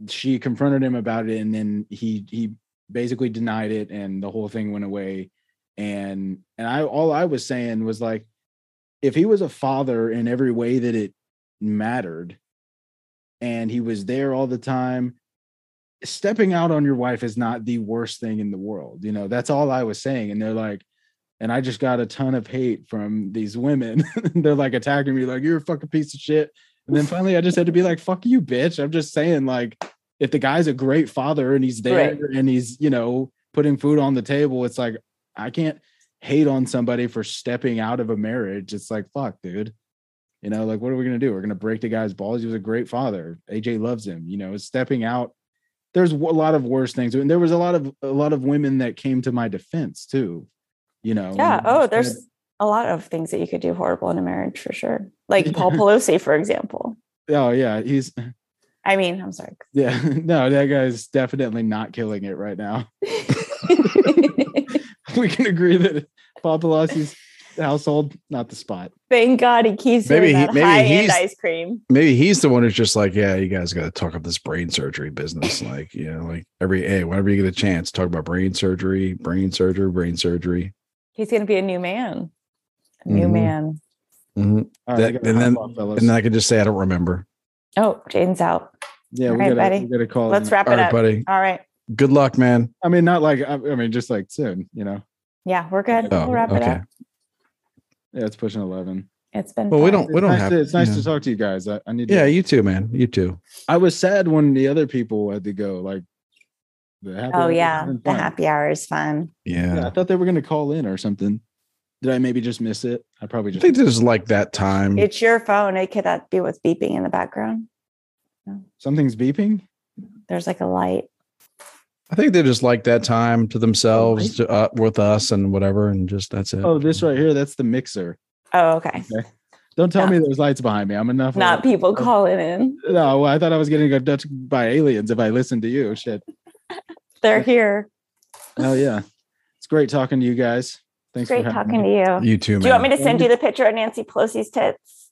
Speaker 5: she confronted him about it and then he he basically denied it and the whole thing went away and and i all i was saying was like if he was a father in every way that it mattered and he was there all the time stepping out on your wife is not the worst thing in the world you know that's all i was saying and they're like and i just got a ton of hate from these women they're like attacking me like you're a fucking piece of shit and then finally i just had to be like fuck you bitch i'm just saying like if the guy's a great father and he's there and he's you know putting food on the table it's like i can't hate on somebody for stepping out of a marriage it's like fuck dude you know, like what are we gonna do? We're gonna break the guy's balls. He was a great father. AJ loves him. You know, stepping out. There's a lot of worse things, and there was a lot of a lot of women that came to my defense too. You know.
Speaker 4: Yeah.
Speaker 5: and
Speaker 4: Oh,
Speaker 5: said-
Speaker 4: there's a lot of things that you could do horrible in a marriage for sure. Like Paul Pelosi, for example.
Speaker 5: Oh yeah, he's
Speaker 4: I mean, I'm sorry.
Speaker 5: yeah. No, that guy's definitely not killing it right now. we can agree that Paul Pelosi's household not the spot.
Speaker 4: Thank God he keeps
Speaker 3: Maybe
Speaker 4: doing
Speaker 3: he-
Speaker 4: that
Speaker 3: maybe
Speaker 4: high-end
Speaker 3: he's-
Speaker 4: ice cream.
Speaker 3: Maybe he's the one who's just like, yeah, you guys got to talk up this brain surgery business. Like, you know, like every hey, whenever you get a chance, talk about brain surgery, brain surgery, brain surgery.
Speaker 4: He's gonna be a new man. A new
Speaker 3: Mhm.
Speaker 4: man.
Speaker 3: Mhm.
Speaker 5: All right, I
Speaker 3: That-
Speaker 5: gotta
Speaker 3: and
Speaker 5: hop
Speaker 3: then-
Speaker 5: off, fellas.
Speaker 3: And then I could just say I don't remember.
Speaker 4: Oh, Jaden's out.
Speaker 5: yeah, we
Speaker 4: All right,
Speaker 5: gotta
Speaker 4: buddy.
Speaker 5: we gotta call. it
Speaker 4: Let's
Speaker 5: now.
Speaker 4: wrap
Speaker 3: All
Speaker 4: it
Speaker 3: right,
Speaker 4: up.
Speaker 3: buddy.
Speaker 4: All right.
Speaker 3: Good luck, man.
Speaker 5: I mean, not like I, I mean, just like soon. You know,
Speaker 4: Yeah, we're good.
Speaker 3: Oh,
Speaker 4: we'll wrap it
Speaker 3: okay.
Speaker 4: up.
Speaker 5: yeah, it's pushing eleven.
Speaker 4: It's been
Speaker 3: Well, we
Speaker 4: fun.
Speaker 3: don't. We
Speaker 5: It's
Speaker 3: don't
Speaker 5: nice
Speaker 3: have.
Speaker 5: To, it's nice
Speaker 3: yeah.
Speaker 5: to talk to you guys. I, I need. To,
Speaker 3: Yeah, you too, man. You too.
Speaker 5: I was sad when the other people had to go. Like the happy.
Speaker 4: Oh
Speaker 5: hour was
Speaker 4: yeah,
Speaker 5: having
Speaker 4: the
Speaker 5: fun.
Speaker 4: happy hour is fun.
Speaker 3: Yeah.
Speaker 5: Yeah, I thought they were gonna call in or something. Did I maybe just miss it? I probably
Speaker 3: I
Speaker 5: just.
Speaker 3: think this is like that time.
Speaker 4: It's your phone. It could that be what's beeping in the background?
Speaker 5: Something's beeping.
Speaker 4: There's like a light.
Speaker 3: I think they just like that time to themselves, to, uh, with us, and whatever, and just that's it.
Speaker 5: Oh, this right here. That's the mixer.
Speaker 4: Oh, okay.
Speaker 5: Don't tell
Speaker 4: Yeah.
Speaker 5: me there's lights behind me. I'm enough. of
Speaker 4: Not
Speaker 5: a-
Speaker 3: Oh.
Speaker 4: people calling in.
Speaker 5: no, I thought I was getting abducted by aliens if I listened to you. Shit.
Speaker 4: They're here.
Speaker 5: Oh yeah, it's great talking to you guys. Thanks
Speaker 4: Great
Speaker 5: for having
Speaker 4: talking
Speaker 5: me.
Speaker 4: to you.
Speaker 3: You too, man.
Speaker 4: Do you want me to send you the picture of Nancy Pelosi's tits?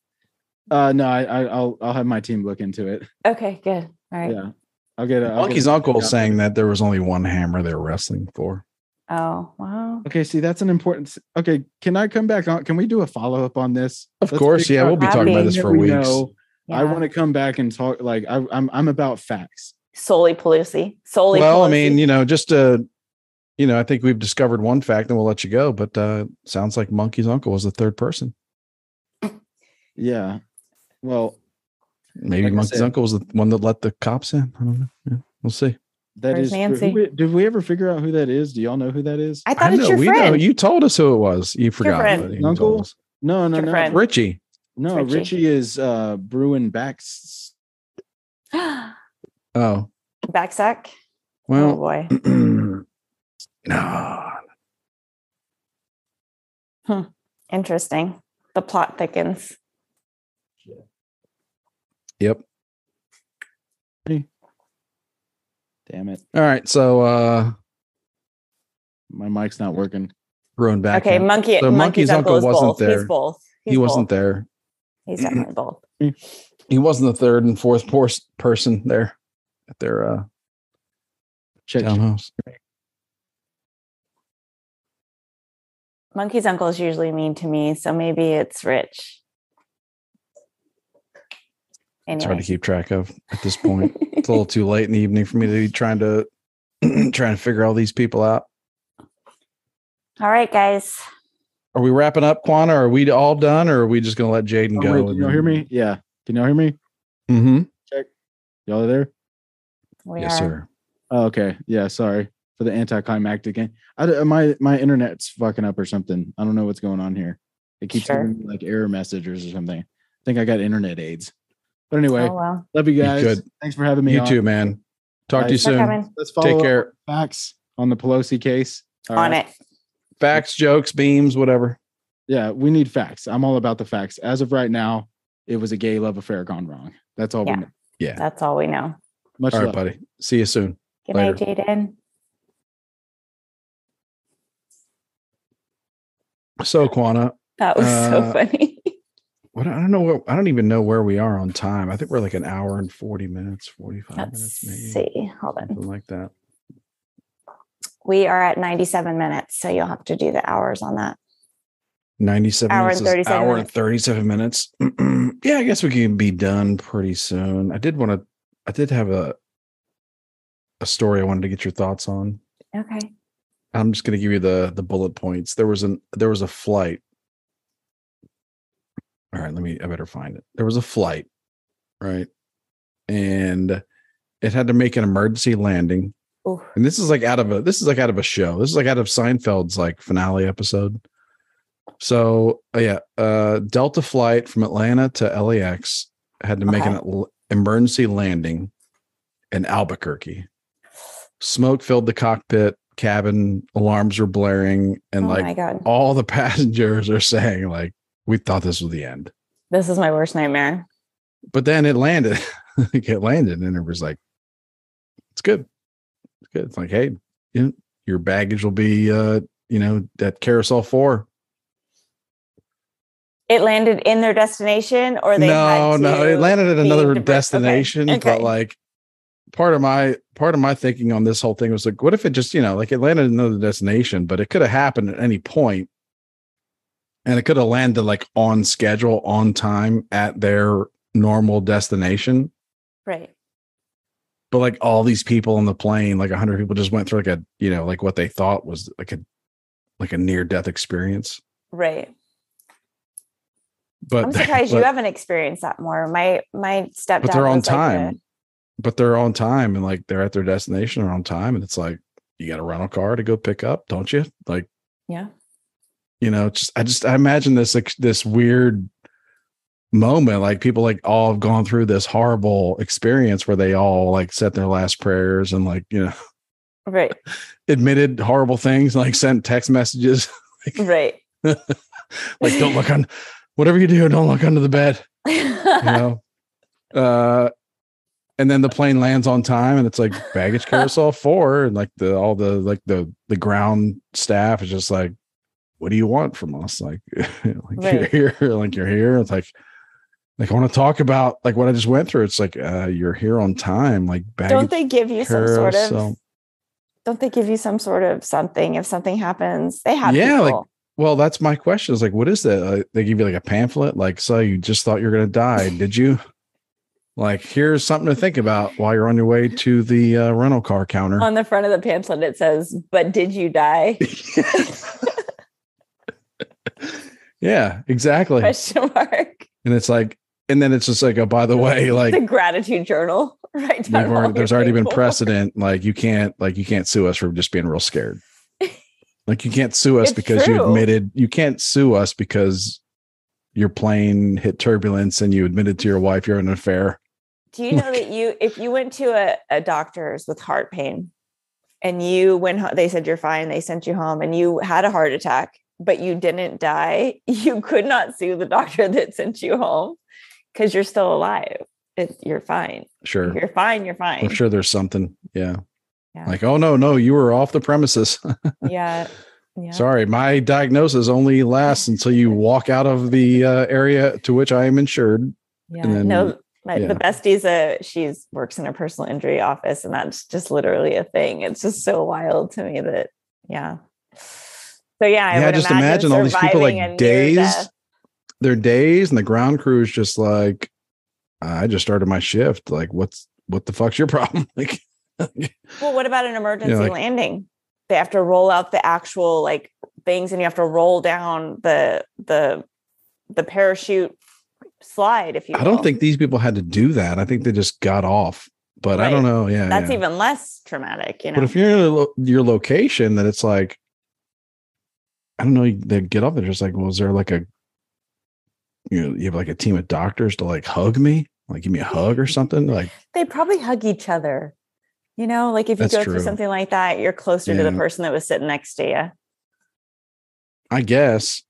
Speaker 5: Uh, no, I, I, I'll I'll have my team look into it.
Speaker 4: Okay, good. All right.
Speaker 5: Yeah, I'll get a I'll get
Speaker 3: Monkey's
Speaker 5: a-
Speaker 3: uncle saying that there was only one hammer they were wrestling for.
Speaker 4: Oh, wow.
Speaker 5: Okay, see, that's an important. s- Okay, can I come back on? Can we do a follow up on this?
Speaker 3: Of course,
Speaker 5: figure
Speaker 3: yeah,
Speaker 5: out
Speaker 3: we'll be
Speaker 4: talking about
Speaker 5: everything
Speaker 3: this
Speaker 5: that
Speaker 3: for
Speaker 5: we
Speaker 3: weeks.
Speaker 4: Yeah.
Speaker 5: I want to come back and talk. Like, I, I'm I'm about facts.
Speaker 4: solely Pelosi. Solely
Speaker 3: well,
Speaker 4: Pelosi.
Speaker 3: I mean, you know, just uh, you know, I think we've discovered one fact, and we'll let you go. But uh, sounds like Monkey's uncle was the third person.
Speaker 5: Yeah. Well,
Speaker 3: Maybe
Speaker 5: Like I
Speaker 3: Monkey's
Speaker 5: said-
Speaker 3: uncle was the one that let the cops in. I don't know. Yeah, we'll see.
Speaker 5: That
Speaker 4: Where's
Speaker 5: is. true.
Speaker 4: Nancy?
Speaker 5: Who- Did we ever figure out who that is? Do y'all know who that is?
Speaker 4: I thought
Speaker 3: I
Speaker 4: it's your
Speaker 3: we
Speaker 4: friend.
Speaker 3: know. You told us who it was. You forgot.
Speaker 4: friend.
Speaker 3: but you told
Speaker 5: Uncle?
Speaker 3: us.
Speaker 5: No, no,
Speaker 4: Your
Speaker 5: no.
Speaker 4: friend.
Speaker 3: Richie.
Speaker 5: No,
Speaker 4: Richie.
Speaker 5: Richie, is uh brewing back. s-
Speaker 3: Oh,
Speaker 4: Backsack. oh
Speaker 3: well. mm.
Speaker 4: boy.
Speaker 3: no.
Speaker 4: Interesting. The plot thickens.
Speaker 3: Yep.
Speaker 5: Damn it,
Speaker 3: All right. So, uh,
Speaker 5: my mic's not working.
Speaker 3: Rowan back.
Speaker 4: okay,
Speaker 3: in.
Speaker 4: monkey.
Speaker 3: So Monkey's
Speaker 4: monkey's, uncle,
Speaker 3: uncle
Speaker 4: is
Speaker 3: wasn't
Speaker 4: both.
Speaker 3: there.
Speaker 4: He's both. He's
Speaker 3: he wasn't
Speaker 4: both.
Speaker 3: there.
Speaker 4: He's definitely both.
Speaker 3: He wasn't the third and fourth por- person there at their uh,
Speaker 5: Check.
Speaker 3: townhouse.
Speaker 4: Monkey's uncle is usually mean to me, so maybe it's Rich.
Speaker 3: It's hard to
Speaker 4: Anyway.
Speaker 3: keep track of at this point. it's a little too late in the evening for me to be trying to trying to figure all these people out.
Speaker 4: All right, guys.
Speaker 3: Are we wrapping up, Quana? Are we all done, or are we just going to let Jaden
Speaker 5: Oh,
Speaker 3: go?
Speaker 5: wait, can y'all hear me? Yeah. Can y'all hear me?
Speaker 3: Mm-hmm.
Speaker 5: Y'all are there?
Speaker 4: We
Speaker 3: Yes,
Speaker 4: are.
Speaker 3: sir.
Speaker 5: Oh, okay. Yeah. Sorry for the anticlimactic. en- I, d- my my internet's fucking up or something. I don't know what's going on here. It keeps
Speaker 4: Sure.
Speaker 5: giving me like error messages or something. I think I got internet aids. But anyway,
Speaker 4: Oh well.
Speaker 5: love you
Speaker 3: You
Speaker 5: guys.
Speaker 3: could.
Speaker 5: Thanks for having me.
Speaker 3: You
Speaker 5: on.
Speaker 3: too, man. Talk to you
Speaker 5: Thanks
Speaker 4: For
Speaker 3: soon.
Speaker 4: coming.
Speaker 5: Let's follow
Speaker 3: Take
Speaker 5: up
Speaker 3: care.
Speaker 5: facts on the Pelosi case. All
Speaker 4: On
Speaker 5: right?
Speaker 4: it.
Speaker 3: Facts, jokes, beams, whatever.
Speaker 5: Yeah, we need facts. I'm all about the facts. As of right now, it was a gay love affair gone wrong. That's all
Speaker 4: Yeah.
Speaker 5: we know.
Speaker 4: That's all we know.
Speaker 5: Much
Speaker 3: All right,
Speaker 5: love.
Speaker 3: buddy. See you soon.
Speaker 4: Good night,
Speaker 3: Later.
Speaker 4: Jaden.
Speaker 3: So, Quana,
Speaker 4: That was so
Speaker 3: Uh,
Speaker 4: funny.
Speaker 3: what I don't know, what, I don't even know where we are on time. I think we're like an hour and forty minutes, forty-five
Speaker 4: Let's
Speaker 3: minutes, maybe
Speaker 4: see. Hold on.
Speaker 3: something like that.
Speaker 4: We are at 97 minutes, so you'll have to do the hours on that.
Speaker 3: Ninety-seven
Speaker 4: Hour
Speaker 3: minutes
Speaker 4: and
Speaker 3: is
Speaker 4: 37
Speaker 3: hour and
Speaker 4: minutes.
Speaker 3: thirty-seven minutes. yeah, I guess we can be done pretty soon. I did want to. I did have a a story I wanted to get your thoughts on.
Speaker 4: Okay.
Speaker 3: I'm just going to give you the the bullet points. There was an there was a flight. All right, let me. I better find it. There was a flight, right, and it had to make an emergency landing.
Speaker 4: Ooh.
Speaker 3: And this is like out of a this is like out of a show. This is like out of Seinfeld's like finale episode. So uh, yeah, uh, Delta flight from Atlanta to LAX had to make an l- emergency landing in Albuquerque. Smoke filled the cockpit cabin. Alarms were blaring, and
Speaker 4: oh my
Speaker 3: like
Speaker 4: god.
Speaker 3: all the passengers are saying, like we thought this was the end.
Speaker 4: This is my worst nightmare.
Speaker 3: But then it landed. Like, it landed, and it was like, it's good. It's good. It's like, hey, you know, your baggage will be, uh, you know, at carousel four.
Speaker 4: It landed in their destination or they
Speaker 3: No,
Speaker 4: had
Speaker 3: no,
Speaker 4: to
Speaker 3: it landed at
Speaker 4: be
Speaker 3: another
Speaker 4: different- okay,
Speaker 3: destination. But
Speaker 4: okay.
Speaker 3: like, part of my part of my thinking on this whole thing was like, what if it just, you know, like it landed at another destination, but it could have happened at any point, and it could have landed like on schedule, on time, at their normal destination.
Speaker 4: Right.
Speaker 3: but like all these people on the plane like 100 people just went through like a you know like what they thought was like a like a near death experience
Speaker 4: Right.
Speaker 3: but
Speaker 4: I'm surprised you
Speaker 3: but-
Speaker 4: haven't experienced that more. My my stepdad
Speaker 3: but they're on
Speaker 4: was like
Speaker 3: time
Speaker 4: a-
Speaker 3: but they're on time and like they're at their destination they're on time and it's like you got a rental car to go pick up don't you like
Speaker 4: yeah.
Speaker 3: you know just i just i imagine this like this weird moment like people like all have gone through this horrible experience where they all like said their last prayers and like you know
Speaker 4: Right.
Speaker 3: admitted horrible things like sent text messages
Speaker 4: Right.
Speaker 3: like don't look on whatever you do don't look under the bed you know uh and then the plane lands on time and it's like baggage carousel four and like the all the like the the ground staff is just like what do you want from us like, like
Speaker 4: Right.
Speaker 3: you're here like you're here it's like like i want to talk about like what i just went through it's like uh you're here on time like baggage
Speaker 4: don't they give you some sort of
Speaker 3: carousel.
Speaker 4: don't they give you some sort of something if something happens? They have
Speaker 3: Yeah,
Speaker 4: people.
Speaker 3: like- Well, that's my question. Is like, what is that? Like, they give you like a pamphlet, like, so you just thought you were gonna die, did you? Like, here's something to think about while you're on your way to the uh, rental car counter.
Speaker 4: on the front of the pamphlet it says, "But did you die?"
Speaker 3: yeah, exactly.
Speaker 4: Question mark.
Speaker 3: And it's like, and then it's just like, oh, by the way, like
Speaker 4: it's a gratitude journal, right?
Speaker 3: we've already, there's already been precedent. Like you can't, like you can't sue us for just being real scared. Like you can't sue us
Speaker 4: It's
Speaker 3: because you
Speaker 4: true.
Speaker 3: admitted you can't sue us because your plane hit turbulence and you admitted to your wife you're in an affair.
Speaker 4: Do you know that you, if you went to a, a doctor's with heart pain and you went, ho- they said you're fine, they sent you home and you had a heart attack, but you didn't die, you could not sue the doctor that sent you home because you're still alive. It, you're fine.
Speaker 3: Sure.
Speaker 4: You're fine. You're fine.
Speaker 3: I'm sure there's something. Yeah.
Speaker 4: Yeah.
Speaker 3: Like, oh no, no, you were off the premises.
Speaker 4: Yeah. Yeah.
Speaker 3: Sorry, my diagnosis only lasts until you walk out of the uh, area to which I am insured.
Speaker 4: Yeah.
Speaker 3: And then-
Speaker 4: no, my,
Speaker 3: yeah.
Speaker 4: the bestie's a she's works in a personal injury office, and that's just literally a thing. It's just so wild to me that yeah. So yeah, I
Speaker 3: yeah,
Speaker 4: would
Speaker 3: just imagine, all these people
Speaker 4: surviving a
Speaker 3: like dazed.
Speaker 4: near-death-
Speaker 3: They're dazed, and the ground crew is just like, I just started my shift. Like, what's what the fuck's your problem? like,
Speaker 4: Well, what about an emergency
Speaker 3: like-
Speaker 4: landing? They have to roll out the actual like things, and you have to roll down the the the parachute slide. If you,
Speaker 3: I don't
Speaker 4: will.
Speaker 3: think these people had to do that. I think they just got off. But I don't
Speaker 4: Right.
Speaker 3: know. Yeah,
Speaker 4: that's
Speaker 3: yeah.
Speaker 4: even less traumatic. You know,
Speaker 3: But if you're in a lo- your location, then it's like, I don't know. They get up and just like, well, is there like a, you know, you have like a team of doctors to like hug me, like give me a hug or something, like
Speaker 4: they probably hug each other. You know, like if you
Speaker 3: That's
Speaker 4: go
Speaker 3: true.
Speaker 4: through something like that, you're closer to the
Speaker 3: Yeah.
Speaker 4: person that was sitting next to you. I
Speaker 3: I guess.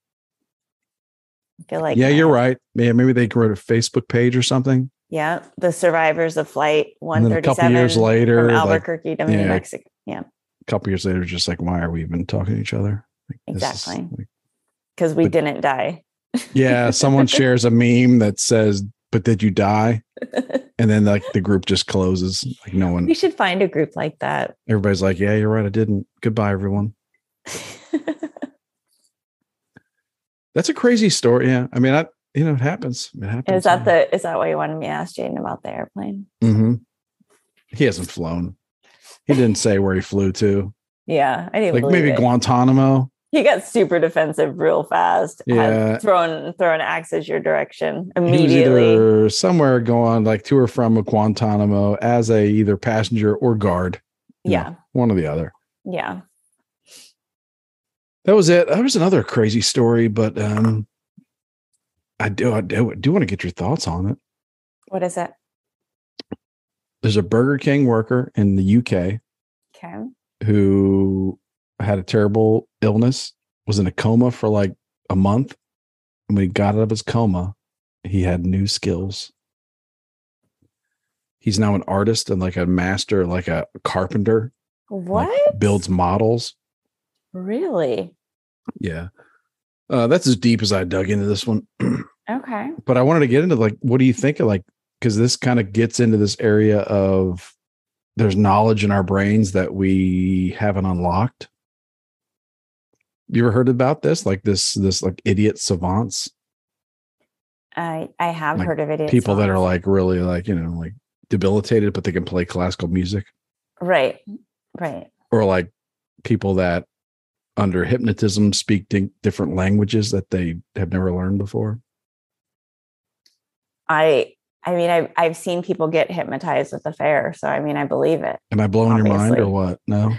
Speaker 4: feel like
Speaker 3: yeah,
Speaker 4: that.
Speaker 3: you're right. Yeah, maybe they wrote a Facebook page or something,
Speaker 4: Yeah, the survivors of flight
Speaker 3: and then a
Speaker 4: 137
Speaker 3: couple years later, like
Speaker 4: from
Speaker 3: a
Speaker 4: Albuquerque to New
Speaker 3: yeah.
Speaker 4: Mexico. Yeah,
Speaker 3: couple years later, just like, why are we even talking to each other? Like, this is-
Speaker 4: Exactly.
Speaker 3: like-
Speaker 4: because we
Speaker 3: But-
Speaker 4: didn't die.
Speaker 3: yeah, someone shares a meme that says, "But did you die?" And then like the group just closes. Like no one,
Speaker 4: we should find a group like that.
Speaker 3: everybody's like, "Yeah, you're right. I didn't." Goodbye, everyone. That's a crazy story. Yeah. I mean, I, you know, it happens. It happens.
Speaker 4: is that the is that why you wanted me to ask Jaden about the airplane?
Speaker 3: hmm He hasn't flown. He didn't say where he flew to.
Speaker 4: Yeah, I didn't
Speaker 3: Like
Speaker 4: believe
Speaker 3: maybe
Speaker 4: it.
Speaker 3: Guantanamo.
Speaker 4: He got super defensive real fast. had
Speaker 3: Yeah.
Speaker 4: thrown thrown axes your direction
Speaker 3: He was
Speaker 4: immediately.
Speaker 3: either somewhere going like to or from Guantanamo as a either passenger or guard, you know,
Speaker 4: yeah,
Speaker 3: one or the other.
Speaker 4: yeah.
Speaker 3: That was it. That was another crazy story, but um, I do I do, do want to get your thoughts on it.
Speaker 4: What is it?
Speaker 3: There's a Burger King worker in the UK
Speaker 4: Okay.
Speaker 3: who had a terrible illness, was in a coma for like a month. And when he got out of his coma, he had new skills. He's now an artist and like a master, like a carpenter,
Speaker 4: What?
Speaker 3: like, builds models.
Speaker 4: Really?
Speaker 3: Yeah. Uh, that's as deep as I dug into this one.
Speaker 4: Okay.
Speaker 3: but I wanted to get into like, what do you think of like, because this kind of gets into this area of there's knowledge in our brains that we haven't unlocked. You ever heard about this? Like this, this like idiot savants,
Speaker 4: I I have
Speaker 3: Like,
Speaker 4: heard of it.
Speaker 3: people that are like really like, you know, like debilitated, but they can play classical music
Speaker 4: right, right.
Speaker 3: or like people that under hypnotism speak di- different languages that they have never learned before.
Speaker 4: I I mean I I've seen people get hypnotized at the fair, so I mean I believe it.
Speaker 3: Am I blowing your mind or
Speaker 4: Obviously.
Speaker 3: what? No.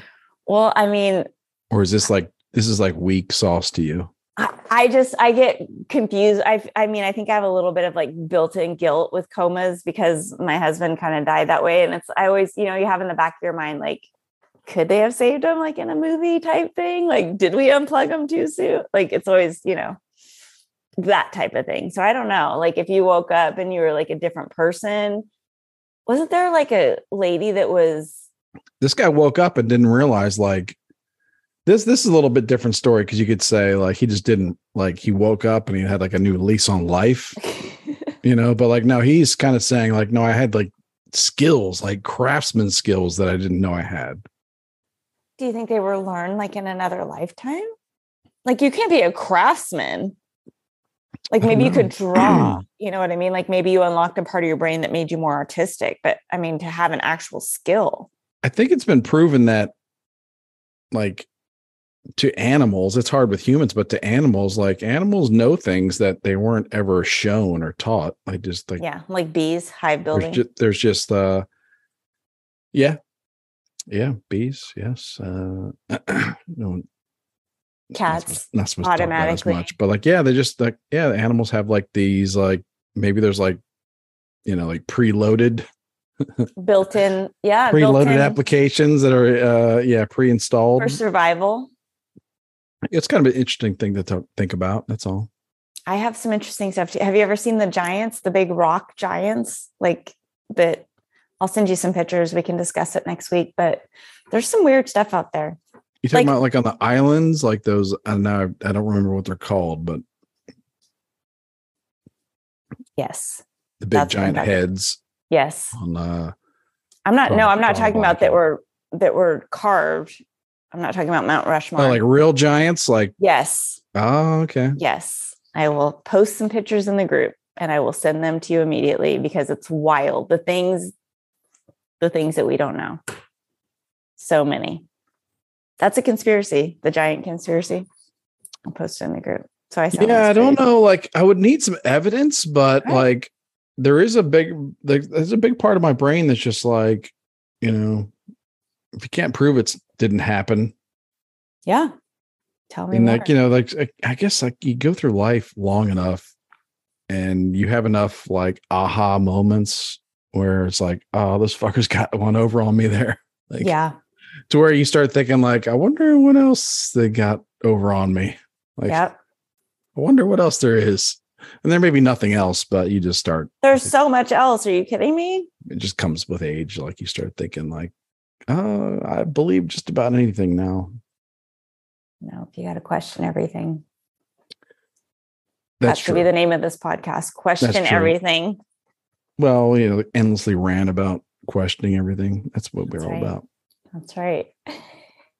Speaker 4: Well, I mean
Speaker 3: Or is this like, this is like weak sauce to you?
Speaker 4: I, I just I get confused. I I mean I think I have a little bit of like built-in guilt with comas because my husband kind of died that way, and it's I always you know you have in the back of your mind like could they have saved him like in a movie type thing? Like did we unplug him too soon? Like it's always you know that type of thing. So I don't know. Like if you woke up and you were like a different person, wasn't there like a lady that was
Speaker 3: this guy woke up and didn't realize like this this is a little bit different story because you could say like he just didn't like he woke up and he had like a new lease on life you know but like no he's kind of saying like no i had like skills like craftsman skills that i didn't know i had
Speaker 4: do you think they were learned like in another lifetime? Like you can't be a craftsman. Like
Speaker 3: I don't
Speaker 4: maybe you
Speaker 3: know.
Speaker 4: could draw, you know what I mean? Like maybe you unlocked a part of your brain that made you more artistic, but I mean to have an actual skill.
Speaker 3: i think it's been proven that like to animals, it's hard with humans, but to animals, like animals know things that they weren't ever shown or taught. Like just like
Speaker 4: yeah, like bees, hive building.
Speaker 3: there's just, there's just uh yeah yeah bees yes uh no not supposed-
Speaker 4: Cats,
Speaker 3: not supposed to talk about it as
Speaker 4: automatically.
Speaker 3: much but like yeah they just like yeah the animals have like these like maybe there's like you know like preloaded
Speaker 4: built in, yeah, built
Speaker 3: preloaded
Speaker 4: in
Speaker 3: applications that are uh yeah pre-installed
Speaker 4: for survival.
Speaker 3: it's kind of an interesting thing to th- think about that's all
Speaker 4: I have some interesting stuff. Too. Have you ever seen the giants, the big rock giants? Like that, I'll send you some pictures. We can discuss it next week. But there's some weird stuff out there.
Speaker 3: you talking
Speaker 4: Like-
Speaker 3: about like on the islands like those i now i don't remember what they're called but
Speaker 4: Yes,
Speaker 3: the big
Speaker 4: That's what I'm
Speaker 3: giant
Speaker 4: talking-
Speaker 3: heads
Speaker 4: yes.
Speaker 3: on uh
Speaker 4: I'm not. No,
Speaker 3: Probably-
Speaker 4: I'm not talking
Speaker 3: probably
Speaker 4: about that
Speaker 3: not.
Speaker 4: were that were carved. I'm not talking about Mount Rushmore.
Speaker 3: oh, like real giants like
Speaker 4: yes,
Speaker 3: oh okay
Speaker 4: yes. I will post some pictures in the group, and I will send them to you immediately because it's wild. The things, the things that we don't know. So many. That's a conspiracy. The giant conspiracy. I'll post it in the group. So I sound
Speaker 3: yeah i
Speaker 4: this
Speaker 3: don't
Speaker 4: crazy.
Speaker 3: know like i would need some evidence but
Speaker 4: Right.
Speaker 3: like there is a big like there's a big part of my brain that's just like you know if you can't prove it didn't happen
Speaker 4: Yeah. Tell me
Speaker 3: and
Speaker 4: more.
Speaker 3: like you know like I- i guess like you go through life long enough and you have enough like aha moments where it's like oh this fucker's got one over on me there like
Speaker 4: yeah.
Speaker 3: to where you start thinking like i wonder what else they got over on me like
Speaker 4: yep.
Speaker 3: i wonder what else there is and there may be nothing else but you just start
Speaker 4: There's so much else. Are you kidding me?
Speaker 3: it just comes with age. Like you start thinking, like, oh, I believe just about anything now.
Speaker 4: No, if you got to question everything.
Speaker 3: That's
Speaker 4: that
Speaker 3: true.
Speaker 4: should be the name of this podcast. Question
Speaker 3: true.
Speaker 4: everything.
Speaker 3: well, you know, endlessly rant about questioning everything. That's what we're
Speaker 4: That's
Speaker 3: all
Speaker 4: right.
Speaker 3: about.
Speaker 4: That's right.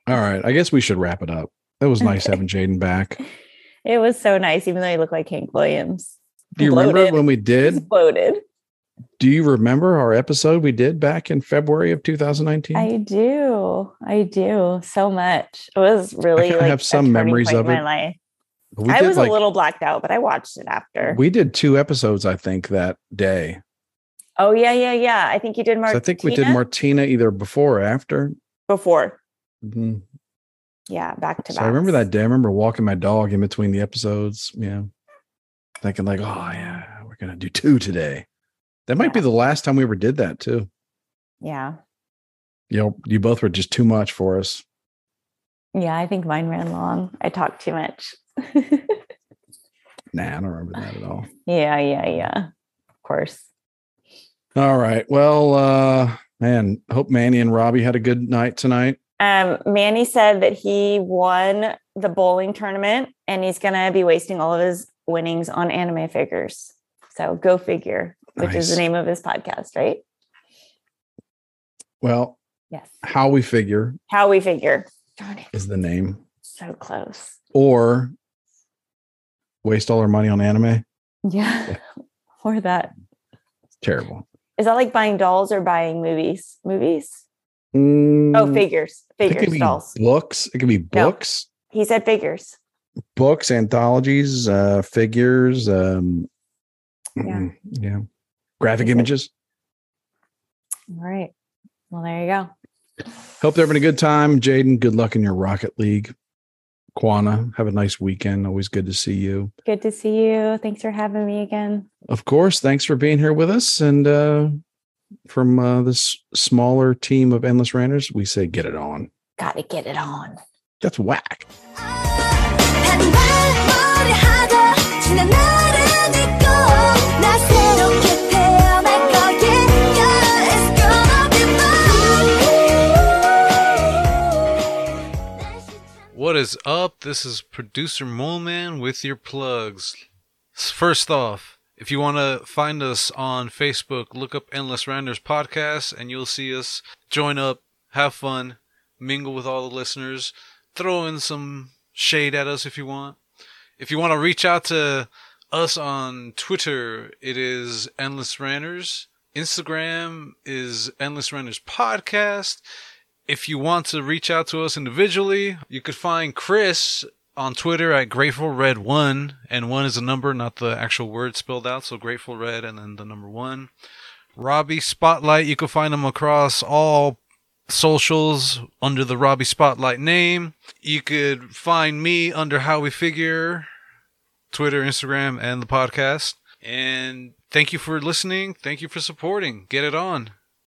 Speaker 3: All right, I guess we should wrap it up. That was nice
Speaker 4: Okay.
Speaker 3: having Jaden back.
Speaker 4: It was so nice, even though he looked like Hank Williams.
Speaker 3: Do you remember
Speaker 4: Bloated.
Speaker 3: when we did?
Speaker 4: Exploded.
Speaker 3: Do you remember our episode we did back in February of 2019?
Speaker 4: I do. I do so much. It was really
Speaker 3: kinda
Speaker 4: like
Speaker 3: have some
Speaker 4: a turning
Speaker 3: memories
Speaker 4: point
Speaker 3: of
Speaker 4: in
Speaker 3: it.
Speaker 4: my life.
Speaker 3: we
Speaker 4: I
Speaker 3: did,
Speaker 4: was
Speaker 3: like-
Speaker 4: a little blacked out, but I watched it after.
Speaker 3: We did two episodes, I think, that day.
Speaker 4: oh yeah, yeah, yeah. I think you did Martina
Speaker 3: So I think we did Martina either before or after.
Speaker 4: before.
Speaker 3: Mhm.
Speaker 4: Yeah, back to
Speaker 3: So
Speaker 4: back.
Speaker 3: I remember that day. I remember walking my dog in between the episodes, you know, thinking like, oh yeah, we're gonna do two today. That might be
Speaker 4: Yeah.
Speaker 3: the last time we ever did that too.
Speaker 4: Yeah,
Speaker 3: You know, you both were just too much for us.
Speaker 4: yeah. I think mine ran long. I talked too much.
Speaker 3: Nah, I don't remember that at all.
Speaker 4: yeah, yeah, yeah. Of course.
Speaker 3: All right. Well, uh man, hope Manny and Robbie had a good night tonight.
Speaker 4: Um, Manny said that he won the bowling tournament and he's going to be wasting all of his winnings on anime figures. So go figure, which is the
Speaker 3: Nice.
Speaker 4: name of his podcast, right?
Speaker 3: Well,
Speaker 4: Yes.
Speaker 3: how we figure
Speaker 4: How we figure. Darn it.
Speaker 3: is the name.
Speaker 4: So close.
Speaker 3: Or waste all our money on anime.
Speaker 4: Yeah. or that.
Speaker 3: Terrible.
Speaker 4: Is that like buying dolls or buying movies? Movies? Oh,
Speaker 3: Mm,
Speaker 4: figures.
Speaker 3: it could
Speaker 4: Figures,
Speaker 3: be
Speaker 4: dolls.
Speaker 3: Books. It could be
Speaker 4: No.
Speaker 3: books.
Speaker 4: He said figures.
Speaker 3: books, anthologies, uh, figures, um,
Speaker 4: Yeah.
Speaker 3: mm, yeah, graphic
Speaker 4: Okay.
Speaker 3: images.
Speaker 4: All right. Well, there you go.
Speaker 3: Hope they're having a good time, Jaden. Good luck in your Rocket League. Quana, have a nice weekend. Always good to see you.
Speaker 4: Good to see you. Thanks for having me again.
Speaker 3: Of course, thanks for being here with us. And uh, from uh, this smaller team of endless ranters, we say get it on.
Speaker 4: Got to get it on.
Speaker 3: That's whack.
Speaker 2: 한 발머리 하고 지난 나를 믿고 나 새롭게 태어날 거니까 It's gonna be fine
Speaker 6: What is up? This is producer Moleman with your plugs. First off, if you want to find us on Facebook, look up Endless Rounders Podcast and you'll see us. Join up, have fun, mingle with all the listeners, throw in some shade at us if you want. If you want to reach out to us on Twitter, it is Endless Randers. Instagram is Endless Randers Podcast. If you want to reach out to us individually, you could find Chris on Twitter at Grateful Red One, and one is a number, not the actual word spelled out. So Grateful Red and then the number one. Robbie Spotlight, you can find him across all socials under the Robbie Spotlight name. You could find me under How We Figure, Twitter, Instagram, and the podcast. And thank you for listening. Thank you for supporting. Get it on.